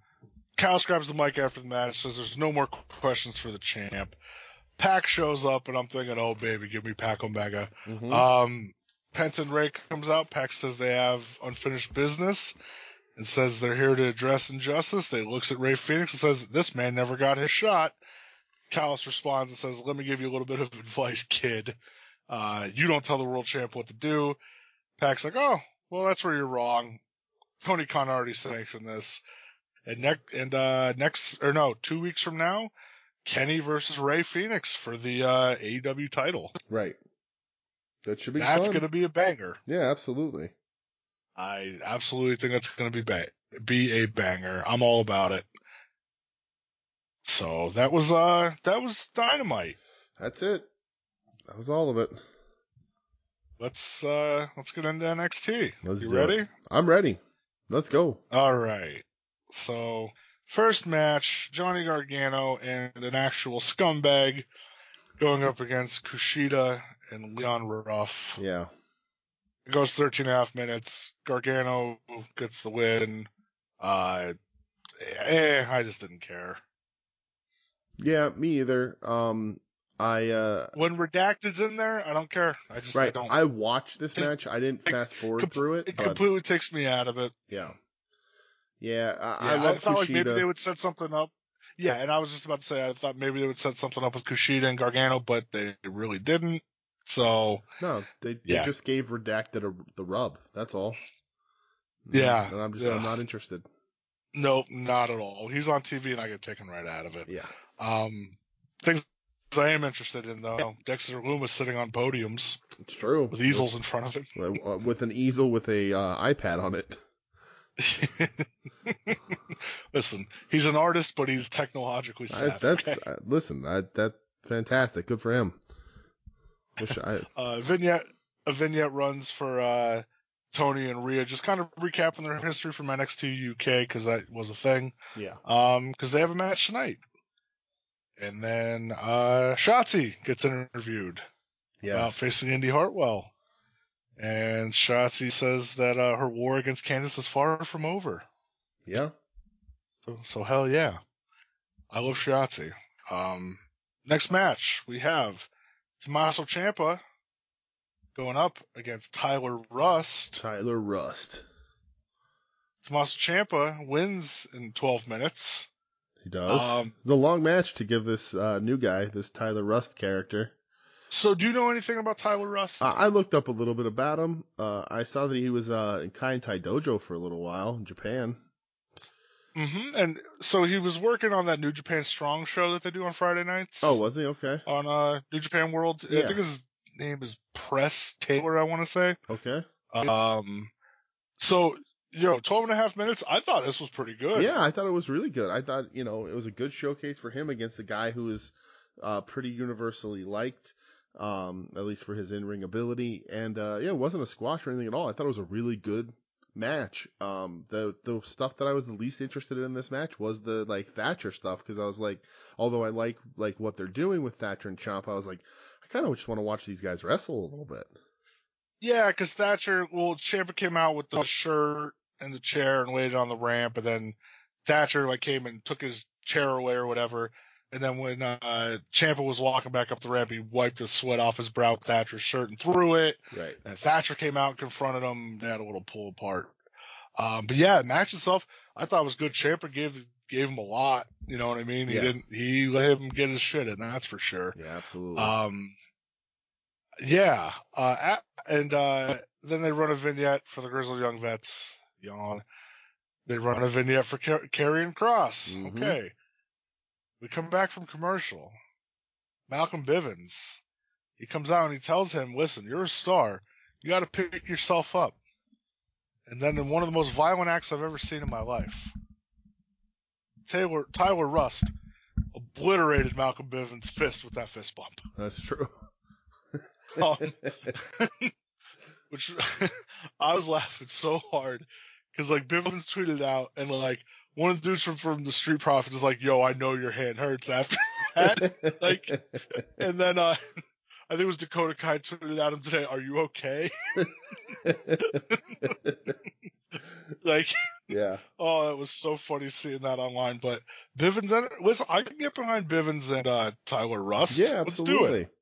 Speaker 2: Kyle grabs the mic after the match, says there's no more qu- questions for the champ. Pack shows up, and I'm thinking, oh, baby, give me Pac Omega.
Speaker 1: Mhm.
Speaker 2: Um, Penton Ray comes out. Pack says they have unfinished business and says they're here to address injustice. They looks at Ray Phoenix and says, this man never got his shot. Callus responds and says, let me give you a little bit of advice, kid. Uh, you don't tell the world champ what to do. Pac's like, oh, well, that's where you're wrong. Tony Khan already sanctioned this. And next, and, uh, next, or no, two weeks from now, Kenny versus Ray Phoenix for the, uh, AEW title.
Speaker 1: right. That should be
Speaker 2: that's
Speaker 1: fun.
Speaker 2: going to be a banger.
Speaker 1: Yeah, absolutely.
Speaker 2: I absolutely think that's going to be ba- be a banger. I'm all about it. So that was uh that was dynamite.
Speaker 1: That's it. That was all of it.
Speaker 2: Let's uh let's get into NXT.
Speaker 1: Let's
Speaker 2: you
Speaker 1: do
Speaker 2: ready?
Speaker 1: I'm ready. Let's go.
Speaker 2: All right. So first match, Johnny Gargano and an actual scumbag going up against Kushida and Leon Ruff.
Speaker 1: Yeah.
Speaker 2: It goes 13 and a half minutes. Gargano gets the win. Uh, eh, I just didn't care.
Speaker 1: Yeah, me either. Um, I uh,
Speaker 2: When Redacted's in there, I don't care. I just I
Speaker 1: right.
Speaker 2: don't.
Speaker 1: I watched this
Speaker 2: It-
Speaker 1: match. I didn't
Speaker 2: it
Speaker 1: fast forward
Speaker 2: com-
Speaker 1: through it,
Speaker 2: it
Speaker 1: but
Speaker 2: completely takes me out of it.
Speaker 1: yeah, yeah.
Speaker 2: Yeah,
Speaker 1: I,
Speaker 2: I,
Speaker 1: I love
Speaker 2: thought like maybe
Speaker 1: Kushida.
Speaker 2: they would set something up. Yeah, and I was just about to say I thought maybe they would set something up with Kushida and Gargano, but they really didn't. So
Speaker 1: No, they, they
Speaker 2: Yeah.
Speaker 1: just gave redacted a, the rub. That's all. Mm,
Speaker 2: Yeah.
Speaker 1: and I'm just
Speaker 2: Ugh.
Speaker 1: I'm not interested.
Speaker 2: nope, not at all. He's on TV and I get taken right out of it.
Speaker 1: Yeah,
Speaker 2: Um, things I am interested in though. Dexter Loomis sitting on podiums
Speaker 1: it's true.
Speaker 2: with easels in front of him.
Speaker 1: With, uh, with an easel with a uh, iPad on it.
Speaker 2: Listen, he's an artist, but he's technologically
Speaker 1: I,
Speaker 2: savvy.
Speaker 1: that's
Speaker 2: okay?
Speaker 1: uh, listen. I, that fantastic. Good for him. Wish I
Speaker 2: uh, vignette. A vignette runs for uh, Tony and Rhea, just kind of recapping their history from NXT UK because that was a thing.
Speaker 1: yeah.
Speaker 2: Because they have a match tonight, and then uh, Shotzi gets interviewed
Speaker 1: Yeah.
Speaker 2: about facing Indy Hartwell, and Shotzi says that uh, her war against Candice is far from over.
Speaker 1: Yeah.
Speaker 2: So, so hell yeah. I love Shotzi. Um, next match, we have Tommaso Ciampa going up against Tyler Rust.
Speaker 1: Tyler Rust.
Speaker 2: Tommaso Ciampa wins in 12 minutes.
Speaker 1: He does.
Speaker 2: Um,
Speaker 1: the long match to give this uh, new guy, this Tyler Rust character.
Speaker 2: So do you know anything about Tyler Rust?
Speaker 1: Uh, I I looked up a little bit about him. Uh, I saw that he was uh, in Kaientai Dojo for a little while in Japan.
Speaker 2: hmm And so he was working on that New Japan Strong show that they do on Friday nights.
Speaker 1: Oh, was he? Okay.
Speaker 2: on uh, New Japan World. I
Speaker 1: Yeah.
Speaker 2: think his name is Press Taylor, I want to say.
Speaker 1: Okay.
Speaker 2: Um, so, yo, 12 and a half minutes. I thought this was pretty good.
Speaker 1: Yeah, I thought it was really good. I thought, you know, it was a good showcase for him against a guy who is uh, pretty universally liked, um, at least for his in ring ability. And uh, yeah, it wasn't a squash or anything at all. I thought it was a really good match. Um, the the stuff that I was the least interested in in this match was the like Thatcher stuff because I was like, although I like like what they're doing with Thatcher and Chomp, I was like, I kind of just want to watch these guys wrestle a little bit.
Speaker 2: Yeah, because Thatcher, well, Champa came out with the shirt and the chair and waited on the ramp, and then Thatcher like came and took his chair away or whatever. And then when uh, Champa was walking back up the ramp, he wiped the sweat off his brow with Thatcher's shirt and threw it.
Speaker 1: Right.
Speaker 2: And Thatcher came out and confronted him. They had a little pull apart. Um, but yeah, the match itself, I thought was good. Champa gave gave him a lot. You know what I mean? He
Speaker 1: Yeah.
Speaker 2: didn't. He let him get his shit in. That's for sure.
Speaker 1: Yeah, absolutely.
Speaker 2: Um, yeah. Uh, at- and uh, then they run a vignette for the Grizzled Young Vets. Yawn. They run a vignette for Car- Carrion Cross.
Speaker 1: Mhm.
Speaker 2: Okay. We come back from commercial. Malcolm Bivens. He comes out and he tells him, "Listen, you're a star. You got to pick yourself up." And then in one of the most violent acts I've ever seen in my life, Taylor Tyler Rust obliterated Malcolm Bivens' fist with that fist bump.
Speaker 1: That's true.
Speaker 2: Um, which I was laughing so hard because like Bivens tweeted out and like one of the dudes from, from the Street Profit is like, "Yo, I know your hand hurts after that," like- and then uh, I think it was Dakota Kai tweeted at him today. Are you okay? like,
Speaker 1: yeah.
Speaker 2: oh, it was so funny seeing that online. But Bivens and listen, I can get behind Bivens and uh, Tyler Rust.
Speaker 1: Yeah,
Speaker 2: Let's do
Speaker 1: absolutely.
Speaker 2: it.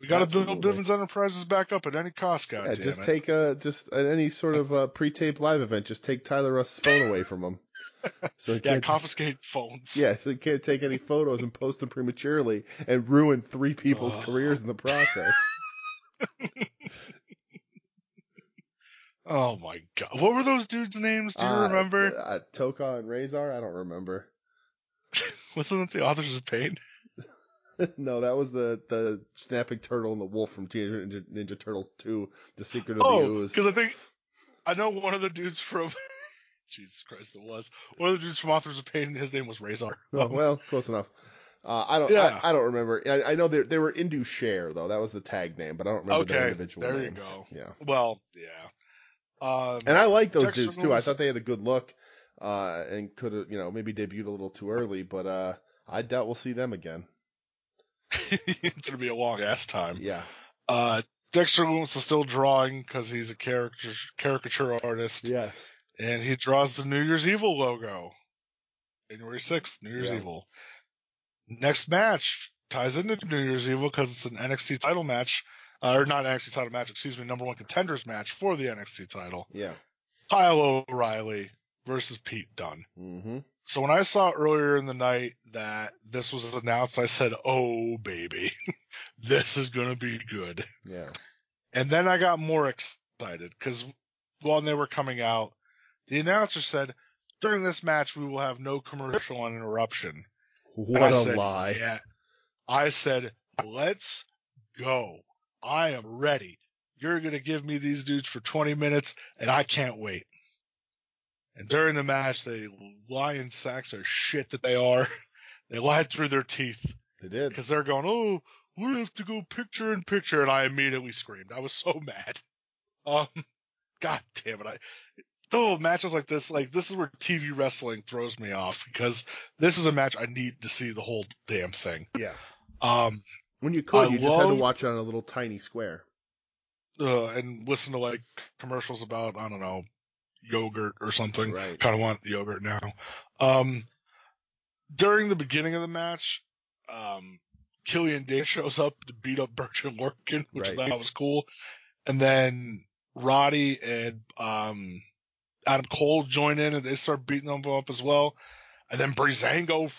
Speaker 2: We got to build
Speaker 1: Absolutely.
Speaker 2: Bivens Enterprises back up at any cost. God
Speaker 1: yeah,
Speaker 2: Oh, damn
Speaker 1: just
Speaker 2: it.
Speaker 1: take a just at any sort of uh, pre-taped live event, just take Tyler Russ's phone away from him. So he
Speaker 2: yeah,
Speaker 1: can't,
Speaker 2: confiscate phones.
Speaker 1: yeah, so he can't take any photos and post them prematurely and ruin three people's
Speaker 2: Oh.
Speaker 1: careers in the process.
Speaker 2: Oh my god, what were those dudes' names? Do you
Speaker 1: Uh,
Speaker 2: remember?
Speaker 1: Uh, Toka and Razor? I don't remember.
Speaker 2: Wasn't it the authors of pain?
Speaker 1: no, that was the the snapping turtle and the wolf from Teenage Ninja, Ninja Turtles 2, The Secret of the
Speaker 2: Oh,
Speaker 1: Ooze.
Speaker 2: because I think I know one of the dudes from. Jesus Christ, it was one of the dudes from Authors of Pain. His name was Razor.
Speaker 1: Oh, well, close enough. Uh, I don't.
Speaker 2: Yeah.
Speaker 1: I, I don't remember. I, I know they they were Indu Share though. That was the tag name, but I don't remember their
Speaker 2: Okay,
Speaker 1: individual
Speaker 2: there you
Speaker 1: names.
Speaker 2: go.
Speaker 1: Yeah.
Speaker 2: well, yeah. Um,
Speaker 1: And I like those
Speaker 2: Dexter
Speaker 1: dudes too. I
Speaker 2: Loomis.
Speaker 1: thought they had a good look, uh, and could have, you know, maybe debuted a little too early, but uh, I doubt we'll see them again.
Speaker 2: it's gonna be a long ass time.
Speaker 1: Yeah,
Speaker 2: Uh, Dexter Loomis is still drawing because he's a character caricature artist,
Speaker 1: yes,
Speaker 2: and he draws the New Year's Evil logo. January sixth, New Year's
Speaker 1: Yeah.
Speaker 2: Evil. Next match ties into New Year's Evil because it's an NXT title match, uh, or not NXT title match, excuse me, number one contenders match for the NXT title.
Speaker 1: yeah.
Speaker 2: Kyle O'Reilly versus Pete Dunne.
Speaker 1: Mm-hmm.
Speaker 2: So when I saw earlier in the night that this was announced, I said, "Oh baby, this is gonna be good."
Speaker 1: Yeah,
Speaker 2: And then I got more excited because while they were coming out, the announcer said, "During this match, we will have no commercial interruption." And
Speaker 1: what
Speaker 2: I
Speaker 1: a
Speaker 2: said,
Speaker 1: lie.
Speaker 2: Yeah. I said, let's go. I am ready. You're going to give me these dudes for 20 minutes, and I can't wait. And during the match, they lion sacks are shit that they are. They lied through their teeth
Speaker 1: They did.
Speaker 2: because they're going, oh, we have to go picture in picture. And I immediately screamed. I was so mad. Um, God damn it. I, though matches like this, like this is where TV wrestling throws me off because this is a match I need to see the whole damn thing.
Speaker 1: Yeah.
Speaker 2: Um,
Speaker 1: When you could,
Speaker 2: I
Speaker 1: you just had to
Speaker 2: love-
Speaker 1: watch it on a little tiny square.
Speaker 2: uh, and listen to like commercials about, I don't know, yogurt or something.
Speaker 1: Right.
Speaker 2: kind of want yogurt now. Um, during the beginning of the match, um, Killian Day shows up to beat up Bertrand Lorkin, which
Speaker 1: Right.
Speaker 2: I thought was cool. And then Roddy and um, Adam Cole join in and they start beating them up as well. And then Breezango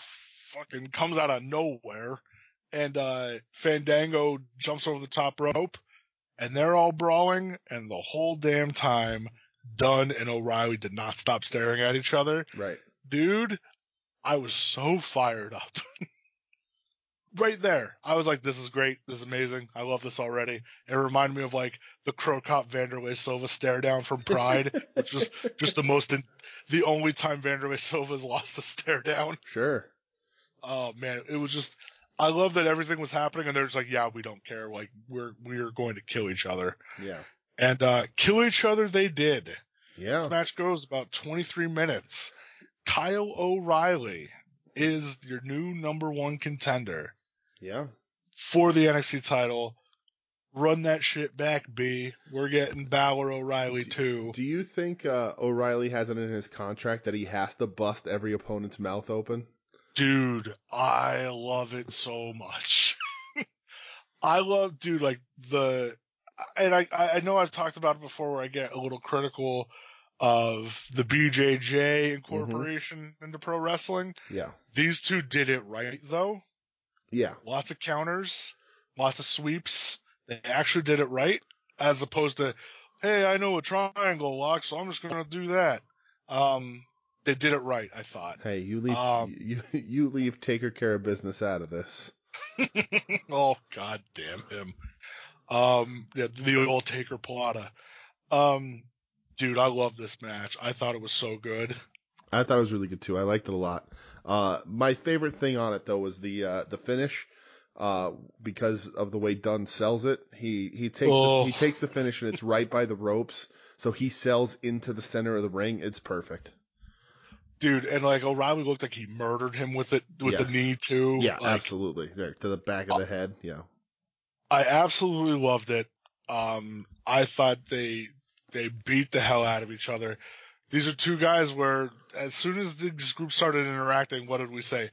Speaker 2: fucking comes out of nowhere and uh, Fandango jumps over the top rope and they're all brawling and the whole damn time Dunn and O'Reilly did not stop staring at each other.
Speaker 1: Right.
Speaker 2: Dude, I was so fired up. right there. I was like, this is great. This is amazing. I love this already. It reminded me of like the Crow Cop Vanderlei Silva stare down from Pride, which was just the most, in- the only time Vanderlei Silva's lost a stare down.
Speaker 1: Sure.
Speaker 2: Oh man, it was just, I love that everything was happening and they're just like, yeah, we don't care. Like we're, we're going to kill each other.
Speaker 1: Yeah.
Speaker 2: And, uh, kill each other they did.
Speaker 1: Yeah.
Speaker 2: This match goes about 23 minutes. Kyle O'Reilly is your new number one contender
Speaker 1: Yeah.
Speaker 2: for the NXT title. Run that shit back, B. We're getting Balor O'Reilly too.
Speaker 1: Do you think uh, O'Reilly has it in his contract that he has to bust every opponent's mouth open?
Speaker 2: Dude, I love it so much. I love, dude, like the, and I, I I know I've talked about it before where I get a little critical of the BJJ incorporation into pro wrestling.
Speaker 1: Yeah.
Speaker 2: These two did it right though.
Speaker 1: Yeah.
Speaker 2: lots of counters, lots of sweeps. They actually did it right, as opposed to, hey, I know a triangle lock, so I'm just gonna do that. Um, they did it right, I thought.
Speaker 1: Hey, you leave
Speaker 2: Um,
Speaker 1: you you leave taker care of business out of this.
Speaker 2: oh god damn him. Um, yeah, the old Taker Plata. Um, dude, I love this match. I thought it was so good.
Speaker 1: I thought it was really good too. I liked it a lot. Uh, my favorite thing on it though was the uh, the finish, uh, because of the way Dunn sells it. He he takes
Speaker 2: Oh.
Speaker 1: the, he takes the finish and it's right by the ropes, so he sells into the center of the ring. It's perfect.
Speaker 2: Dude, and like O'Reilly looked like he murdered him with it with
Speaker 1: Yes.
Speaker 2: the knee too.
Speaker 1: Yeah,
Speaker 2: Like,
Speaker 1: absolutely. There, to the back of the head. Yeah,
Speaker 2: I absolutely loved it. Um, I thought they they beat the hell out of each other. These are two guys where as soon as these groups started interacting, what did we say?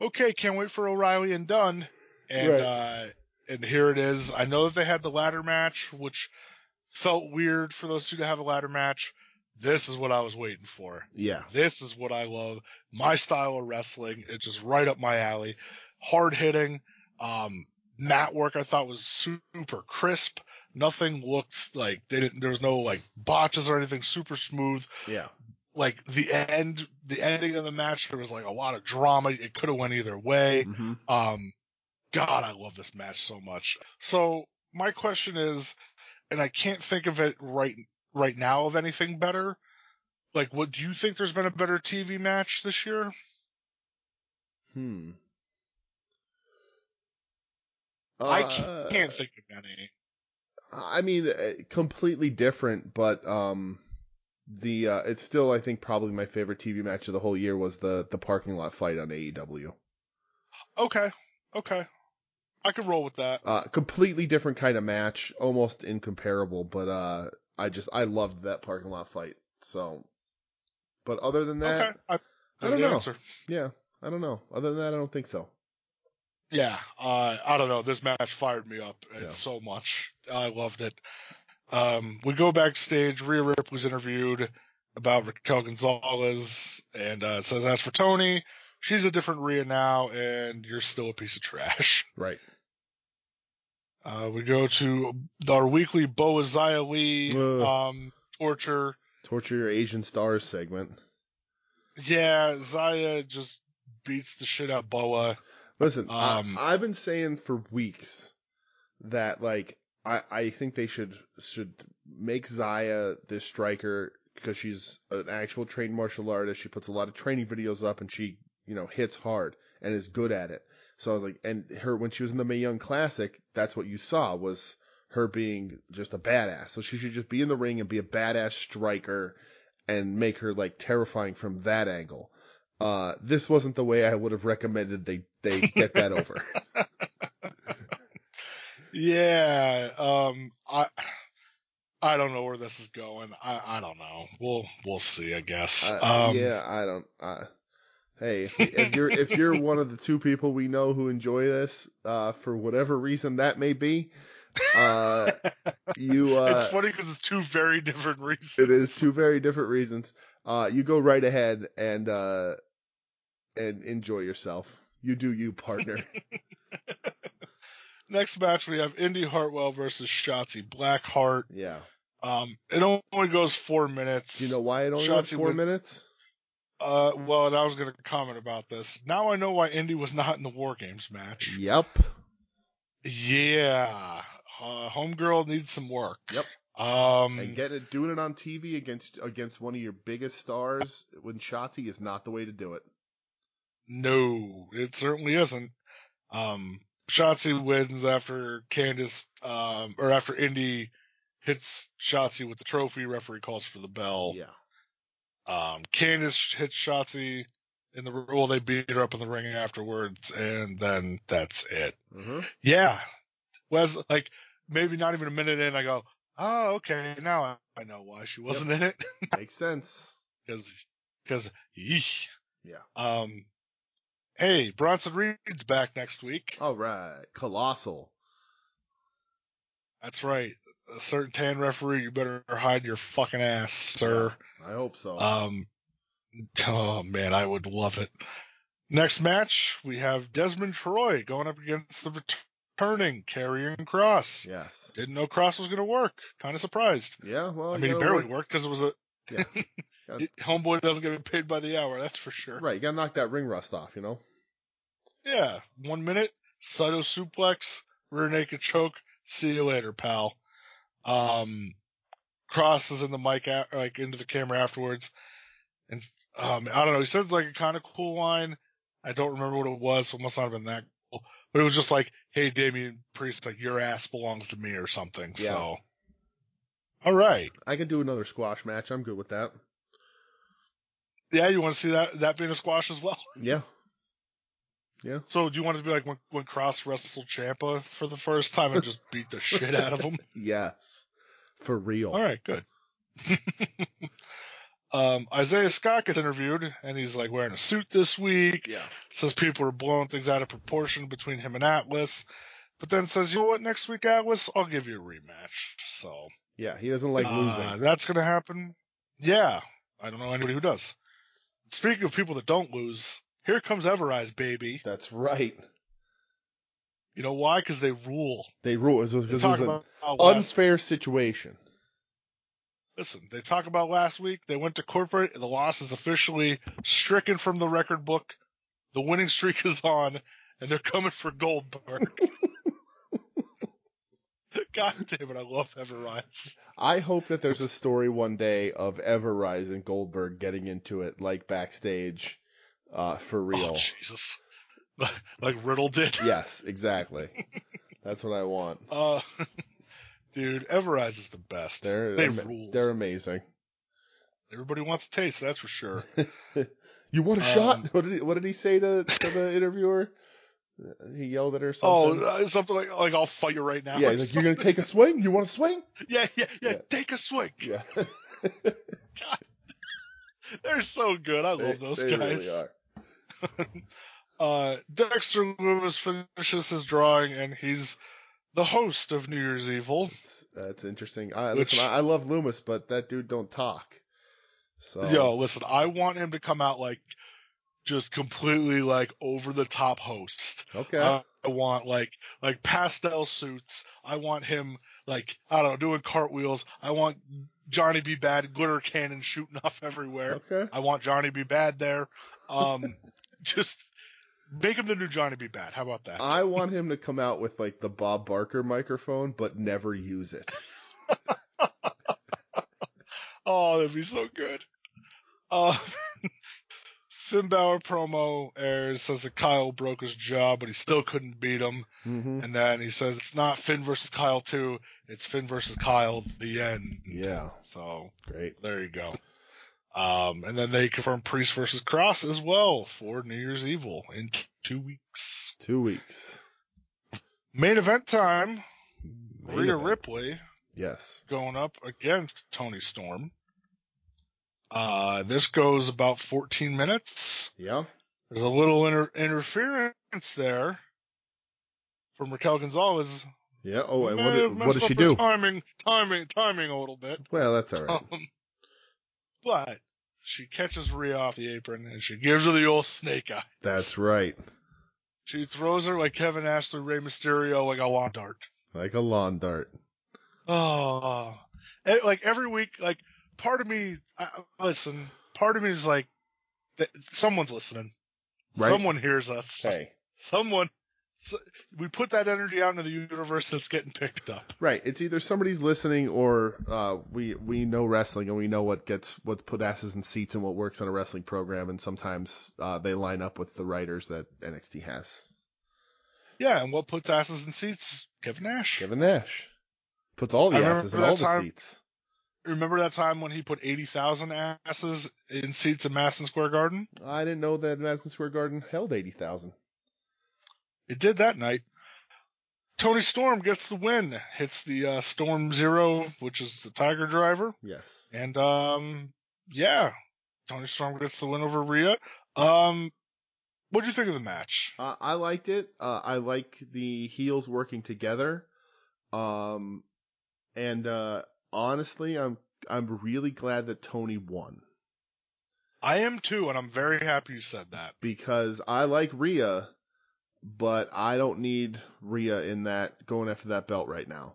Speaker 2: Okay, can't wait for O'Reilly and Dunn. And
Speaker 3: Right.
Speaker 2: uh, and here it is. I know that they had the ladder match, which felt weird for those two to have a ladder match. This is what I was waiting for.
Speaker 1: Yeah.
Speaker 2: This is what I love. My style of wrestling. It's just right up my alley. Hard hitting. Um, mat work I thought was super crisp. Nothing looked like they didn't. There was no like botches or anything. Super smooth.
Speaker 1: Yeah.
Speaker 2: Like the end, the ending of the match, there was like a lot of drama. It could have went either way.
Speaker 1: Mhm.
Speaker 2: Um, God, I love this match so much. So my question is, and I can't think of it right right now of anything better. Like, what do you think? There's been a better TV match this year?
Speaker 1: Hmm.
Speaker 2: I
Speaker 1: Uh,
Speaker 2: can't, can't think of any.
Speaker 1: I mean, uh, completely different, but um, the uh, it's still I think probably my favorite TV match of the whole year was the the parking lot fight on E AEW.
Speaker 2: Okay, okay, I could roll with that.
Speaker 1: Uh, completely different kind of match, almost incomparable, but uh, I just I loved that parking lot fight. So, but other than that,
Speaker 2: okay, I,
Speaker 1: I don't
Speaker 2: the
Speaker 1: know.
Speaker 2: answer.
Speaker 1: yeah, I don't know. Other than that, I don't think so.
Speaker 2: Yeah, uh, I don't know. This match fired me up uh,
Speaker 1: Yeah.
Speaker 2: so much. I loved it. Um, we go backstage. Rhea Rip was interviewed about Raquel Gonzalez and uh, says, "As for Tony, she's a different Rhea now, and you're still a piece of trash."
Speaker 1: Right.
Speaker 2: Uh, we go to our weekly Boa Zia Lee
Speaker 1: Ugh.
Speaker 2: um, torture.
Speaker 1: Torture your Asian stars segment.
Speaker 2: Yeah, Zaya just beats the shit out of Boa.
Speaker 1: Listen,
Speaker 2: Um,
Speaker 1: I, I've been saying for weeks that like I, I think they should should make Zaya this striker because she's an actual trained martial artist. She puts a lot of training videos up and she you know hits hard and is good at it. So I was like, and her when she was in the Mae Young Classic, that's what you saw was her being just a badass. So she should just be in the ring and be a badass striker and make her like terrifying from that angle. Uh, this wasn't the way I would have recommended they they get that over. Uh,
Speaker 2: Yeah, um, I, I don't know where this is going. I, I don't know. We'll, we'll see. I guess.
Speaker 1: I- I-
Speaker 2: um,
Speaker 1: yeah, I don't. I, hey, if, if you're if you're one of the two people we know who enjoy this, uh, for whatever reason that may be, uh, you uh,
Speaker 2: it's funny because it's two very different reasons.
Speaker 1: it is two very different reasons. Uh, you go right ahead and uh, and enjoy yourself. You do you, partner.
Speaker 2: Next match we have Indy Hartwell versus Shotzi Blackheart.
Speaker 1: yeah.
Speaker 2: Um, it only goes four minutes.
Speaker 1: Do you know why it only was
Speaker 2: Shotzi
Speaker 1: four
Speaker 2: win-
Speaker 1: minutes?
Speaker 2: Uh, well, and I was gonna comment about this. Now I know why Indy was not in the War Games match.
Speaker 1: Yep.
Speaker 2: Yeah. Uh, Homegirl needs some work.
Speaker 1: Yep.
Speaker 2: Um,
Speaker 1: and getting it doing it on TV against against one of your biggest stars when Shotzi is not the way to do it.
Speaker 2: no, it certainly isn't. Um, Shotzi wins after Candace, um, or after Indy hits Shotzi with the trophy. Referee calls for the bell.
Speaker 1: Yeah.
Speaker 2: Um, Candace hits Shotzi in the, well, they beat her up in the ring afterwards, and then that's it.
Speaker 1: Mm-hmm.
Speaker 2: Yeah. Wes, like, maybe not even a minute in, I go, oh, okay, now I, I know why she wasn't in it.
Speaker 1: Makes sense.
Speaker 2: because because yeesh.
Speaker 1: Yeah.
Speaker 2: Um. Hey, Bronson Reed's back next week.
Speaker 1: All right. Colossal.
Speaker 2: That's right. A certain tan referee, you better hide your fucking ass, sir.
Speaker 1: I hope so.
Speaker 2: Um. Oh man, I would love it. Next match, we have Desmond Troy going up against the returning carrying Cross.
Speaker 1: yes.
Speaker 2: Didn't know Cross was gonna work. Kind of surprised.
Speaker 1: Yeah. Well,
Speaker 2: I
Speaker 1: you
Speaker 2: mean, he
Speaker 1: gotta
Speaker 2: barely
Speaker 1: work-
Speaker 2: worked because it was a.
Speaker 1: Yeah. Gotta-
Speaker 2: Homeboy doesn't get paid by the hour, that's for sure.
Speaker 1: Right. You gotta knock that ring rust off. You know.
Speaker 2: Yeah, one minute, Saito suplex, rear naked choke. See you later, pal. Um, crosses in the mic out, like into the camera afterwards, and um, I don't know. He says like a kind of cool line. I don't remember what it was, so it must not have been that cool. But it was just like, "Hey, Damien Priest, like your ass belongs to me" or something.
Speaker 1: Yeah.
Speaker 2: So, all right,
Speaker 1: I can do another squash match. I'm good with that.
Speaker 2: yeah, you want to see that that being a squash as well?
Speaker 1: Yeah. Yeah.
Speaker 2: So do you want it to be like when, when Cross wrestled Champa for the first time and just beat the shit out of him?
Speaker 1: Yes. For real.
Speaker 2: All right, good. um, Isaiah Scott gets interviewed, and he's like wearing a suit this week.
Speaker 1: Yeah.
Speaker 2: Says people are blowing things out of proportion between him and Atlas, but then says, you know what? Next week, Atlas, I'll give you a rematch. So
Speaker 1: Yeah. He doesn't like
Speaker 2: uh,
Speaker 1: losing.
Speaker 2: that's gonna happen. Yeah, I don't know anybody who does. Speaking of people that don't lose, here comes Everrise, baby.
Speaker 1: That's right.
Speaker 2: You know why? Because they rule.
Speaker 1: They rule. This was,
Speaker 2: They
Speaker 1: this
Speaker 2: talk
Speaker 1: was
Speaker 2: about
Speaker 1: an
Speaker 2: how last-
Speaker 1: unfair situation.
Speaker 2: Listen, they talk about last week. They went to corporate. And the loss is officially stricken from the record book. The winning streak is on, and they're coming for Goldberg. God damn it! I love Everrise.
Speaker 1: I hope that there's a story one day of Everrise and Goldberg getting into it, like backstage, uh, for
Speaker 2: Oh,
Speaker 1: real.
Speaker 2: Jesus, like, like Riddle did.
Speaker 1: yes, exactly. That's what I want.
Speaker 2: Uh, dude, Everrise is the best.
Speaker 1: They're
Speaker 2: they
Speaker 1: ama-
Speaker 2: rule.
Speaker 1: they're amazing.
Speaker 2: Everybody wants a taste, that's for sure.
Speaker 1: You want a
Speaker 2: Um,
Speaker 1: shot? What did he, what did he say to, to the interviewer? Uh, He yelled at her
Speaker 2: oh,
Speaker 1: something.
Speaker 2: uh, something like like I'll fight you right now.
Speaker 1: yeah, he's like, "You're gonna take a swing? You want to swing?"
Speaker 2: yeah, yeah, yeah,
Speaker 1: Yeah.
Speaker 2: Take a swing.
Speaker 1: Yeah,
Speaker 2: They're so good. I love those
Speaker 1: they
Speaker 2: guys.
Speaker 1: really are.
Speaker 2: Uh, Dexter Loomis finishes his drawing, and he's the host of New Year's Evil.
Speaker 1: That's interesting. I,
Speaker 2: Which-
Speaker 1: Listen, I, I love Loomis, but that dude don't talk. So
Speaker 2: Yo, listen, I want him to come out like just completely like over the top host.
Speaker 1: okay,
Speaker 2: I- I want like like pastel suits. I want him like I don't know doing cartwheels. I want Johnny B. Bad glitter cannon shooting off everywhere.
Speaker 1: okay,
Speaker 2: I want Johnny B. Bad there. Um, just make him the new Johnny B. Bad. How about that?
Speaker 1: I want him to come out with like the Bob Barker microphone, but never use it.
Speaker 2: oh, that'd be so good. Uh, Finn Balor promo airs says that Kyle broke his jaw, but he still couldn't beat him.
Speaker 1: Mm-hmm.
Speaker 2: And then he says it's not Finn versus Kyle two. It's Finn versus Kyle. The end.
Speaker 1: Yeah,
Speaker 2: So
Speaker 1: great.
Speaker 2: There you go. Um, and then they confirm Priest versus Cross as well for New Year's Evil in t- two weeks.
Speaker 1: Two weeks.
Speaker 2: Main event time.
Speaker 1: Main
Speaker 2: Rhea
Speaker 1: event.
Speaker 2: Ripley
Speaker 1: Yes.
Speaker 2: going up against Tony Storm. Uh, this goes about 14 minutes.
Speaker 1: Yeah.
Speaker 2: There's a little inter- interference there from Raquel Gonzalez.
Speaker 1: Yeah. Oh, and
Speaker 2: May
Speaker 1: what
Speaker 2: have
Speaker 1: did, what
Speaker 2: messed
Speaker 1: did
Speaker 2: up
Speaker 1: she
Speaker 2: her
Speaker 1: do?
Speaker 2: Timing, timing, timing a little bit.
Speaker 1: Well, that's all right.
Speaker 2: Um, but she catches Rhea off the apron and she gives her the old snake eye.
Speaker 1: That's right.
Speaker 2: She throws her like Kevin Ashley, Rey Mysterio, like a lawn dart.
Speaker 1: Like a lawn dart.
Speaker 2: Oh, And, like every week, like part of me, I, I- listen, part of me is like, th- someone's listening.
Speaker 1: Right.
Speaker 2: Someone hears us.
Speaker 1: Hey.
Speaker 2: Someone. so- we put that energy out into the universe and it's getting picked up.
Speaker 1: Right. It's either somebody's listening or uh, we we know wrestling and we know what gets what put asses in seats and what works on a wrestling program and sometimes uh, they line up with the writers that NXT has.
Speaker 2: Yeah, and what puts asses in seats? Kevin Nash.
Speaker 1: Kevin Nash puts all the
Speaker 2: I remember
Speaker 1: asses in
Speaker 2: that
Speaker 1: all the
Speaker 2: time-
Speaker 1: seats.
Speaker 2: Remember that time when he put 80,000 asses in seats in Madison Square Garden?
Speaker 1: I didn't know that Madison Square Garden held eighty thousand.
Speaker 2: It did that night. Tony Storm gets the win, hits the uh, Storm Zero, which is the Tiger Driver,
Speaker 1: Yes.
Speaker 2: and um, yeah, Tony Storm gets the win over Rhea. Um, what do you think of the match?
Speaker 1: Uh, I liked it. Uh, I like the heels working together. Um, and uh, honestly, I'm I'm really glad that Tony won
Speaker 2: I am too, and I'm very happy you said that.
Speaker 1: because I like Rhea, but I don't need Rhea in that going after that belt right now.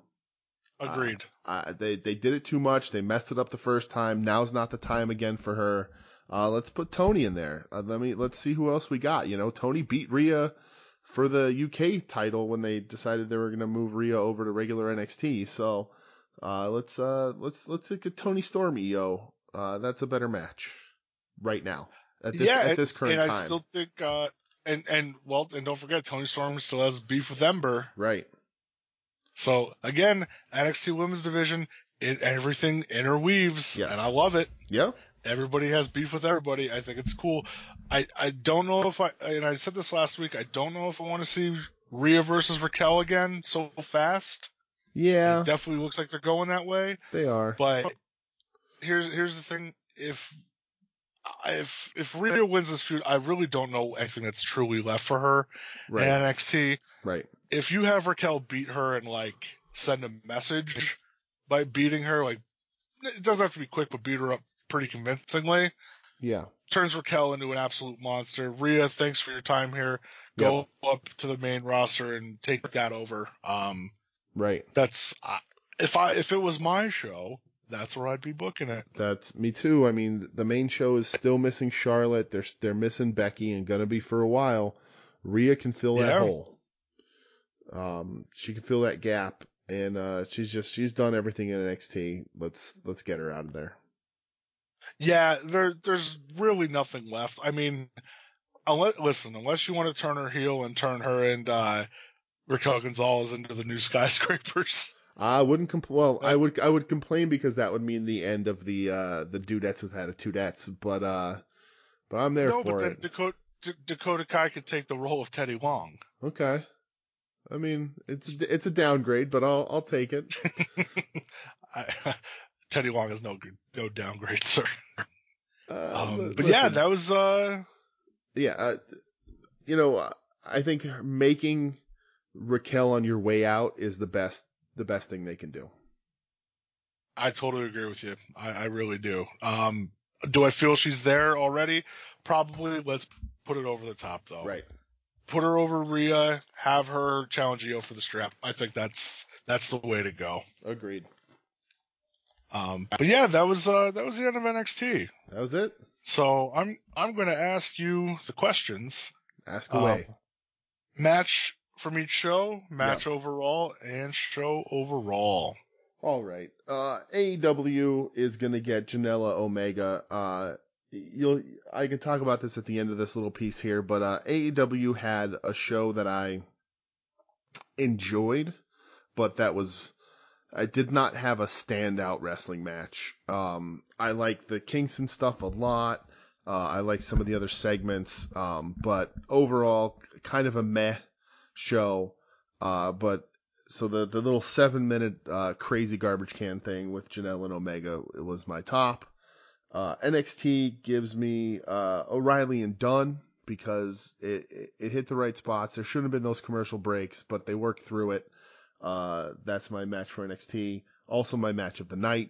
Speaker 2: Agreed.
Speaker 1: I, they they did it too much. They messed it up the first time. Now's not the time again for her. Uh, let's put Tony in there. Uh, let me let's see who else we got. You know, Tony beat Rhea for the UK title when they decided they were going to move Rhea over to regular NXT. So uh, let's uh, let's let's look at Tony Storm EO. Uh, that's a better match right now at this
Speaker 2: yeah,
Speaker 1: at
Speaker 2: and-
Speaker 1: this current
Speaker 2: and I
Speaker 1: time.
Speaker 2: still think, uh, and and well, and don't forget, Tony Storm still has beef with Ember.
Speaker 1: Right.
Speaker 2: So again, NXT Women's Division, it everything interweaves,
Speaker 1: Yes.
Speaker 2: and I love it.
Speaker 1: Yeah.
Speaker 2: everybody has beef with everybody. I think it's cool. I, I don't know if I and I said this last week. I don't know if I want to see Rhea versus Raquel again so fast.
Speaker 1: Yeah,
Speaker 2: It definitely looks like they're going that way.
Speaker 1: they are.
Speaker 2: But here's here's the thing: if if if Rhea wins this feud, I really don't know anything that's truly left for her
Speaker 1: right,
Speaker 2: in NXT.
Speaker 1: right.
Speaker 2: If you have Raquel beat her and like send a message by beating her, like it doesn't have to be quick, but beat her up pretty convincingly.
Speaker 1: Yeah,
Speaker 2: Turns Raquel into an absolute monster. Rhea, thanks for your time here. Go up to the main roster and take that over. Um,
Speaker 1: right.
Speaker 2: that's I if I if it was my show, that's where I'd be booking it.
Speaker 1: That's me too. I mean, the main show is still missing Charlotte. They're they're missing Becky and gonna be for a while. Rhea can fill that
Speaker 2: Yeah.
Speaker 1: hole. Um, she can fill that gap, and uh, she's just she's done everything in NXT. Let's let's get her out of there.
Speaker 2: Yeah, there there's really nothing left. I mean, unless listen, unless you want to turn her heel and turn her and uh, Raquel Gonzalez into the new skyscrapers.
Speaker 1: I wouldn't compl- well, I would I would complain because that would mean the end of the uh the dudettes with attitudettes, but uh but I'm there
Speaker 2: no,
Speaker 1: for
Speaker 2: but then
Speaker 1: it.
Speaker 2: Dakota, D- Dakota Kai could take the role of Teddy Long.
Speaker 1: Okay. I mean, it's it's a downgrade, but I'll I'll take it.
Speaker 2: I, Teddy Long is no good, no downgrade, sir.
Speaker 1: Uh,
Speaker 2: Um,
Speaker 1: li-
Speaker 2: but yeah,
Speaker 1: listen.
Speaker 2: that was uh,
Speaker 1: yeah, uh, you know, uh, I think making Raquel on your way out is the best the best thing they can do.
Speaker 2: I totally agree with you. I, I really do. Um, do I feel she's there already? Probably. Let's put it over the top though.
Speaker 1: Right.
Speaker 2: Put her over Rhea. Have her challenge Io for the strap. I think that's that's the way to go.
Speaker 1: Agreed.
Speaker 2: Um, but yeah, that was uh, that was the end of NXT.
Speaker 1: That was it.
Speaker 2: So I'm I'm going to ask you the questions.
Speaker 1: Ask
Speaker 2: Um,
Speaker 1: away.
Speaker 2: Match from each show, match overall, and show overall.
Speaker 1: All right. Uh, AEW is gonna get Janela Omega. Uh, you'll I can talk about this at the end of this little piece here, but uh, AEW had a show that I enjoyed, but that was I did not have a standout wrestling match. Um, I like the Kingston stuff a lot. Uh, I like some of the other segments, um, but overall, kind of a meh show. Uh, but so the the little seven minute uh, crazy garbage can thing with Janelle and Omega was my top. Uh, NXT gives me uh, O'Reilly and Dunn because it, it it hit the right spots. There shouldn't have been those commercial breaks, but they worked through it. Uh, that's my match for NXT. Also my match of the night.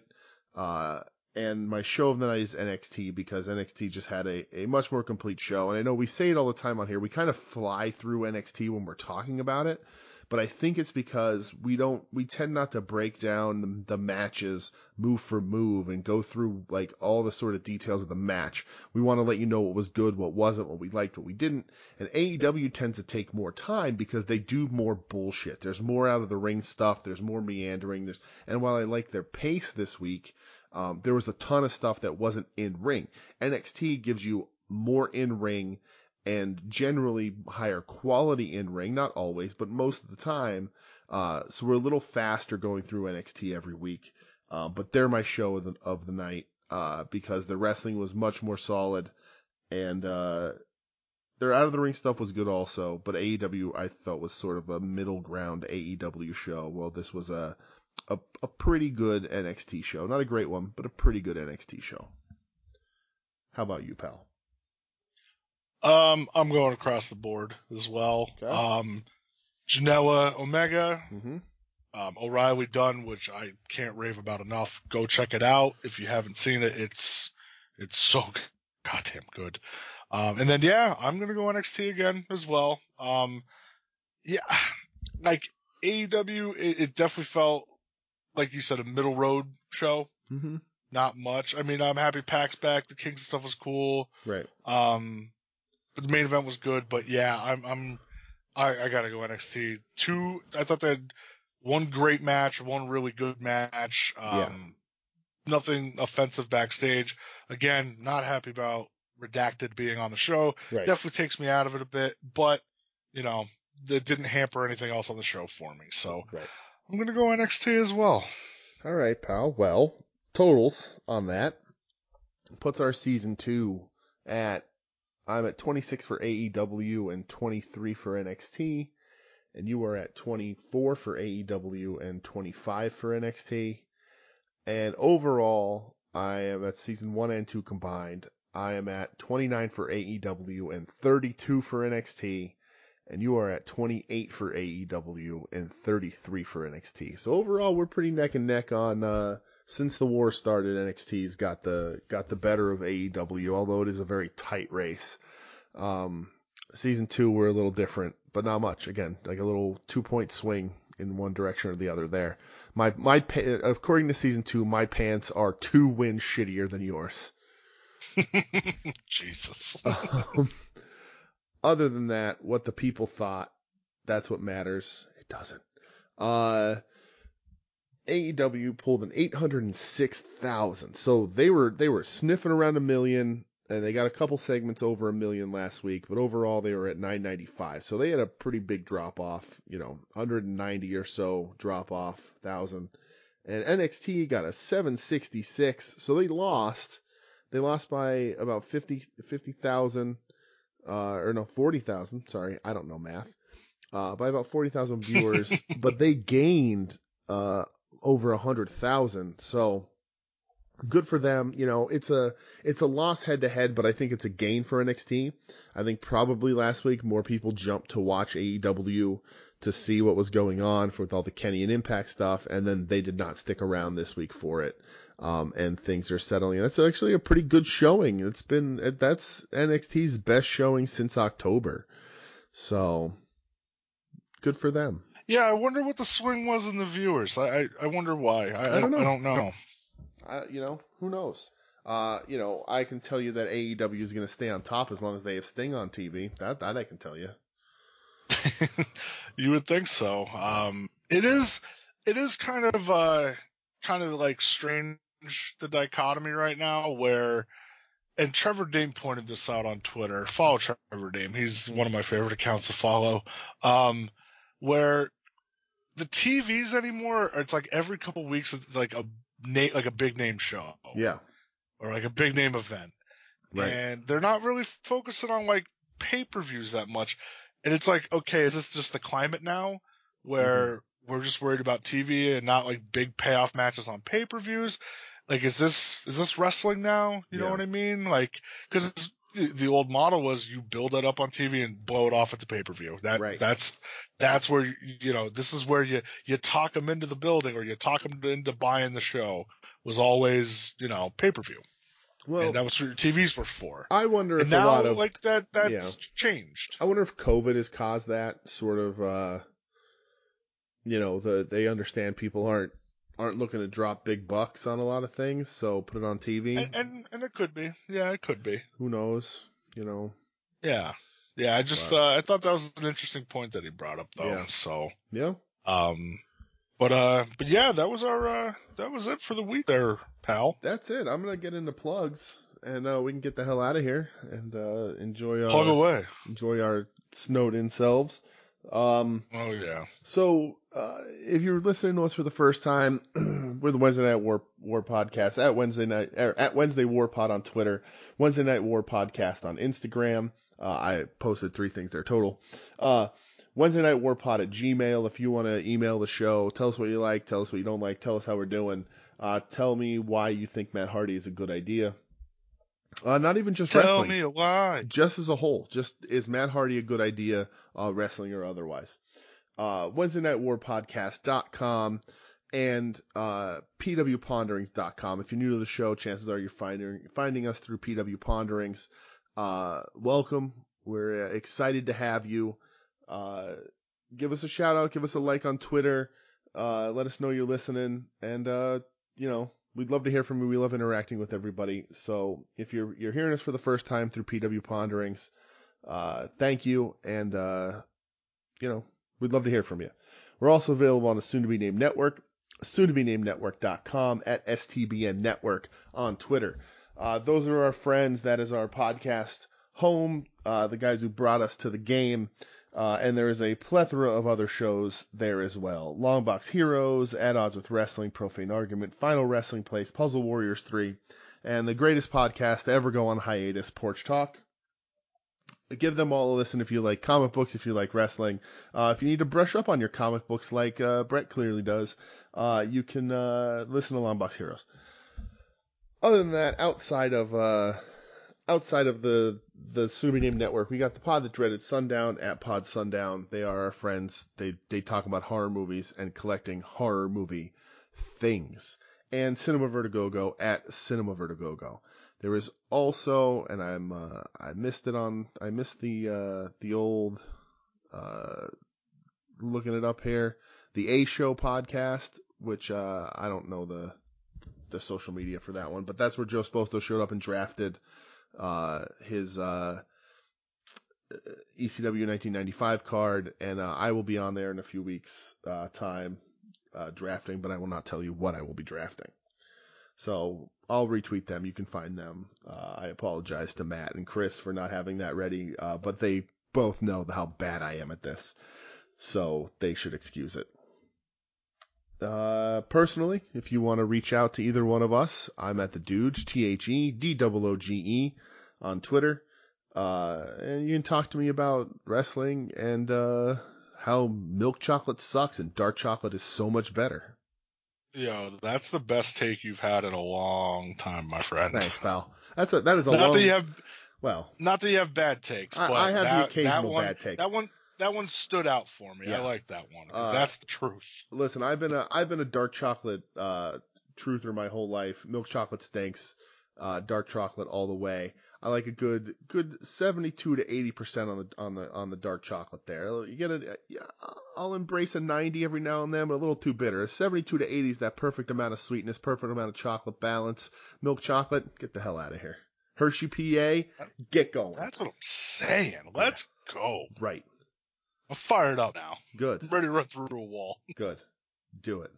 Speaker 1: Uh, and my show of the night is NXT because NXT just had a, a much more complete show. And I know we say it all the time on here. We kind of fly through NXT when we're talking about it but I think it's because we don't we tend not to break down the, the matches move for move and go through like all the sort of details of the match. We want to let you know what was good, what wasn't, what we liked, what we didn't. And AEW tends to take more time because they do more bullshit. There's more out of the ring stuff. There's more meandering. There's and while I like their pace this week, um, there was a ton of stuff that wasn't in ring. NXT gives you more in ring and generally higher quality in ring, not always, but most of the time. Uh, so we're a little faster going through NXT every week. Uh, but they're my show of the, of the night uh, because the wrestling was much more solid and uh, their out of the ring stuff was good also. But AEW I felt was sort of a middle ground AEW show. Well, this was a a, a pretty good NXT show, not a great one, but a pretty good NXT show. How about you, pal?
Speaker 2: Um, I'm going across the board as well.
Speaker 1: Okay.
Speaker 2: Um, Janela Omega,
Speaker 1: Mm-hmm.
Speaker 2: um, O'Reilly Dunn, which I can't rave about enough. Go check it out if you haven't seen it. It's it's so g- goddamn good. Um, and then yeah, I'm gonna go NXT again as well. Um, yeah, like AEW, it, it definitely felt like you said a middle road show.
Speaker 1: Mm-hmm.
Speaker 2: Not much. I mean, I'm happy Pax back. The Kings and stuff was cool.
Speaker 1: Right.
Speaker 2: Um, but the main event was good, but yeah, I'm I'm I, I gotta go NXT. Two, I thought they had one great match, one really good match. Um, nothing offensive backstage. Again, not happy about Redacted being on the show.
Speaker 1: Right.
Speaker 2: Definitely takes me out of it a bit, but you know that didn't hamper anything else on the show for me. So
Speaker 1: Right.
Speaker 2: I'm gonna go NXT as well.
Speaker 1: All right, pal. Well, totals on that. puts our season two at I'm at 26 for AEW and 23 for NXT, and you are at 24 for AEW and 25 for NXT. And overall, I am at season one and two combined. I am at 29 for AEW and 32 for NXT, and you are at 28 for AEW and 33 for NXT. So overall, we're pretty neck and neck on uh, since the war started, NXT's got the got the better of AEW, although it is a very tight race. Um, season two we're a little different, but not much. Again, like a little two point swing in one direction or the other. There, my my pa- according to season two, my pants are two wins shittier than yours.
Speaker 2: Jesus.
Speaker 1: Um, other than that, what the people thought, that's what matters. It doesn't. Uh, AEW pulled an 806,000. So they were they were sniffing around a million and they got a couple segments over a million last week, but overall they were at 995. So they had a pretty big drop off, you know, 190 or so drop off thousand. And NXT got a 766. So they lost. They lost by about 50 50,000 uh or no, 40,000, sorry. I don't know math. Uh by about 40,000 viewers, but they gained uh over a hundred thousand. So good for them. You know, it's a it's a loss head to head, but I think it's a gain for NXT. I think probably last week more people jumped to watch AEW to see what was going on for, with all the Kenny and Impact stuff, and then they did not stick around this week for it. Um, and things are settling. That's actually a pretty good showing. It's been that's NXT's best showing since October. So good for them.
Speaker 2: Yeah, I wonder what the swing was in the viewers. I I, I wonder why. I, I, don't know. I don't know.
Speaker 1: I, you know, who knows? Uh, you know, I can tell you that AEW is going to stay on top as long as they have Sting on TV. That that I can tell you.
Speaker 2: you would think so. Um, it is it is kind of uh kind of like strange the dichotomy right now where and Trevor Dame pointed this out on Twitter. Follow Trevor Dame. He's one of my favorite accounts to follow. Um, where the TVs anymore, it's like every couple weeks, it's like a name, like a big name show
Speaker 1: Yeah,
Speaker 2: or like a big name event.
Speaker 1: right.
Speaker 2: And they're not really focusing on like pay per views that much. And it's like, okay, is this just the climate now where
Speaker 1: Mm-hmm.
Speaker 2: we're just worried about TV and not like big payoff matches on pay per views? Like, is this, is this wrestling now? You know
Speaker 1: Yeah.
Speaker 2: what I mean? Like, cause it's, the the old model was you build it up on TV and blow it off at the pay per view. That
Speaker 1: Right.
Speaker 2: that's that's where you, you know this is where you you talk them into the building or you talk them into buying the show was always you know pay per view
Speaker 1: well,
Speaker 2: and that was what your TVs were for.
Speaker 1: I wonder
Speaker 2: And
Speaker 1: if a
Speaker 2: now,
Speaker 1: lot of
Speaker 2: like that, that's
Speaker 1: yeah.
Speaker 2: changed.
Speaker 1: I wonder if COVID has caused that sort of, uh, you know, the they understand people aren't aren't looking to drop big bucks on a lot of things, so put it on TV.
Speaker 2: And, and and it could be, yeah, it could be,
Speaker 1: Who knows? You know,
Speaker 2: yeah, yeah. I just
Speaker 1: But-
Speaker 2: uh, I thought that was an interesting point that he brought up though.
Speaker 1: Yeah.
Speaker 2: So,
Speaker 1: yeah.
Speaker 2: um, but uh, but yeah, that was our uh, that was it for the week there, pal.
Speaker 1: That's it. I'm gonna get into plugs, and uh, we can get the hell out of here and uh, enjoy our
Speaker 2: Plug away.
Speaker 1: enjoy our snowed in selves. Um,
Speaker 2: Oh yeah.
Speaker 1: So, uh, if you're listening to us for the first time, we're the Wednesday Night War War podcast at Wednesday night er, at Wednesday War Pod on Twitter, Wednesday Night War podcast on Instagram. Uh, I posted three things there total. Uh, Wednesday Night War Pod at Gmail. If you want to email the show, tell us what you like, tell us what you don't like, tell us how we're doing. Uh, tell me why you think Matt Hardy is a good idea. Uh, not even just
Speaker 2: Tell
Speaker 1: wrestling
Speaker 2: me why.
Speaker 1: just as a whole, just is Matt Hardy a good idea, uh, wrestling or otherwise? Uh, Wednesday Night War Podcast.com and uh, PW Ponderings.com. If you're new to the show, chances are you're finding, finding us through PW Ponderings. Uh, welcome. We're uh, excited to have you. Uh, give us a shout out, give us a like on Twitter. Uh, let us know you're listening, and uh, you know, we'd love to hear from you. We love interacting with everybody. So if you're you're hearing us for the first time through PW Ponderings, uh, thank you, and uh, you know, we'd love to hear from you. We're also available on the soon to be named network, soon to be named network.com at STBN network on Twitter. Uh, those are our friends. That is our podcast home. Uh, the guys who brought us to the game. Uh, and there is a plethora of other shows there as well. Longbox Heroes, At Odds with Wrestling, Profane Argument, Final Wrestling Place, Puzzle Warriors 3, and the greatest podcast to ever go on hiatus, Porch Talk. Give them all a listen if you like comic books, if you like wrestling, uh, if you need to brush up on your comic books like uh, Brett clearly does. Uh, you can uh, listen to Longbox Heroes. Other than that, outside of uh, outside of the the Suminame network, we got the pod that dreaded sundown at Pod Sundown. They are our friends. They they talk about horror movies and collecting horror movie things. And Cinema Vertigogo at Cinema Vertigogo. There is also, and I'm uh, I missed it on I missed the uh, the old uh, looking it up here. The A Show podcast, which uh, I don't know the the social media for that one, but that's where Joe Sposto showed up and drafted uh, his uh, E ECW 1995 card, and uh, I will be on there in a few weeks' uh, time uh, drafting, but I will not tell you what I will be drafting. So I'll retweet them. You can find them. Uh, I apologize to Matt and Chris for not having that ready, uh, but they both know how bad I am at this, so they should excuse it. Uh, personally, if you want to reach out to either one of us, I'm at the Dooge, T H E D O O G E, on Twitter. Uh, and you can talk to me about wrestling and uh, how milk chocolate sucks and dark chocolate is so much better.
Speaker 2: Yo, that's the best take you've had in a long time, my friend.
Speaker 1: Thanks, pal. That's a that is a
Speaker 2: Not
Speaker 1: long.
Speaker 2: that you have,
Speaker 1: well,
Speaker 2: not that you have bad takes.
Speaker 1: I-
Speaker 2: but
Speaker 1: I have the
Speaker 2: that- that
Speaker 1: occasional
Speaker 2: one-
Speaker 1: bad take.
Speaker 2: That one, that one stood out for me.
Speaker 1: Yeah.
Speaker 2: I like that one 'cause
Speaker 1: Uh,
Speaker 2: that's the truth.
Speaker 1: listen, I've been a I've been a dark chocolate uh, truther my whole life. Milk chocolate stinks. Uh, dark chocolate all the way. I like a good good seventy two to eighty percent on the on the on the dark chocolate there. You get a yeah, I'll embrace a ninety every now and then, but a little too bitter. Seventy two to eighty is that perfect amount of sweetness, perfect amount of chocolate balance. Milk chocolate, get the hell out of here. Hershey PA, get going.
Speaker 2: That's what I'm saying. Let's go.
Speaker 1: right.
Speaker 2: I'm fired up now.
Speaker 1: Good.
Speaker 2: I'm ready to run through a wall.
Speaker 1: Good. Do it.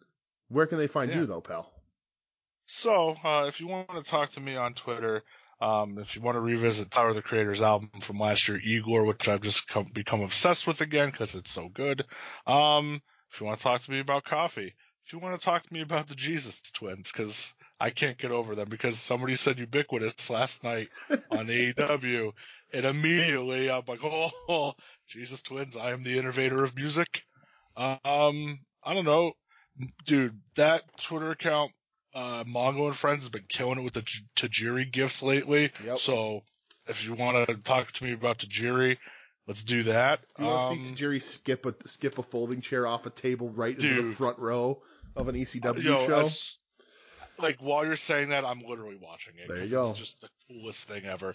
Speaker 1: Where can they find
Speaker 2: Yeah.
Speaker 1: you though, pal?
Speaker 2: So, uh, if you want to talk to me on Twitter, um, if you want to revisit Tower of the Creators album from last year, Igor, which I've just come, become obsessed with again because it's so good. Um, if you want to talk to me about coffee, if you want to talk to me about the Jesus twins, because I can't get over them because somebody said ubiquitous last night on AEW, and immediately I'm like, oh, Jesus twins, I am the innovator of music. Um, I don't know, dude. That Twitter account uh, Mongo and Friends has been killing it with the J- Tajiri gifts lately.
Speaker 1: Yep.
Speaker 2: So if you want to talk to me about Tajiri, let's do that.
Speaker 1: Do you want to
Speaker 2: Um,
Speaker 1: see Jerry skip a skip a folding chair off a table right into the
Speaker 2: Dude.
Speaker 1: front row of an ECW
Speaker 2: Um, yo,
Speaker 1: show?
Speaker 2: as- like while you're saying that, I'm literally watching it.
Speaker 1: There
Speaker 2: 'cause
Speaker 1: you go.
Speaker 2: It's just the coolest thing ever.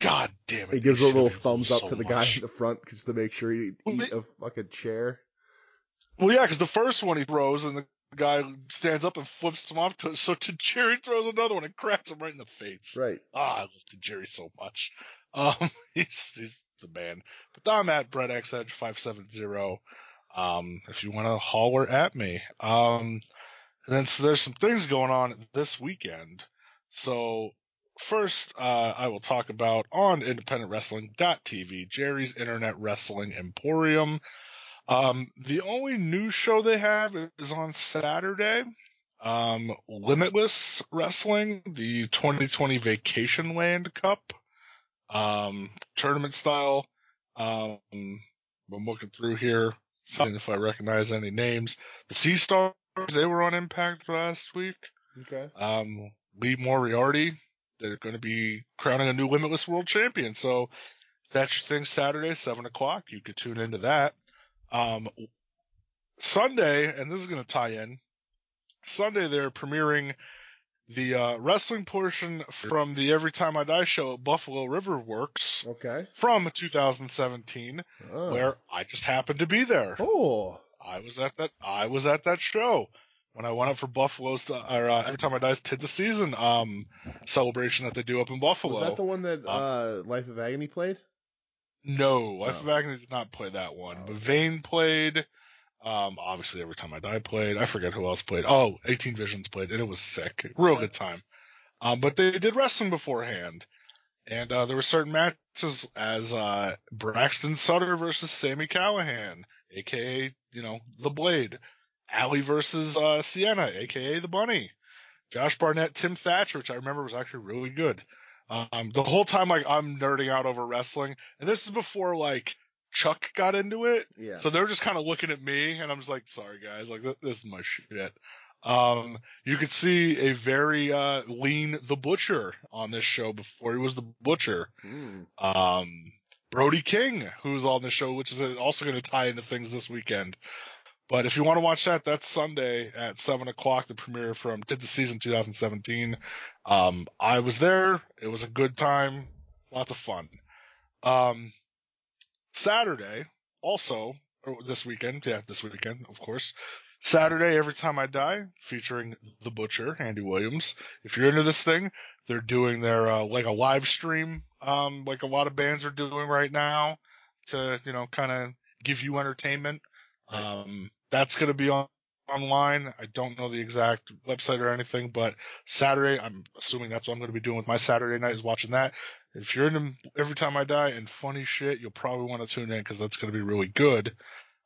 Speaker 2: God damn it!
Speaker 1: He gives a little
Speaker 2: ECW
Speaker 1: thumbs up
Speaker 2: E so
Speaker 1: to the guy
Speaker 2: much.
Speaker 1: in the front just to make sure he
Speaker 2: Well,
Speaker 1: eat a fucking chair.
Speaker 2: Well, yeah, because the first one he throws and the guy stands up and flips him off. To, so Tajiri throws another one and cracks him right in the face.
Speaker 1: Right.
Speaker 2: Ah, I love Jerry so much. Um, he's, he's the man. But I'm at Brett X Edge 570. Um, if you want to holler at me. Um, and then so there's some things going on this weekend. So first, uh, I will talk about on independentwrestling.tv, Jerry's Internet Wrestling Emporium. Um, the only new show they have is on Saturday um, Limitless Wrestling, the 2020 Vacation Land Cup, um, tournament style. Um, I'm looking through here, seeing if I recognize any names. The Sea Stars, they were on Impact last week.
Speaker 1: Okay.
Speaker 2: Um, Lee Moriarty, they're going to be crowning a new Limitless World Champion. So if that's your thing Saturday, 7 o'clock. You could tune into that. Um, Sunday, and this is going to tie in. Sunday, they're premiering the uh, wrestling portion from the Every Time I Die show at Buffalo River Works
Speaker 1: Okay.
Speaker 2: from 2017,
Speaker 1: Oh.
Speaker 2: where I just happened to be there.
Speaker 1: Oh.
Speaker 2: I was at that. I was at that show when I went up for Buffalo's uh, or uh, Every Time I Die's Tid the Season um celebration that they do up in Buffalo.
Speaker 1: Was that the one that uh, Life of Agony played?
Speaker 2: No, Life
Speaker 1: No.
Speaker 2: of Agony did not play that one.
Speaker 1: Oh,
Speaker 2: But
Speaker 1: okay.
Speaker 2: Vane played. Um, obviously, every time I die played. I forget who else played. Oh, 18 Visions played, and it was sick. Real good time. Um, but they did wrestling beforehand, and uh, there were certain matches as uh, Braxton Sutter versus Sammy Callahan, aka you know the Blade, Alley versus uh, Sienna, aka the Bunny. Josh Barnett, Tim Thatcher, which I remember was actually really good. Um, the whole time, like I'm nerding out over wrestling, and this is before like Chuck got into it.
Speaker 1: Yeah.
Speaker 2: So they're just kind of looking at me, and I'm just like, sorry guys, like th- this is my shit. Um, you could see a very uh, lean the butcher on this show before he was the butcher.
Speaker 1: Hmm.
Speaker 2: Um, Brody King, who's on the show, which is also going to tie into things this weekend. But if you want to watch that, that's Sunday at seven o'clock. The premiere from did the season 2017. Um, I was there. It was a good time. Lots of fun. Um, Saturday also or this weekend. Yeah, this weekend, of course. Saturday, every time I die, featuring the Butcher, Andy Williams. If you're into this thing, they're doing their uh, like a live stream, um, like a lot of bands are doing right now, to you know kind of give you entertainment.
Speaker 1: Right.
Speaker 2: Um, that's gonna be on online. I don't know the exact website or anything, but Saturday, I'm assuming that's what I'm gonna be doing with my Saturday night is watching that. If you're into Every Time I Die and funny shit, you'll probably want to tune in because that's gonna be really good.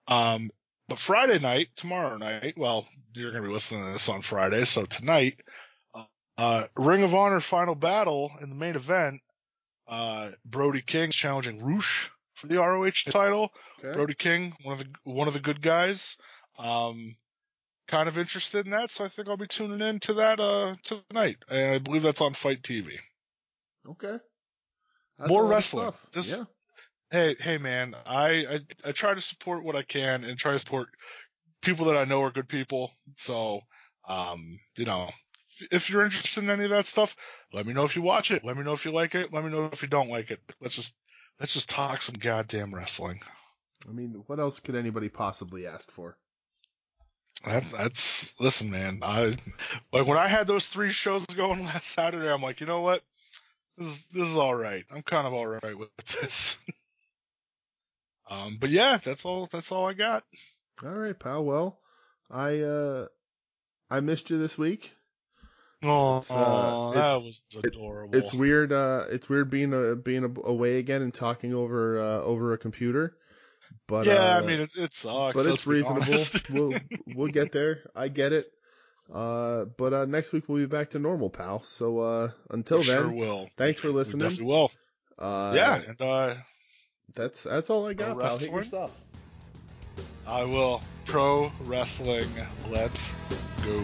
Speaker 2: Um, but Friday night, tomorrow night, well, you're going to be listening to this on Friday, so tonight, uh, Ring of Honor Final Battle in the main event, uh, Brody King challenging Roosh for the ROH title.
Speaker 1: Okay.
Speaker 2: Brody King, one of the one of the good guys. Um, kind of interested in that, so I think I'll be tuning in to that uh tonight. And I believe that's on Fight TV.
Speaker 1: Okay.
Speaker 2: More
Speaker 1: a lot of
Speaker 2: wrestling.
Speaker 1: stuff.
Speaker 2: Just-
Speaker 1: yeah.
Speaker 2: Hey, hey, man, I, I I try to support what I can and try to support people that I know are good people. So, um, you know, if you're interested in any of that stuff, let me know if you watch it. Let me know if you like it. Let me know if you don't like it. Let's just let's just talk some goddamn wrestling.
Speaker 1: I mean, what else could anybody possibly ask for?
Speaker 2: That, that's listen, man. I like when I had those three shows going last Saturday. I'm like, you know what? This is, this is all right. I'm kind of all right with this. um, but yeah, that's all. That's all I got.
Speaker 1: All right, pal. Well, I uh, I missed you this week.
Speaker 2: Oh,
Speaker 1: It's, uh,
Speaker 2: that
Speaker 1: it's-
Speaker 2: was
Speaker 1: it-
Speaker 2: adorable.
Speaker 1: It's weird. Uh, it's weird being uh being a, away again and talking over uh, over a computer. But
Speaker 2: yeah,
Speaker 1: uh,
Speaker 2: I mean it, it sucks.
Speaker 1: but
Speaker 2: let's
Speaker 1: it's
Speaker 2: be
Speaker 1: reasonable.
Speaker 2: honest.
Speaker 1: we'll we'll get there. I get it. Uh, but uh, next week we'll be back to normal, pal. So uh, until
Speaker 2: We
Speaker 1: then,
Speaker 2: sure will.
Speaker 1: thanks for
Speaker 2: We
Speaker 1: listening.
Speaker 2: definitely will.
Speaker 1: uh,
Speaker 2: yeah, and uh,
Speaker 1: that's that's all I got, pal. Hit your
Speaker 2: wrestling?
Speaker 1: stuff.
Speaker 2: I will. Pro wrestling. Let's go.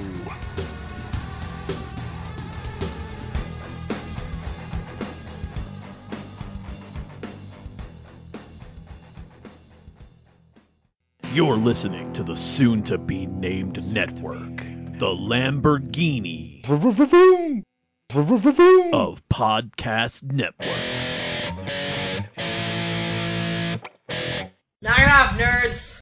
Speaker 3: You're listening to the soon to be named network, the Lamborghini of Podcast Networks.
Speaker 4: Knock it off, nerds!